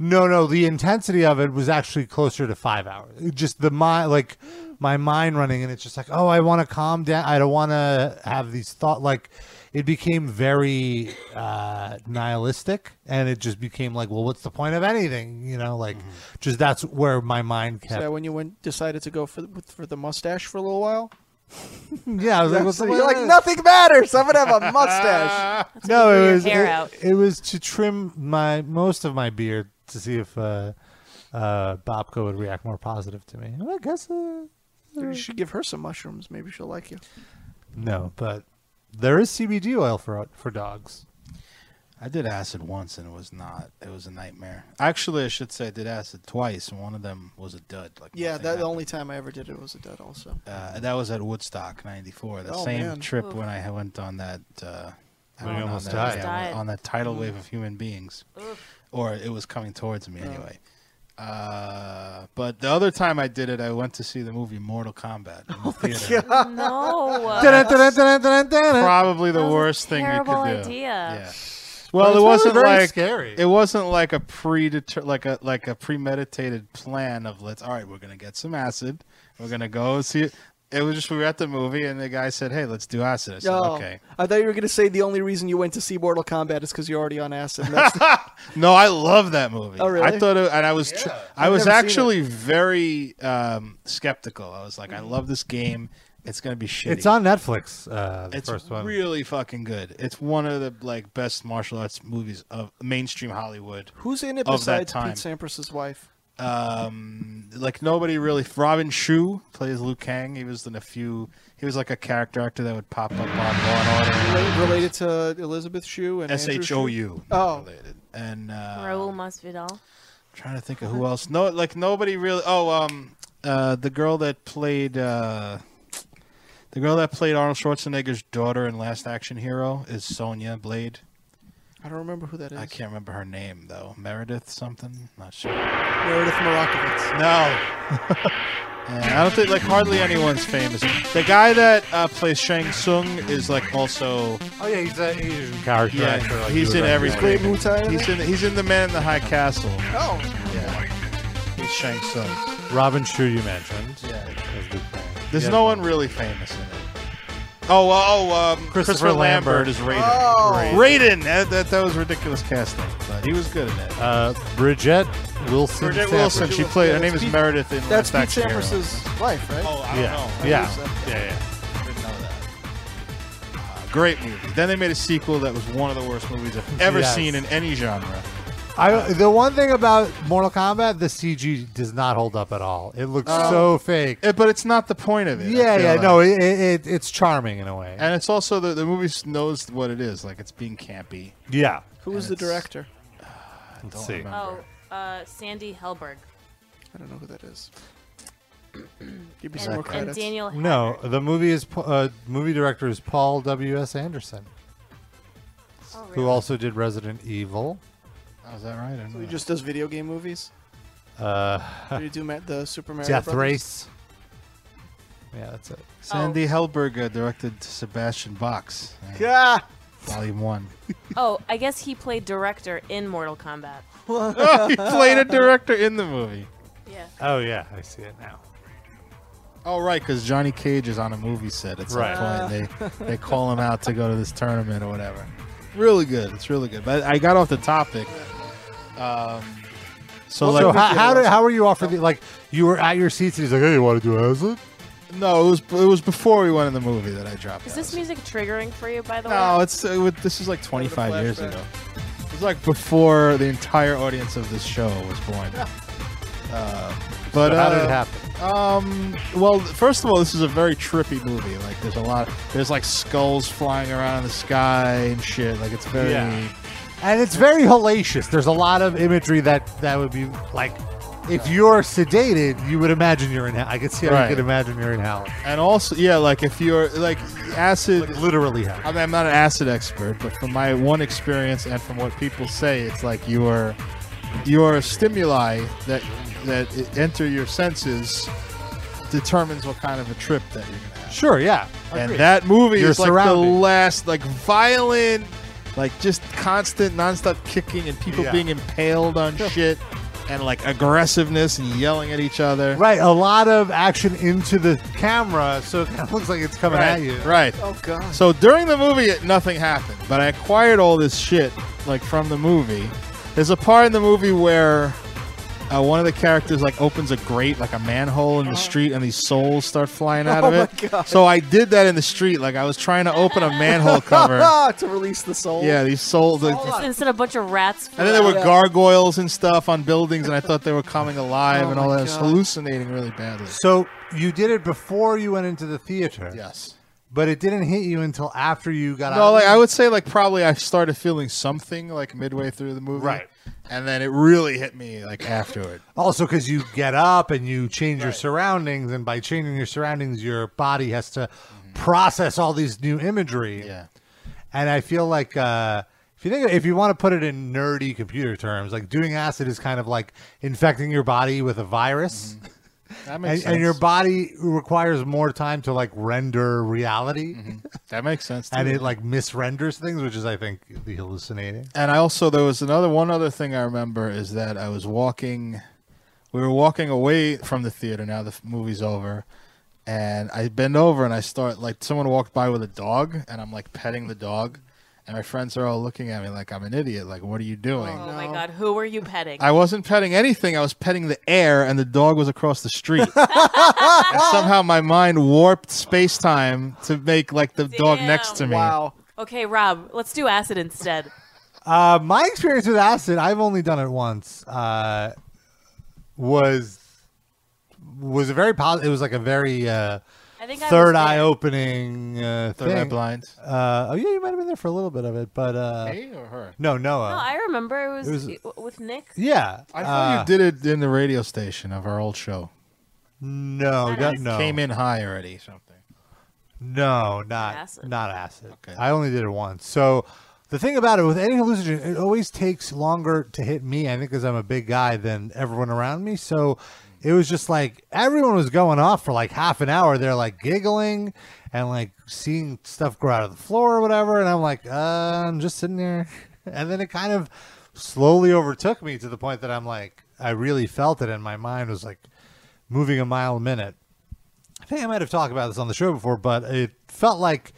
No, no, the intensity of it was actually closer to five hours. It just the mind, like my mind running, and it's just like, oh, I want to calm down. I don't want to have these thought. Like, it became very uh, nihilistic, and it just became like, well, what's the point of anything? You know, like,
Mm-hmm.
just that's where my mind
Is
kept.
that when you went decided to go for the, with, for the mustache for a little while?
yeah, I was like, what's the
You're
point
like
of this?
nothing matters. I'm gonna have a mustache.
no,
you
it
grew
was
your hair
it,
out.
it was to trim my most of my beard to see if uh, uh, Bobco would react more positive to me. I guess. Uh,
you should give her some mushrooms. Maybe she'll like you.
No, but There is CBD oil for for dogs.
I did acid once and it was not. It was a nightmare. Actually, I should say I did acid twice, and one of them was a dud. Like
Yeah, that the only time I ever did it was a dud. Also,
uh, that was at Woodstock '94. The
Oh,
same
man.
trip
Oof.
when I went on that. Uh, I
When you
went on
almost
that-
died.
yeah,
Almost died.
on that tidal wave
Mm.
of human beings,
Oof.
or it was coming towards me anyway. Uh, but the other time I did it, I went to see the movie Mortal Kombat
Oh
in the theater.
no.
Probably the
That was a
worst thing you could do.
terrible idea.
Yeah. Well,
But
it
it's
wasn't
really very
like
scary.
It wasn't like a predeter like a like a premeditated plan of let's all right, we're gonna get some acid, we're gonna go see it. It was just we were at the movie and the guy said, "Hey, let's do acid." I said,
Oh,
"Okay."
I thought you were going to say the only reason you went to see Mortal Kombat is because you're already on acid. and That's
No, I love that movie.
Oh,
I
really?
thought, it, and I was, tr- I
I've
was
never seen
actually very um, skeptical. I was like, "I love this game. It's gonna be shitty."
It's on Netflix. Uh, the
it's
first one.
really fucking good. It's one of the like best martial arts movies of mainstream Hollywood.
Who's in it
of that
besides
time.
Pete Sampras's wife?
um, like nobody really. Robin Shu plays Liu Kang. He was in a few. He was like a character actor that would pop up on Law and
Rela- related to Elizabeth Shue and
Order. S
Andrew
H
Shue?
O U.
Oh,
And uh,
Raul Masvidal.
trying to think of who else. No, like nobody really. Oh, um, uh, the girl that played uh, the girl that played Arnold Schwarzenegger's daughter in Last Action Hero is Sonya Blade.
I don't remember who that is.
I can't remember her name though. Meredith something. Not sure.
Meredith Morakovitz.
No. Yeah, I don't think like hardly anyone's famous. The guy that uh, plays Shang Tsung is like also
Oh yeah, he's a he's a character.
yeah,
actor, like
he's
you
in
were
everything.
recommending.
He's in he's in the Man in the High Castle.
Oh.
Yeah. He's Shang Tsung.
Robin Shu you mentioned.
Yeah. There's
There's
no one really famous in it. Oh, uh, oh, um, Christopher, Lambert,
Lambert.
is Raiden.
Oh.
Raiden, that, that, that was ridiculous casting, but he was good in it.
Uh, Bridget Wilson.
Bridget
Sampras.
Wilson, she played. Her name is
Pete-
Meredith in
That's Pete
Last Action Hero.
Sampras's wife, right? Oh,
yeah. Yeah. yeah,
yeah. Uh, Great movie. Then they made a sequel that was one of the worst movies I've ever
Yes.
seen in any genre.
I, the one thing about Mortal Kombat, the CG does not hold up at all. It looks
Uh,
so fake.
eh, but it's not the point of it. I
Yeah,
feel
yeah,
like.
no, it, it, it- it's charming in a way.
And it's also the the movie knows what it is. Like it's being campy.
Yeah.
Who was the director?
Let's
see.
Oh, uh, Sandy Helberg.
I don't know who that is. Give me some more
And- and
credits.
Daniel
No, the movie is Pa- uh, movie director is Paul W S Anderson,
Oh,
who also did Resident Evil.
Oh, is that right? I don't
So he
know.
just does video game movies.
Uh,
Did he do Ma- the Super Mario
Death
Brothers?
Race. Yeah, that's it.
Sandy
oh.
Helberger directed Sebastian Box.
Yeah.
Volume one.
Oh, I guess he played director in Mortal Kombat.
he played a director in the movie.
Yeah.
Oh yeah, I see it now.
Oh right, because Johnny Cage is on a movie set at some
Right.
point. They they call him out to go to this tournament or whatever. Really good. It's really good. But I got off the topic. Um, so
So,
like,
how how, did, how were you offered the like? You were at your seats and he's like, "Hey, you want to do acid?"
no, it was it was before we went in the movie that I dropped.
Is
Out.
this music triggering for you, by the
No,
way?
it's it, would- this is like 25 years ago. It was like before the entire audience of this show was born. Uh, but
So how did it
uh,
happen?
Um, well, first of all, this is a very trippy movie. Like, there's a lot. There's like skulls flying around in the sky and shit. Like, it's very.
Yeah. And it's very hellacious. There's a lot of imagery that that would be like, if you're sedated, you would imagine you're in hell. I could see how
Right.
you could imagine you're in hell.
And also, yeah, like if you're like acid,
literally.
I mean, I'm not an acid expert, but from my one experience and from what people say, it's like your your stimuli that that enter your senses determines what kind of a trip that you're gonna have.
Sure, yeah.
And that movie
Your
is like the
surroundings.
last, like violent, like just constant, nonstop kicking and people
Yeah.
being impaled on shit, and like aggressiveness and yelling at each other.
Right, a lot of action into the camera, so it kind of looks like it's coming
right,
at you.
Right.
Oh god.
So during the movie, it, nothing happened, but I acquired all this shit like from the movie. There's a part in the movie where uh, one of the characters like opens a grate, like a manhole in the street, and these souls start flying out of
Oh,
it.
my God.
So I did that in the street, like I was trying to open a manhole cover.
to release the soul.
yeah, these souls. the-
Just instead of a bunch of rats.
and then there were
Yeah.
gargoyles and stuff on buildings, and I thought they were coming alive
Oh
and all
my
that. I was
God.
hallucinating really badly.
So you did it before you went into the theater.
Yes.
But it didn't hit you until after you got out.
No, like I would say, like probably I started feeling something like midway through the movie,
Right.
And then it really hit me like afterward.
Also, because you get up and you change your surroundings, and by changing your surroundings, your body has to process all these new imagery. Yeah. And I feel like uh, if you think if you want to put it in nerdy computer terms, like doing acid is kind of like infecting your body with a virus.
That
and,
makes
and
sense.
your body requires more time to like render reality.
Mm-hmm. That makes sense.
and
too.
it like misrenders things, which is I think the hallucinating.
And I also there was another one other thing I remember is that I was walking, we were walking away from the theater. Now the f- movie's over, and I bend over and I start like someone walked by with a dog, and I'm like petting the dog, and my friends are all looking at me like I'm an idiot. Like what are you doing?
Oh my god, who were you petting?
I wasn't petting anything. I was petting the air, and the dog was across the street. and somehow my mind warped space time to make like the dog next to me.
Okay, Rob, let's do acid instead.
Uh, my experience with acid, I've only done it once. Uh, was was a very positive. It was like a very uh,
I think I was
third
there.
eye opening. Uh,
Third Eye
thing.
Blind.
Uh, oh yeah, you might have been there for a little bit of it, but uh,
Me or her?
No, Noah.
no, I remember it was,
it was-
it- with Nick.
Uh, yeah,
I thought
uh,
you did it in the radio station of our old show.
No, that-
You
no.
Came in high already. So.
No, not
Acid.
not acid. I only did it once. So the thing about it with any hallucinogen, it always takes longer to hit me. I think because I'm a big guy than everyone around me. So it was just like everyone was going off for like half an hour. They're like giggling and like seeing stuff grow out of the floor or whatever. And I'm like, uh, I'm just sitting there. And then it kind of slowly overtook me to the point that I'm like, I really felt it, and my mind was like moving a mile a minute. I think I might have talked about this on the show before, but it felt like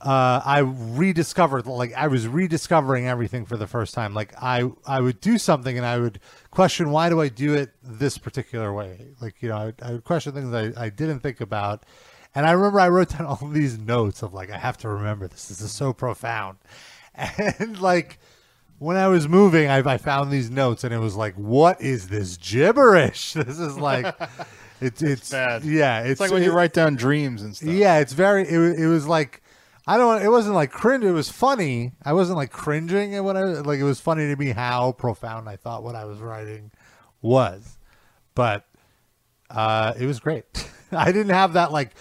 uh, I rediscovered, like I was rediscovering everything for the first time. Like I, I would do something and I would question why do I do it this particular way? Like you know, I, would- I would question things I, I didn't think about, and I remember I wrote down all these notes of like I have to remember this. This is so profound, and like when I was moving, I, I found these notes, and it was like, what is this gibberish? This is like. It's, it's
bad.
yeah
It's like when you write down dreams and stuff.
yeah it's very it, wa- it was like i don't it wasn't like cringe it was funny i wasn't like cringing at what i like it was funny to me how profound i thought what i was writing was but uh it was great i didn't have that like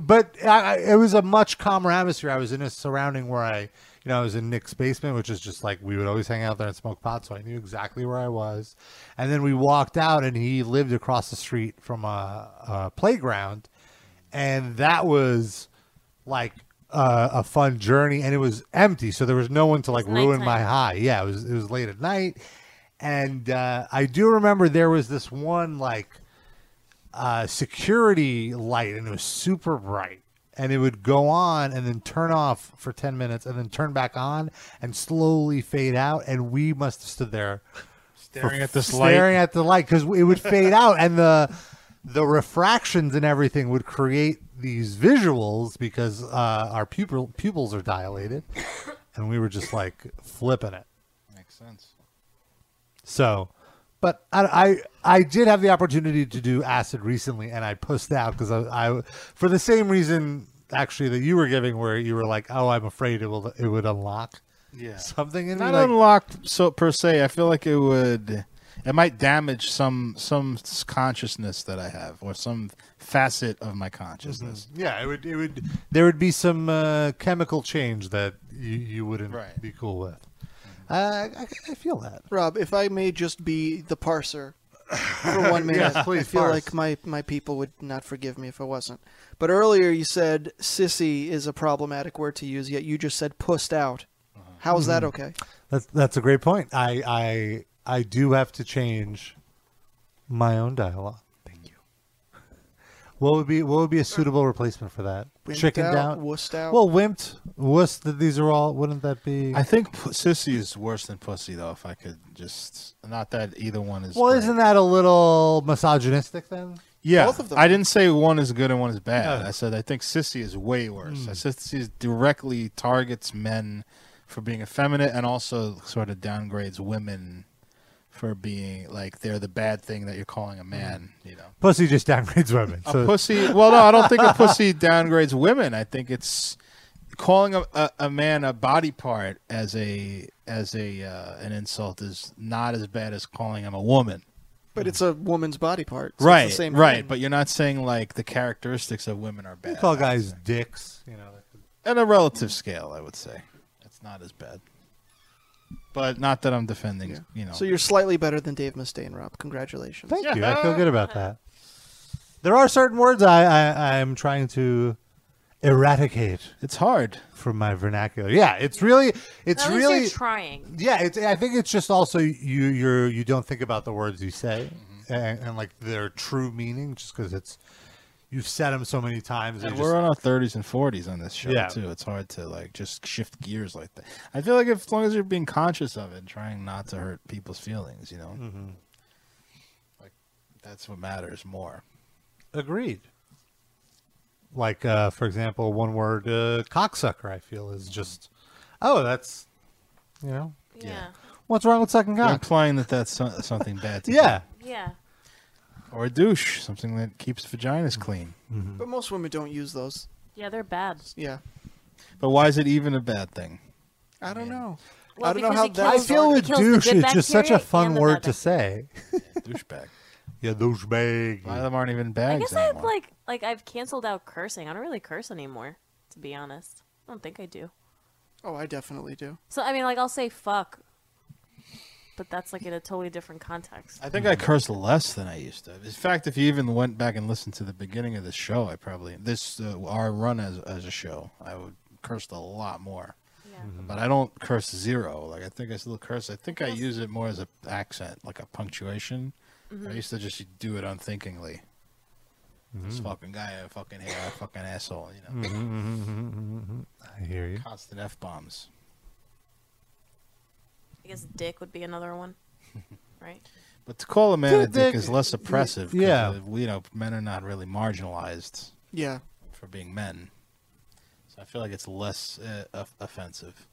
but I, I, it was a much calmer atmosphere i was in a surrounding where i you know i was in nick's basement which is just like we would always hang out there and smoke pot so i knew exactly where i was and then we walked out and he lived across the street from a, a playground and that was like uh, a fun journey and it was empty so there was no one to like ruin my high yeah it was it was late at night and uh, i do remember there was this one like uh, security light and it was super bright and it would go on and then turn off for 10 minutes and then turn back on and slowly fade out and we must have stood there
Staring at this light.
staring at the light because it would fade out and the the refractions and everything would create these visuals because uh, our pupil, pupils are dilated and we were just like flipping it
Makes sense.
so, but I, I I did have the opportunity to do acid recently, and I pushed out because I, I for the same reason actually that you were giving, where you were like, "Oh, I'm afraid it will it would unlock
Yeah.
something in me."
Not
like-
unlocked so per se. I feel like it would. It might damage some some s- consciousness that I have, or some facet of my consciousness.
yeah, it would it would there would be some uh, chemical change that you you wouldn't be cool with.
Mm-hmm.
Uh, I, I feel that.
Rob, if I may just be the parser for one minute,
Yes, please,
I feel
parse.
like my, my people would not forgive me if I wasn't. But earlier you said sissy is a problematic word to use, yet you just said pussed out. How is that
Mhm.
okay?
That's that's a great point. I I I do have to change my own dialogue. Thank you. What would be what would be a suitable replacement for that?
Wimped
Chicken
out,
down,
wussed out.
Well, wimped, wussed. These are all. Wouldn't that be?
I think p- sissy is worse than pussy, though. If I could just, not that either one is.
Well, isn't that a little misogynistic then?
Yeah,
Both of them.
I didn't say one is good and one is bad. I said I think sissy is way worse.
Mm.
I said sissy directly targets men for being effeminate and also sort of downgrades women for being like they're the bad thing that you're calling
Mm-hmm.
a man. You know,
Pussy just downgrades women.
a
so-
pussy. Well, no, I don't think a pussy downgrades women. I think it's calling a, a, a man a body part as a as a uh, an insult is not as bad as calling him a woman.
But it's a woman's body part. so
right,
It's the same
right.
thing.
But you're not saying like the characteristics of women are bad.
You call guys dicks, you know.
On a relative scale, I would say it's not as bad. But not that I'm defending, you know.
So you're slightly better than Dave Mustaine, Rob. Congratulations.
Thank you. I feel good about that. There are certain words I, I I'm trying to eradicate.
It's hard
from my vernacular. Yeah, it's really it's
At least
really
you're trying.
yeah. It's I think it's just also you you're you don't think about the words you say and, and like their true meaning just because it's you've said them so many times.
And
they
we're
just-
on our 30s and 40s on this show
Yeah.
too. It's hard to like just shift gears like that. I feel like if, as long as you're being conscious of it and trying not to hurt people's feelings, you know,
Mm-hmm.
like that's what matters more.
Agreed. like uh, for example, one word uh, cocksucker. I feel is just oh that's you know
Yeah.
what's wrong with sucking
You're
cock?
implying that that's so- something bad. To
Yeah.
Yeah.
do. Or a douche, something that keeps
Mm.
vaginas clean.
But most women don't use those.
Yeah, they're bad.
Yeah.
But why is it even a bad thing?
I don't know.
Well,
I don't know
because
how
it
that.
kills the- it kills the good
it's just such a
bacteria
fun
and the
word
bad
to say.
douchebag.
Yeah, douchebag. A lot
of them aren't even
I
bags.
guess I've like like I've canceled out cursing. I don't really curse anymore, to be honest. I don't think I do.
Oh, I definitely do.
So I mean, like I'll say fuck, but that's like in a totally different context.
I think I curse less than I used to. In fact, if you even went back and listened to the beginning of the show, I probably this uh, our run as as a show, I would cursed a lot more.
Mm-hmm.
But I don't curse zero. Like I think I still curse. I think I use it more as an accent, like a punctuation. I
Mhm.
used to just do it unthinkingly. This fucking guy, I fucking hate, I fucking asshole. You know,
I hear you.
constant f bombs.
I guess dick would be another one, right?
But to call a man a
Dude,
dick
they-
is less oppressive. 'cause,
Yeah.
uh, you know, men are not really marginalized.
Yeah.
For being men, so I feel like it's less uh, of- offensive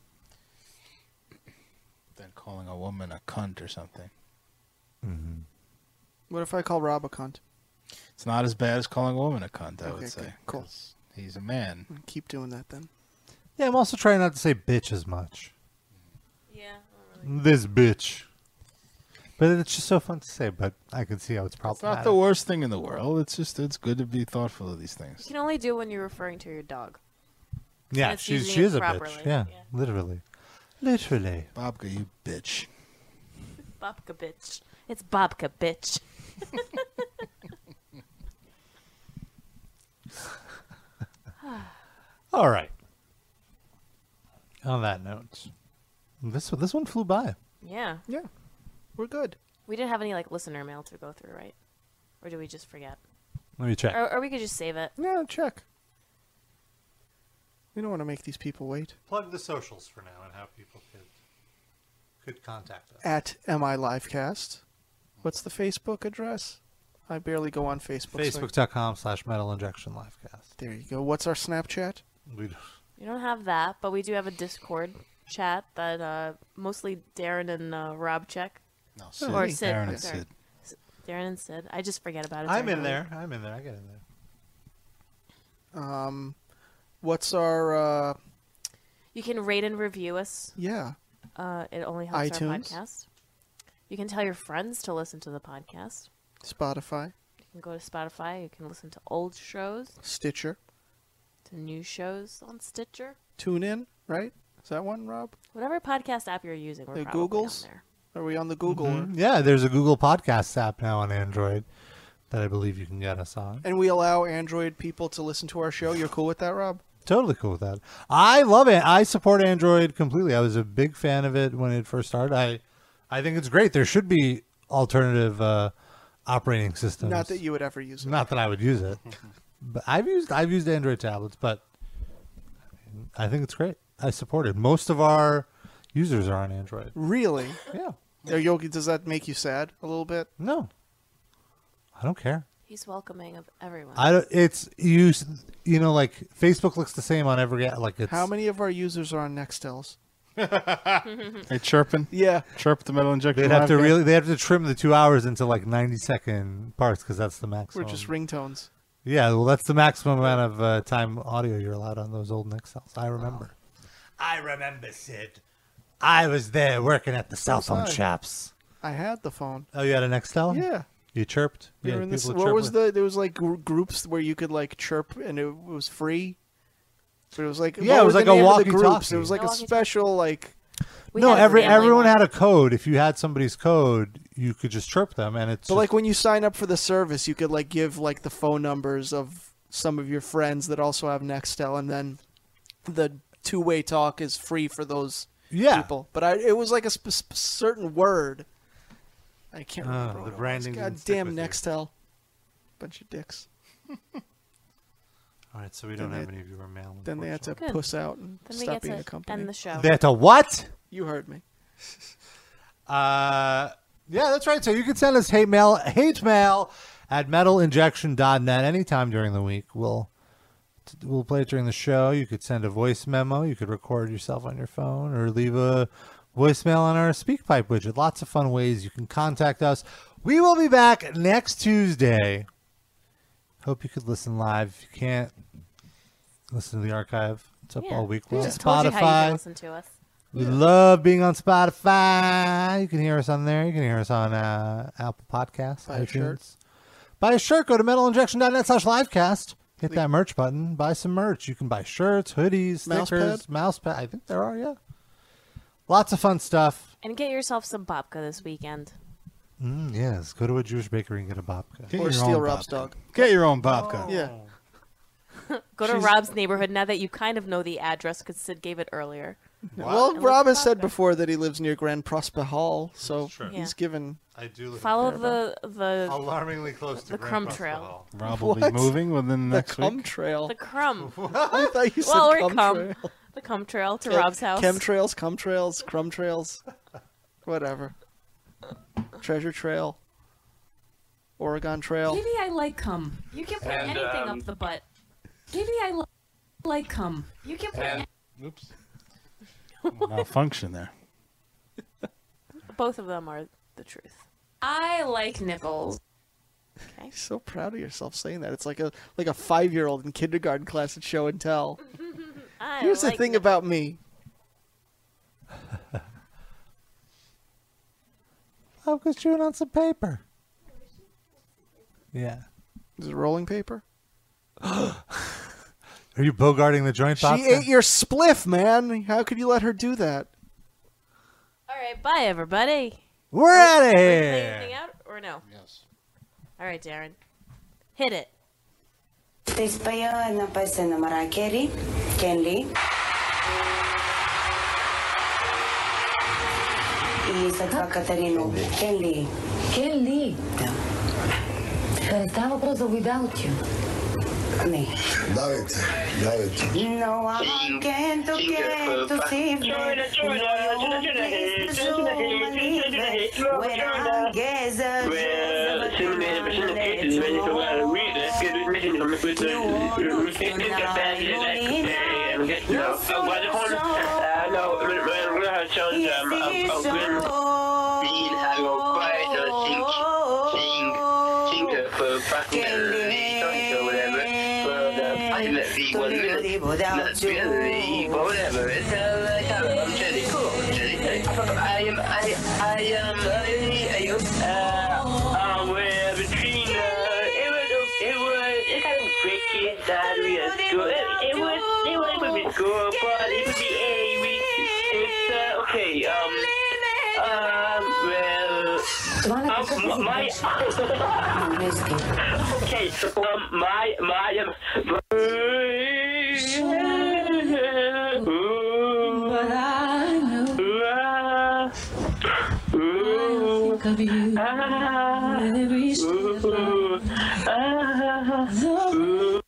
than calling a woman a cunt or something.
What if I call Rob a cunt?
It's not as bad as calling a woman a cunt. I
Okay,
would say.
good, cool.
'cause He's a man.
Keep doing that then.
Yeah, I'm also trying not to say bitch as much. Yeah. This bitch. But it's just so fun to say, but I can see how it's
It's not
problematic.
the worst thing in the world. It's just it's good to be thoughtful of these things.
You can only do when you're referring to your dog.
yeah,
And it's
she's
using
she
it
is a
properly.
bitch. Yeah, literally. Literally.
Bobka, you bitch.
Bobka bitch. It's Bobka bitch.
All right. On that note, this one, this one flew by.
yeah.
Yeah. We're good.
We didn't have any like listener mail to go through, right? Or did we just forget?
Let me check.
Or, or we could just save it.
No, check. We don't want to make these people wait.
Plug the socials for now and how people could could contact us.
At MI Livecast. What's the Facebook address? I barely go on Facebook. so-
Facebook.com slash metal injection livecast.
There you go. What's our Snapchat?
We d-
We don't have that, but we do have a Discord chat that uh, mostly Darren and uh, Rob check.
No, Sid.
Or
Darren
Sid.
and
sorry.
Sid.
S- Darren and Sid. I just forget about it.
I'm
during
in
the
there.
week.
I'm in there. I get in there.
Um, what's our uh,
You can rate and review us.
Yeah.
Uh, it only helps our
iTunes?
podcast. You can tell your friends to listen to the podcast.
Spotify,
You can go to Spotify. You can listen to old shows,
Stitcher,
to new shows on Stitcher,
TuneIn? Right? Is that one, Rob?
whatever podcast app you're using. We're
The
probably
Googles. Are we on the Google?
Mhm. Yeah, there's a Google Podcasts app now on Android that I believe you can get us on.
And we allow Android people to listen to our show. You're cool with that, Rob?
Totally cool with that. I love it. I support Android completely. I was a big fan of it when it first started. I, I think it's great. There should be alternative uh, operating systems.
Not that you would ever use it.
Not that I would use it, but I've used I've used Android tablets, but I think it's great. I support it. Most of our users are on Android.
Really?
Yeah.
Are you, does that make you sad a little bit?
No. I don't care.
He's welcoming of everyone.
I don't. It's you. s- You know, like Facebook looks the same on every like. It's,
How many of our users are on Nextels?
They chirping?
Yeah.
Chirp the metal injection.
They'd have
live
to
guy?
really. They have to trim the two hours into like ninety second parts because that's the
We're
maximum.
just ringtones.
yeah, well, that's the maximum amount of uh, time audio you're allowed on those old Nick cells. I remember. I remember Sid. I was there working at the cell phone
Sorry.
shops.
I had the phone.
Oh, you had an Nextel?
Yeah.
You chirped.
We
Yeah,
were in this,
people
what
chirp
was
with-
the? There was like gr- groups where you could like chirp, and it was free. But it was like
Yeah,
what
it
were
was
the
like a
name of the groups.
walkie-talkie.
It was like
A
a special like.
no, every everyone had a code. If you had somebody's code, you could just chirp them, and it's
But like when you sign up for the service, you could like give like the phone numbers of some of your friends that also have Nextel, and then the two-way talk is free for those
Yeah.
people. But I, it was like a sp- sp- certain word. I can't
Ah,
remember.
the
what it was.
branding didn't
God
stick
damn
with you.
Nextel, bunch of dicks.
All right, so we don't
Then
have
they-
any of your mail.
Then they had to
Good.
puss out and
Then we
stop
get
being
to
a company.
end the show.
They had to what?
You heard me.
Uh, yeah, that's right. So you can send us hate mail, hate mail at metalinjection.net anytime during the week. We'll we'll play it during the show. You could send a voice memo. You could record yourself on your phone or leave a voicemail on our SpeakPipe widget. Lots of fun ways you can contact us. We will be back next Tuesday. Hope you could listen live. If you can't, listen to the archive. It's up
Yeah.
all week.
We
We're on
just told you how you
Spotify.
can listen to us.
We love being on Spotify. You can hear us on there. You can hear us on uh, Apple Podcasts,
Buy a shirt.
iTunes. Buy a shirt. Go to metalinjection.net slash livecast. Hit that merch button. Buy some merch. You can buy shirts, hoodies,
Mouse
stickers, mouse pad. I think there are, yeah. Lots of fun stuff.
And get yourself some babka this weekend.
Mm, yes. Go to a Jewish bakery and get a babka.
Get Or your steal own Rob's babka. dog.
Get your own babka.
Oh.
Yeah.
Go to
She's-
Rob's neighborhood now that you kind of know the address because Sid gave it earlier.
Well, Rob has said before that he lives near Grand Prosper Hall, so
Yeah.
he's given.
I do
Follow the the
alarmingly close
the crumb trail.
Rob will be moving within the
the
next
cum
week.
trail.
The crumb.
I thought you said
well, or
cum
cum.
trail.
The cum trail to
Chem-
Rob's house.
Chemtrails, cum trails, crumb trails, whatever. Treasure trail, Oregon Trail.
Maybe I like cum. You can put
And,
anything
um,
up the butt. Maybe I li- like cum. You can put.
And-
an-
Oops. Malfunction there.
Both of them are the truth.
I like nipples.
So proud of yourself saying that. It's like a like a five year old in kindergarten class at show and tell.
I
Here's the
like
thing about me.
Babka's chewing on some paper. Yeah.
Is it rolling paper?
Are you bogarting the joint
She
babka?
ate your spliff, man. How could you let her do that?
All right, bye everybody.
We're out of here.
Anything out or no? Yes. All right, Darren, hit it.
Ты споя на песен на Мара Кери, Кен Ли. И след това Катерину. Кен Ли.
Кен Ли? Да. Да не става въпрос за Without You.
Не.
Давайте, давайте.
No one can to get to see me. No one place to show my leave. Where I guess I should have
I am, I, I am, I, I, uh, uh, we're between, uh, it was, it was, it kind of freaky inside we at school. It, it was, it was when we school, but it would be a week. It's, uh, okay, um, um, well, um, my, okay, um, my, my, um,
But I know I think of you every step of the way.